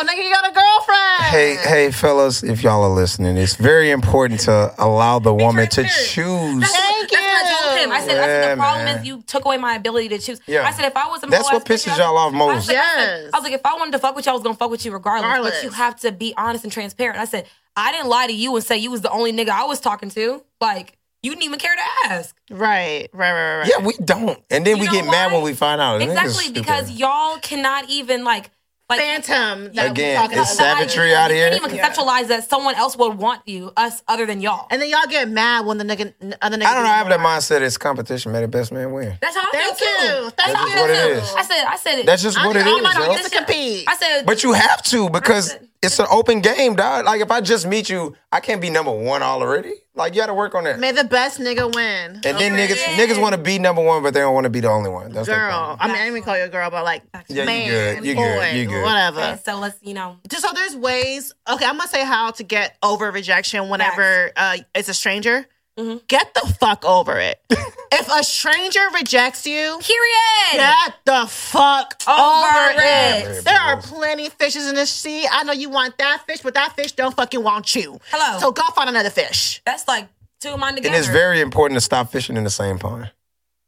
Speaker 2: nigga, you got a girlfriend.
Speaker 4: Hey, hey, fellas, if y'all are listening, it's very important to allow the woman to
Speaker 3: transparent.
Speaker 4: choose.
Speaker 2: Thank
Speaker 3: That's what I told
Speaker 2: you.
Speaker 3: him. I said, I said
Speaker 4: Yeah,
Speaker 3: the problem
Speaker 4: man.
Speaker 3: is you took away my ability to choose.
Speaker 4: Yeah.
Speaker 3: I said if I was a
Speaker 4: That's
Speaker 3: hoe, I
Speaker 4: what
Speaker 3: said,
Speaker 4: pisses
Speaker 3: I-
Speaker 4: y'all off
Speaker 3: I
Speaker 4: most.
Speaker 3: said- I said-
Speaker 2: Yes.
Speaker 3: I was like, if I wanted to fuck with you, I was gonna fuck with you regardless.
Speaker 2: Regardless.
Speaker 3: But you have to be honest and transparent. I said, I didn't lie to you and say you was the only nigga I was talking to. Like, you didn't even care to ask.
Speaker 2: Right, right, right, right.
Speaker 4: Yeah, we don't. And then
Speaker 3: You
Speaker 4: we
Speaker 3: know
Speaker 4: get mad
Speaker 3: why?
Speaker 4: when we find out. Niggas
Speaker 3: Exactly,
Speaker 4: stupid.
Speaker 3: because y'all cannot even like like
Speaker 2: Phantom. That
Speaker 4: Again,
Speaker 2: we talking
Speaker 4: it's
Speaker 2: about.
Speaker 4: savagery out
Speaker 3: you
Speaker 4: here.
Speaker 3: can't even conceptualize that someone else would want you, us other than y'all.
Speaker 2: And then y'all get mad when the nigga, other nigga.
Speaker 4: I don't know. I have
Speaker 2: do
Speaker 4: that
Speaker 2: more.
Speaker 4: mindset. It's competition. May the best man win.
Speaker 3: That's how I
Speaker 2: Thank
Speaker 3: feel too.
Speaker 2: you. That's
Speaker 3: how
Speaker 4: just
Speaker 3: I
Speaker 4: what it
Speaker 3: feel.
Speaker 4: is.
Speaker 3: I said, I said it.
Speaker 4: That's just what it
Speaker 3: I'm
Speaker 4: is.
Speaker 3: not
Speaker 2: I'm
Speaker 3: on
Speaker 4: yo.
Speaker 2: not
Speaker 3: this
Speaker 2: to
Speaker 3: shit.
Speaker 2: compete.
Speaker 3: I said,
Speaker 4: But you have to because
Speaker 3: Listen.
Speaker 4: it's an open game, dog. Like if I just meet you, I can't be number one already. Like you got to work on that.
Speaker 2: May the best nigga win.
Speaker 4: and then niggas niggas want to be number one, but they don't want to be the only one. That's their
Speaker 2: girl.
Speaker 4: problem.
Speaker 2: I mean, I didn't even call you a girl, but like,
Speaker 4: Yeah, you
Speaker 2: man,
Speaker 4: good. You
Speaker 2: boy,
Speaker 4: good. You good.
Speaker 2: whatever.
Speaker 3: okay, Uh, so let's, you know,
Speaker 2: Just so there's ways. Okay, I'm gonna say how to get over rejection whenever uh, it's a stranger.
Speaker 3: Mm-hmm.
Speaker 2: Get the fuck over
Speaker 3: (laughs)
Speaker 2: it. if a stranger rejects you,
Speaker 3: period.
Speaker 2: get the fuck over,
Speaker 3: Over
Speaker 2: it.
Speaker 3: it.
Speaker 2: There are plenty of fishes in this sea. I know you want that fish, but that fish don't fucking want you.
Speaker 3: Hello.
Speaker 2: So go find another fish.
Speaker 3: That's like two of mine together.
Speaker 4: And it's very important to stop fishing in the same pond.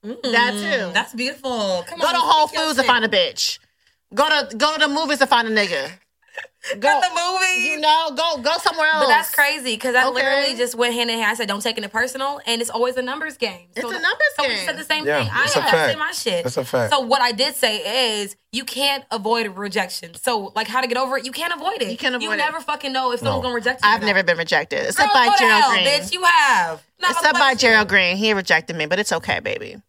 Speaker 2: That too.
Speaker 3: Mm-hmm. That's beautiful. Come
Speaker 2: go
Speaker 3: on,
Speaker 2: to Whole
Speaker 3: speak your
Speaker 2: Foods to
Speaker 3: shit.
Speaker 2: find a bitch. Go to go to the movies to find a nigga. Go
Speaker 3: Not the movie.
Speaker 2: You know, go go somewhere else.
Speaker 3: But that's crazy because I
Speaker 2: Okay.
Speaker 3: literally just went hand in hand. I said, "Don't take it personal," and it's always a numbers game.
Speaker 2: It's a
Speaker 3: th-
Speaker 2: numbers
Speaker 3: so we
Speaker 2: game.
Speaker 3: said the same
Speaker 4: Yeah,
Speaker 3: thing. I
Speaker 4: it's a
Speaker 3: said
Speaker 4: fact.
Speaker 3: my shit.
Speaker 4: It's a fact.
Speaker 3: So what I did say is, you can't avoid rejection. So like, how to get over it? You can't avoid it.
Speaker 2: You can't
Speaker 3: You
Speaker 2: avoid it.
Speaker 3: never fucking know if someone's
Speaker 4: No.
Speaker 3: gonna reject you. or
Speaker 2: I've
Speaker 3: not.
Speaker 2: never been rejected
Speaker 3: Girl,
Speaker 2: except by
Speaker 3: go to
Speaker 2: Gerald
Speaker 3: hell,
Speaker 2: Green.
Speaker 3: bitch. You have. Not
Speaker 2: except
Speaker 3: my
Speaker 2: by
Speaker 3: place.
Speaker 2: Gerald Green. He rejected me, but it's okay, baby.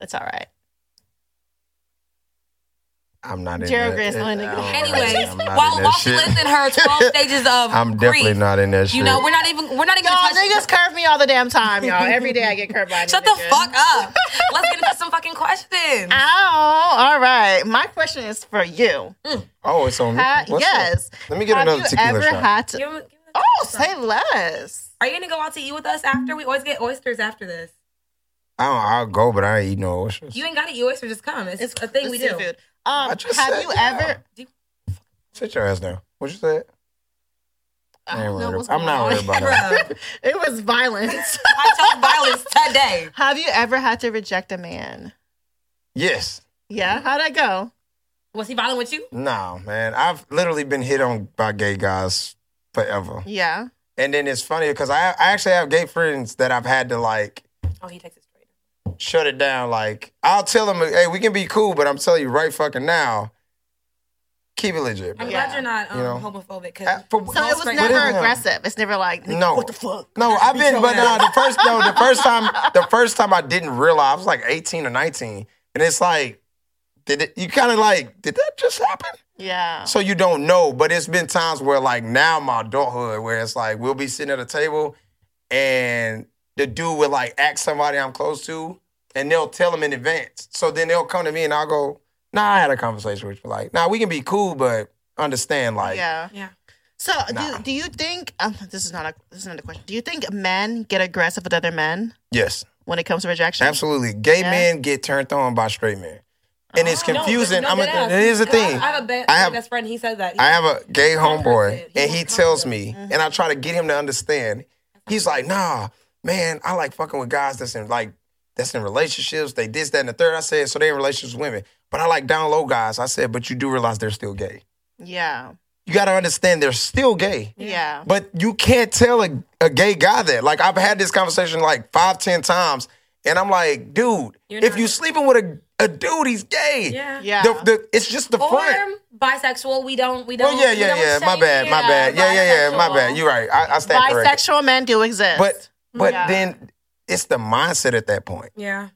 Speaker 2: It's all right.
Speaker 4: I'm not in
Speaker 2: Gerald
Speaker 4: that.
Speaker 2: Grant's the only nigga.
Speaker 4: I don't-
Speaker 3: Anyways,
Speaker 4: I'm not in
Speaker 3: while
Speaker 4: that
Speaker 3: while she
Speaker 4: shit.
Speaker 3: lives in
Speaker 4: (laughs)
Speaker 3: her twelve stages of
Speaker 4: I'm definitely
Speaker 3: grief,
Speaker 4: not in that shit.
Speaker 3: You know, we're not even we're not even
Speaker 2: Y'all
Speaker 3: gonna touch
Speaker 2: niggas curve me all the damn time, y'all. Every day I get curved by a
Speaker 3: (laughs) Shut the
Speaker 2: nigga. Ah,
Speaker 3: fuck up. Let's get into some fucking questions.
Speaker 2: Ow. All right. My question is for you.
Speaker 4: Oh, it's on me.
Speaker 2: Ha-
Speaker 4: What's up?
Speaker 2: yes.
Speaker 4: Let me get
Speaker 2: Have
Speaker 4: another
Speaker 2: you
Speaker 4: tequila
Speaker 2: ever
Speaker 4: shot.
Speaker 2: had to?
Speaker 3: Give him- give him a-
Speaker 2: Oh, say less.
Speaker 3: Are you gonna go out to eat with us after? We always get oysters after this.
Speaker 4: I don't, I'll go, but I ain't eat no oysters.
Speaker 3: You ain't gotta eat oysters, just come. It's, a thing we
Speaker 2: It's
Speaker 3: do.
Speaker 2: seafood. Um,
Speaker 4: I just
Speaker 2: have
Speaker 4: said
Speaker 2: you
Speaker 4: yeah.
Speaker 2: ever?
Speaker 4: Sit your ass down. What you said? I ain't
Speaker 2: don't know
Speaker 4: worried
Speaker 2: what's
Speaker 4: about-
Speaker 2: going
Speaker 4: I'm not
Speaker 2: on.
Speaker 4: worried about
Speaker 2: (laughs)
Speaker 4: that.
Speaker 3: Bruh,
Speaker 2: It was violence.
Speaker 3: (laughs)
Speaker 2: (laughs)
Speaker 3: I chose violence today.
Speaker 2: have you ever had to reject a man?
Speaker 4: Yes.
Speaker 2: Yeah. How'd that go?
Speaker 3: Was he violent with you?
Speaker 4: No, man. I've literally been hit on by gay guys forever.
Speaker 2: Yeah.
Speaker 4: And then it's funny because I, I actually have gay friends that I've had to like
Speaker 3: Oh, he takes it straight.
Speaker 4: shut it down. Like, I'll tell them, hey, we can be cool, but I'm telling you right fucking now, keep it legit.
Speaker 3: I'm
Speaker 4: bro.
Speaker 2: Yeah.
Speaker 3: glad you're not um,
Speaker 4: You know.
Speaker 3: homophobic
Speaker 4: Uh,
Speaker 3: because
Speaker 4: for-
Speaker 2: So it was
Speaker 3: straight-
Speaker 4: but
Speaker 2: never
Speaker 4: it's-
Speaker 2: aggressive. It's never like
Speaker 4: No.
Speaker 2: What the fuck?
Speaker 4: No, I've been, but uh, the first no,
Speaker 2: (laughs)
Speaker 4: the first time, the first time I didn't realize I was like eighteen or nineteen, and it's like, did it? You kind of like, did that just happen?
Speaker 2: Yeah.
Speaker 4: So you don't know, but it's been times where like now my adulthood, where it's like we'll be sitting at a table, and the dude would like ask somebody I'm close to, and they'll tell him in advance. So then they'll come to me, and I'll go, Nah, I had a conversation with you. Like, Nah, we can be cool, but understand, like,
Speaker 2: yeah.
Speaker 3: yeah.
Speaker 2: So
Speaker 4: Nah.
Speaker 2: do, do you think um, this is not a this is not a question. Do you think men get aggressive with other men
Speaker 4: yes.
Speaker 2: when it comes to rejection?
Speaker 4: Absolutely. Gay
Speaker 2: Yeah.
Speaker 4: men get turned on by straight men. And it's
Speaker 3: Oh, No,
Speaker 4: confusing.
Speaker 3: no
Speaker 4: I'm a,
Speaker 3: deadass.
Speaker 4: here's the
Speaker 3: Because I-
Speaker 4: thing.
Speaker 3: I have a ba-
Speaker 4: I have-
Speaker 3: best friend. He says that. He-
Speaker 4: I have a gay homeboy,
Speaker 3: He
Speaker 4: and
Speaker 3: won't
Speaker 4: he
Speaker 3: come
Speaker 4: tells
Speaker 3: to it. Mm-hmm.
Speaker 4: me, and I try to get him to understand. He's like, nah, man, I like fucking with guys that's in like that's in relationships. They this, that, and the third. I said, so they in relationships with women. But I like down low guys. I said, but you do realize they're still gay.
Speaker 2: Yeah.
Speaker 4: You gotta understand they're still gay.
Speaker 2: Yeah.
Speaker 4: But you can't tell a, a gay guy that. Like I've had this conversation like five, ten times, and I'm like, dude,
Speaker 3: You're
Speaker 4: if
Speaker 3: not-
Speaker 4: you sleeping with a, a dude, he's gay.
Speaker 3: yeah.
Speaker 2: Yeah.
Speaker 4: The- the- it's just the
Speaker 3: Or
Speaker 4: front.
Speaker 3: bisexual. We don't. We
Speaker 4: Oh
Speaker 3: don't.
Speaker 4: yeah,
Speaker 3: we
Speaker 4: yeah,
Speaker 3: don't
Speaker 4: yeah. My
Speaker 3: shame
Speaker 4: bad, my
Speaker 3: here.
Speaker 4: bad. Yeah, yeah, yeah. My bad.
Speaker 3: Bisexual.
Speaker 4: You're right. I, I stand corrected.
Speaker 2: Bisexual men do exist.
Speaker 4: But but
Speaker 2: Yeah.
Speaker 4: then it's the mindset at that point.
Speaker 3: Yeah.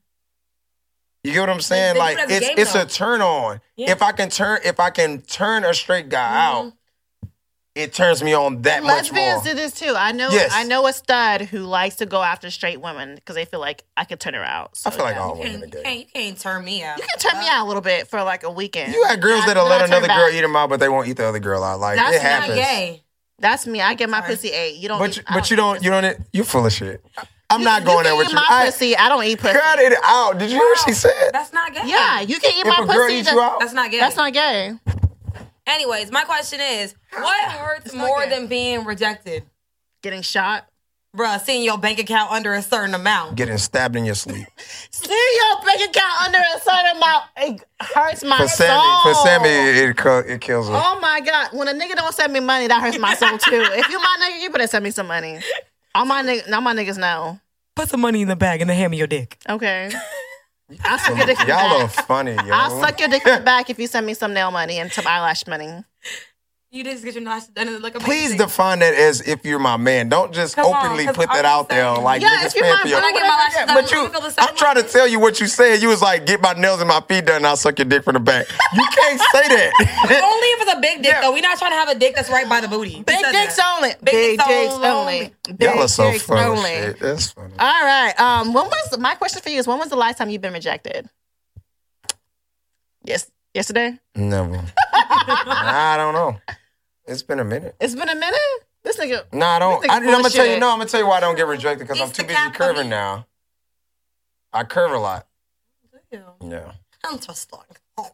Speaker 4: You get what I'm saying?
Speaker 3: they do it
Speaker 4: like
Speaker 3: as a
Speaker 4: it's
Speaker 3: game,
Speaker 4: it's
Speaker 3: though.
Speaker 4: a turn on.
Speaker 3: Yeah.
Speaker 4: If I can turn if I can turn a straight guy out, it turns me on that much more.
Speaker 2: lesbians do this too. I know.
Speaker 4: Yes.
Speaker 2: I know a stud who likes to go after straight women because they feel like I could turn her out. So,
Speaker 4: I feel like
Speaker 2: yeah.
Speaker 4: all
Speaker 3: And
Speaker 4: women are
Speaker 3: You
Speaker 4: gay.
Speaker 3: can't. You can't turn me out.
Speaker 2: you can turn me out a little bit for like a weekend.
Speaker 4: You got girls
Speaker 2: I-
Speaker 4: that'll
Speaker 2: then
Speaker 4: let
Speaker 2: I turn
Speaker 4: another
Speaker 2: back.
Speaker 4: girl eat them out, but they won't eat the other girl out. Like
Speaker 3: That's
Speaker 4: it happens.
Speaker 3: not gay.
Speaker 2: That's me. I get my
Speaker 3: Sorry.
Speaker 2: pussy ate. You don't.
Speaker 4: But
Speaker 2: eat,
Speaker 4: you,
Speaker 2: I
Speaker 4: but you
Speaker 2: eat
Speaker 4: don't you don't you're full of shit. I'm not going
Speaker 2: you
Speaker 4: there
Speaker 2: can
Speaker 4: with
Speaker 2: eat
Speaker 4: you.
Speaker 2: my
Speaker 4: I
Speaker 2: pussy. I don't eat pussy.
Speaker 4: cut it out. Did you hear what she said?
Speaker 3: That's not gay.
Speaker 2: Yeah, you can eat
Speaker 4: If
Speaker 2: my
Speaker 4: a girl
Speaker 2: pussy.
Speaker 4: eats
Speaker 2: that-
Speaker 4: you out,
Speaker 3: That's not gay.
Speaker 2: That's not gay.
Speaker 3: Anyways, my question is, what hurts
Speaker 2: not
Speaker 3: more
Speaker 2: gay.
Speaker 3: than being rejected?
Speaker 2: Getting shot.
Speaker 3: bruh, seeing your bank account under a certain amount.
Speaker 4: Getting stabbed in your sleep.
Speaker 2: See your bank account under a certain amount. It hurts my
Speaker 4: For Sammy,
Speaker 2: soul.
Speaker 4: for Sammy, it, it, cu- it kills her.
Speaker 2: Oh my God. When a nigga don't send me money, that hurts my soul
Speaker 4: (laughs)
Speaker 2: too. If you my nigga, you better send me some money. All my niggas, all my niggas know.
Speaker 3: Put some money in the bag and then hand me your dick.
Speaker 2: Okay. I suck your dick in the
Speaker 4: Y'all are
Speaker 2: back.
Speaker 4: funny, yo.
Speaker 2: I'll suck your dick
Speaker 4: (laughs)
Speaker 2: in the back if you send me some nail money and some eyelash money.
Speaker 3: You just get your lashes done and look amazing.
Speaker 4: Please define that as if you're my man. Don't just
Speaker 3: Come on,
Speaker 4: openly
Speaker 3: 'cause
Speaker 4: put
Speaker 3: I'm
Speaker 4: that out there
Speaker 3: saying-
Speaker 4: like
Speaker 2: Yeah,
Speaker 4: niggas
Speaker 2: if you're
Speaker 4: paying
Speaker 2: my
Speaker 4: for your.
Speaker 3: When I get my lashes done,
Speaker 4: But
Speaker 3: let me
Speaker 4: you,
Speaker 3: feel the same
Speaker 4: I'm trying to
Speaker 3: way.
Speaker 4: tell you what you said. You was like, get my nails and my feet done. And I'll suck your dick from the back. You can't say
Speaker 2: (laughs)
Speaker 4: that.
Speaker 3: Only if it's a big dick
Speaker 4: Yeah.
Speaker 3: though. We're not trying to have a dick that's right by the booty.
Speaker 2: Big
Speaker 3: Besides
Speaker 2: dicks
Speaker 3: that.
Speaker 2: only. Big,
Speaker 3: dicks
Speaker 2: dicks
Speaker 3: only.
Speaker 2: only. Big
Speaker 4: Y'all are so
Speaker 2: dicks
Speaker 4: funny.
Speaker 2: only.
Speaker 4: Shit. That's funny.
Speaker 2: All right. Um. When was my question for you? Is when was the last time you've been rejected? Yes. Yesterday. (laughs)
Speaker 4: Never. I don't know. It's been a minute.
Speaker 2: It's been a minute. This nigga.
Speaker 4: No, I
Speaker 2: This
Speaker 4: don't.
Speaker 2: nigga
Speaker 4: I, am gonna tell you.
Speaker 2: bullshit.
Speaker 4: No, I'm gonna tell you why I don't get rejected because I'm
Speaker 3: It's
Speaker 4: too
Speaker 3: the
Speaker 4: busy
Speaker 3: cap on
Speaker 2: E.
Speaker 4: curving
Speaker 3: me.
Speaker 4: now. I curve a lot.
Speaker 3: Ew.
Speaker 4: Yeah.
Speaker 3: I'm just like, oh.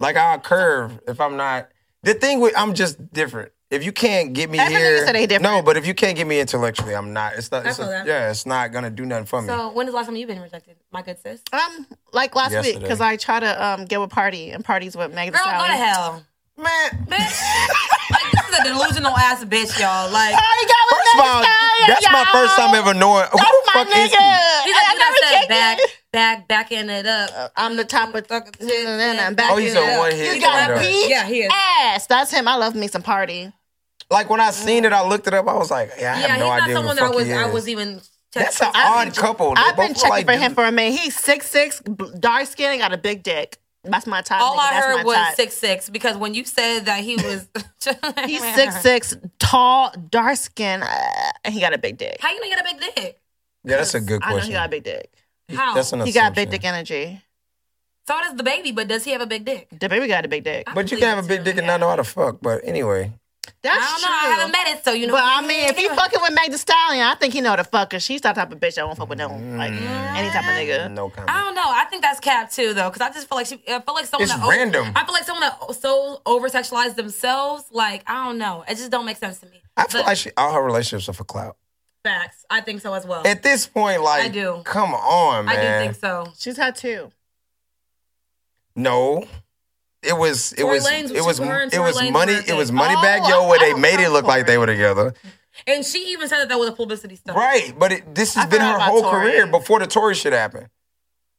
Speaker 4: Like I'll curve if I'm not. The thing with I'm just different. If you can't get me
Speaker 2: Every nigga
Speaker 4: here,
Speaker 2: said they different.
Speaker 4: no. But if you can't get me intellectually, I'm not. It's not.
Speaker 3: I
Speaker 4: It's
Speaker 3: feel
Speaker 4: a,
Speaker 3: that.
Speaker 4: yeah, it's not gonna do nothing for me.
Speaker 3: So when is the last time you've been rejected, my good sis?
Speaker 2: Um. Like last week, 'cause week,
Speaker 4: Yesterday.
Speaker 2: because I try to um get with party and parties with Megan.
Speaker 3: Girl,
Speaker 2: Thee
Speaker 3: go to
Speaker 2: Stallion. (laughs)
Speaker 3: hell.
Speaker 4: man,
Speaker 3: Bitch. like this is a delusional ass bitch,
Speaker 2: (laughs)
Speaker 3: y'all. Like
Speaker 2: Party got with
Speaker 4: first of
Speaker 2: Megan
Speaker 4: all,
Speaker 2: Stallion,
Speaker 4: that's my
Speaker 2: y'all.
Speaker 4: first time ever knowing who
Speaker 2: That's
Speaker 4: the
Speaker 2: my
Speaker 4: fuck is
Speaker 2: nigga.
Speaker 4: he.
Speaker 3: He's
Speaker 2: I
Speaker 3: like, you
Speaker 2: got
Speaker 3: got that
Speaker 2: rejected.
Speaker 3: back, back, backing it up.
Speaker 2: I'm the top of
Speaker 3: Fuck it.
Speaker 2: back
Speaker 4: Oh, he's
Speaker 2: it
Speaker 4: a
Speaker 2: up.
Speaker 4: one hit
Speaker 2: You got
Speaker 4: wonder.
Speaker 2: a beat
Speaker 3: Yeah, he is.
Speaker 2: ass. That's him. I love me some party.
Speaker 4: Like when I seen it, I looked it up. I was like, yeah, I
Speaker 3: Yeah,
Speaker 4: have no
Speaker 3: he's
Speaker 4: idea
Speaker 3: not
Speaker 4: who the
Speaker 3: someone that I
Speaker 4: fuck
Speaker 3: was
Speaker 4: he
Speaker 3: I
Speaker 4: is.
Speaker 3: was even
Speaker 4: That's an
Speaker 3: checking.
Speaker 4: odd couple. They
Speaker 2: I've been
Speaker 4: both
Speaker 2: checking
Speaker 4: like
Speaker 2: for him
Speaker 4: dudes.
Speaker 2: for a minute. He's six six, dark skin, and got a big dick. That's my type.
Speaker 3: All
Speaker 2: nigga.
Speaker 3: I
Speaker 2: That's my
Speaker 3: heard was
Speaker 2: type.
Speaker 3: six six because when you said that he was (laughs)
Speaker 2: He's six six, tall, dark skin, uh, and he got a big dick.
Speaker 3: How you gonna get a big dick?
Speaker 4: Yeah, that's a good
Speaker 2: I know he
Speaker 4: question.
Speaker 2: got a big dick.
Speaker 3: How?
Speaker 4: That's an
Speaker 2: He got big
Speaker 4: assumption.
Speaker 2: dick energy.
Speaker 3: so does the baby, but does he have a big dick?
Speaker 2: The baby got a big dick.
Speaker 4: But you can have a big dick and not know how to fuck. But anyway,
Speaker 2: That's
Speaker 3: I don't
Speaker 2: true.
Speaker 3: know. I haven't met it, so you know.
Speaker 2: but I mean, if you fucking with Meg Thee Stallion, I think he know the fucker. She's that type of bitch that won't fuck with no like any type of nigga.
Speaker 4: Mm, no comment.
Speaker 3: I don't know. I think that's cap too, though, because I just feel like she. I feel like someone.
Speaker 4: It's
Speaker 3: that o-
Speaker 4: random.
Speaker 3: I feel like someone that so over sexualized themselves. Like I don't know. It just don't make sense to me.
Speaker 4: I feel
Speaker 3: But
Speaker 4: like she, all her relationships are for clout.
Speaker 3: facts. I think so as well.
Speaker 4: At this point, like,
Speaker 3: I do.
Speaker 4: come on,
Speaker 3: I
Speaker 4: man.
Speaker 3: do think so.
Speaker 2: She's had two.
Speaker 4: No, it was it
Speaker 3: Tory
Speaker 4: was
Speaker 3: Lanez was
Speaker 4: it was
Speaker 3: super her and
Speaker 4: it
Speaker 3: Tory
Speaker 4: was
Speaker 3: Lanez
Speaker 4: money
Speaker 3: were a
Speaker 4: it was
Speaker 3: thing.
Speaker 4: money bag
Speaker 2: Oh,
Speaker 4: yo
Speaker 2: I-
Speaker 4: where
Speaker 2: I
Speaker 4: they
Speaker 2: don't
Speaker 4: made it
Speaker 2: count
Speaker 4: look like
Speaker 2: Tory.
Speaker 4: they were together.
Speaker 3: And she even said that that was a publicity stunt.
Speaker 4: Right, but it, this has
Speaker 2: I
Speaker 4: been
Speaker 2: forgot
Speaker 4: her
Speaker 2: about
Speaker 4: whole
Speaker 2: Tory.
Speaker 4: career before the Tory shit happened.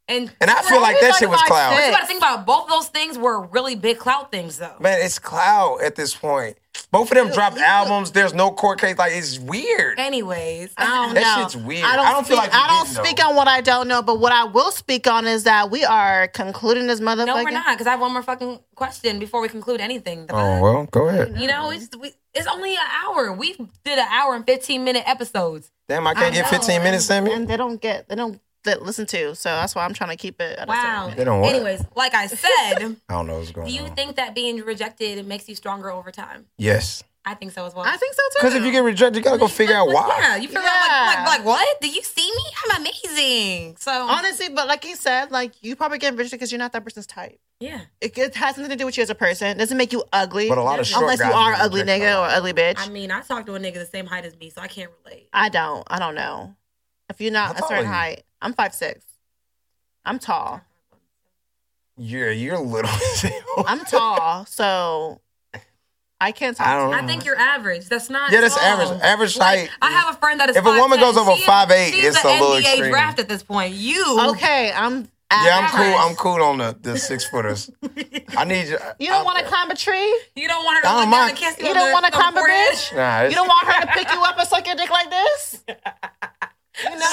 Speaker 3: And
Speaker 4: And I feel
Speaker 3: Well,
Speaker 4: like
Speaker 2: we
Speaker 4: that
Speaker 2: talking
Speaker 4: shit was
Speaker 2: about
Speaker 4: clout.
Speaker 2: sex.
Speaker 3: you got to think about it. both of those things were really big clout things, though.
Speaker 4: Man, it's clout at this point. Both of them dropped albums. There's no court case. Like it's weird.
Speaker 3: Anyways,
Speaker 2: I (laughs) don't
Speaker 4: That
Speaker 2: know.
Speaker 4: shit's weird. I don't
Speaker 2: speak,
Speaker 4: feel like we
Speaker 2: I don't
Speaker 4: didn't, though.
Speaker 2: speak on what I don't know, but what I will speak on is that we are concluding this motherfucker.
Speaker 3: no, we're not because I have one more fucking question before we conclude anything. The fuck?
Speaker 4: Oh, well, go ahead.
Speaker 3: You know, it's we, it's only an hour. We did an hour and fifteen minute episods.
Speaker 4: Damn, I can't
Speaker 2: I
Speaker 4: get
Speaker 2: know,
Speaker 4: 15 minutes, Sammy.
Speaker 2: and they don't get they don't they listen to. So that's why I'm trying to keep it. At
Speaker 3: Wow.
Speaker 4: They don't what?
Speaker 3: Anyways, like I said, (laughs)
Speaker 4: I don't know what's going
Speaker 3: do you
Speaker 4: on.
Speaker 3: think that being rejected makes you stronger over time?
Speaker 4: yes,
Speaker 3: I think so as well.
Speaker 2: I think so too.
Speaker 4: because if you get rejected, you gotta go figure out
Speaker 3: Like,
Speaker 4: why.
Speaker 3: Yeah, you figure out
Speaker 2: Yeah.
Speaker 3: like, like like what? Do you see me? I'm amazing. So
Speaker 2: honestly, but like you said, like you probably get rejected because you're not that person's type.
Speaker 3: yeah,
Speaker 2: It, it has nothing to do with you as a person. It doesn't make you ugly.
Speaker 4: But a lot of short
Speaker 2: unless you
Speaker 4: guys
Speaker 2: are
Speaker 4: get
Speaker 2: ugly
Speaker 4: rejected a
Speaker 2: nigga or
Speaker 4: lot.
Speaker 2: ugly bitch.
Speaker 3: I mean, I talked to a nigga the same height as me, so I can't relate.
Speaker 2: I don't. I don't know. If you're
Speaker 4: How
Speaker 2: not a
Speaker 4: tall are
Speaker 2: certain
Speaker 4: you?
Speaker 2: height, I'm five six. I'm tall.
Speaker 4: You're you're little. (laughs)
Speaker 2: I'm tall, so I can't talk.
Speaker 4: I
Speaker 2: to
Speaker 4: don't know.
Speaker 2: you.
Speaker 3: I think you're average. That's not.
Speaker 4: Yeah, that's
Speaker 3: tall.
Speaker 4: average. Average height.
Speaker 3: Like, I have a friend that is.
Speaker 4: If a woman
Speaker 3: 5'10",
Speaker 4: goes over
Speaker 3: she is-
Speaker 4: 5'8",
Speaker 3: she's
Speaker 4: it's
Speaker 3: the
Speaker 4: a little
Speaker 3: NBA
Speaker 4: extreme.
Speaker 3: draft at this point. You
Speaker 2: Okay, I'm.
Speaker 4: yeah, I'm
Speaker 2: average.
Speaker 4: cool. I'm cool on the, (laughs) the six footers. I need you.
Speaker 2: You don't want to
Speaker 4: to.
Speaker 2: climb a tree.
Speaker 3: You don't want her
Speaker 4: I
Speaker 3: to
Speaker 4: don't
Speaker 3: look down and
Speaker 4: mind.
Speaker 3: kiss you.
Speaker 2: You
Speaker 3: on
Speaker 2: don't
Speaker 3: the-
Speaker 2: want to
Speaker 3: the
Speaker 2: climb a
Speaker 3: forehead?
Speaker 2: bitch.
Speaker 4: Nah,
Speaker 2: You don't want her to pick you up and suck your dick like
Speaker 4: (laughs)
Speaker 2: this.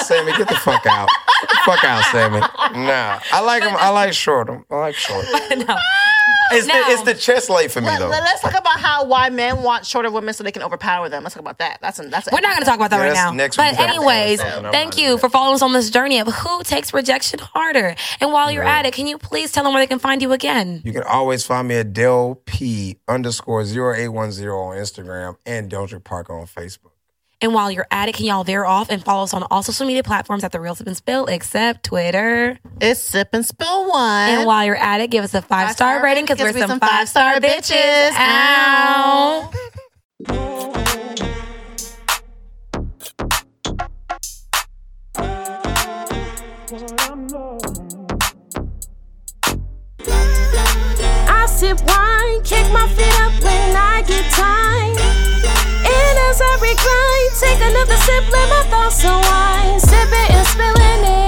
Speaker 4: Sammy, get the fuck out. Get the fuck out, Sammy. Nah, I like him. I like short 'em. I like short.
Speaker 3: (laughs) no.
Speaker 4: (laughs) It's
Speaker 3: No.
Speaker 4: the it's the chest lay for me
Speaker 2: Let,
Speaker 4: though.
Speaker 2: us talk about how why men want shorter women so they can overpower them. Let's talk about that. That's an, that's.
Speaker 3: We're not going to talk about that
Speaker 4: Yeah,
Speaker 3: right
Speaker 4: that's
Speaker 3: now.
Speaker 4: next
Speaker 3: but
Speaker 4: week's episode.
Speaker 3: anyways,
Speaker 4: Yeah, no,
Speaker 3: thank
Speaker 4: no,
Speaker 3: you
Speaker 4: no.
Speaker 3: for following us on this journey of who takes rejection harder. And while you're at it, can you please tell them where they can find you again?
Speaker 4: You can always find me at Del P underscore 0810 on Instagram and Delta Parker on Facebook.
Speaker 3: And while you're at it, can y'all veer off and follow us on all social media platforms at The Real Sip and Spill, except Twitter.
Speaker 2: It's sip and spill one.
Speaker 3: And while you're at it, give us a five star
Speaker 2: Five-star
Speaker 3: rating because
Speaker 2: rating,
Speaker 3: we're
Speaker 2: 'cause
Speaker 3: some five star bitches.
Speaker 2: bitches.
Speaker 3: Ow.
Speaker 1: I sip wine, kick my feet up when I get tired. And as I recline, take another sip, let my thoughts unwind. Sipping and spilling it.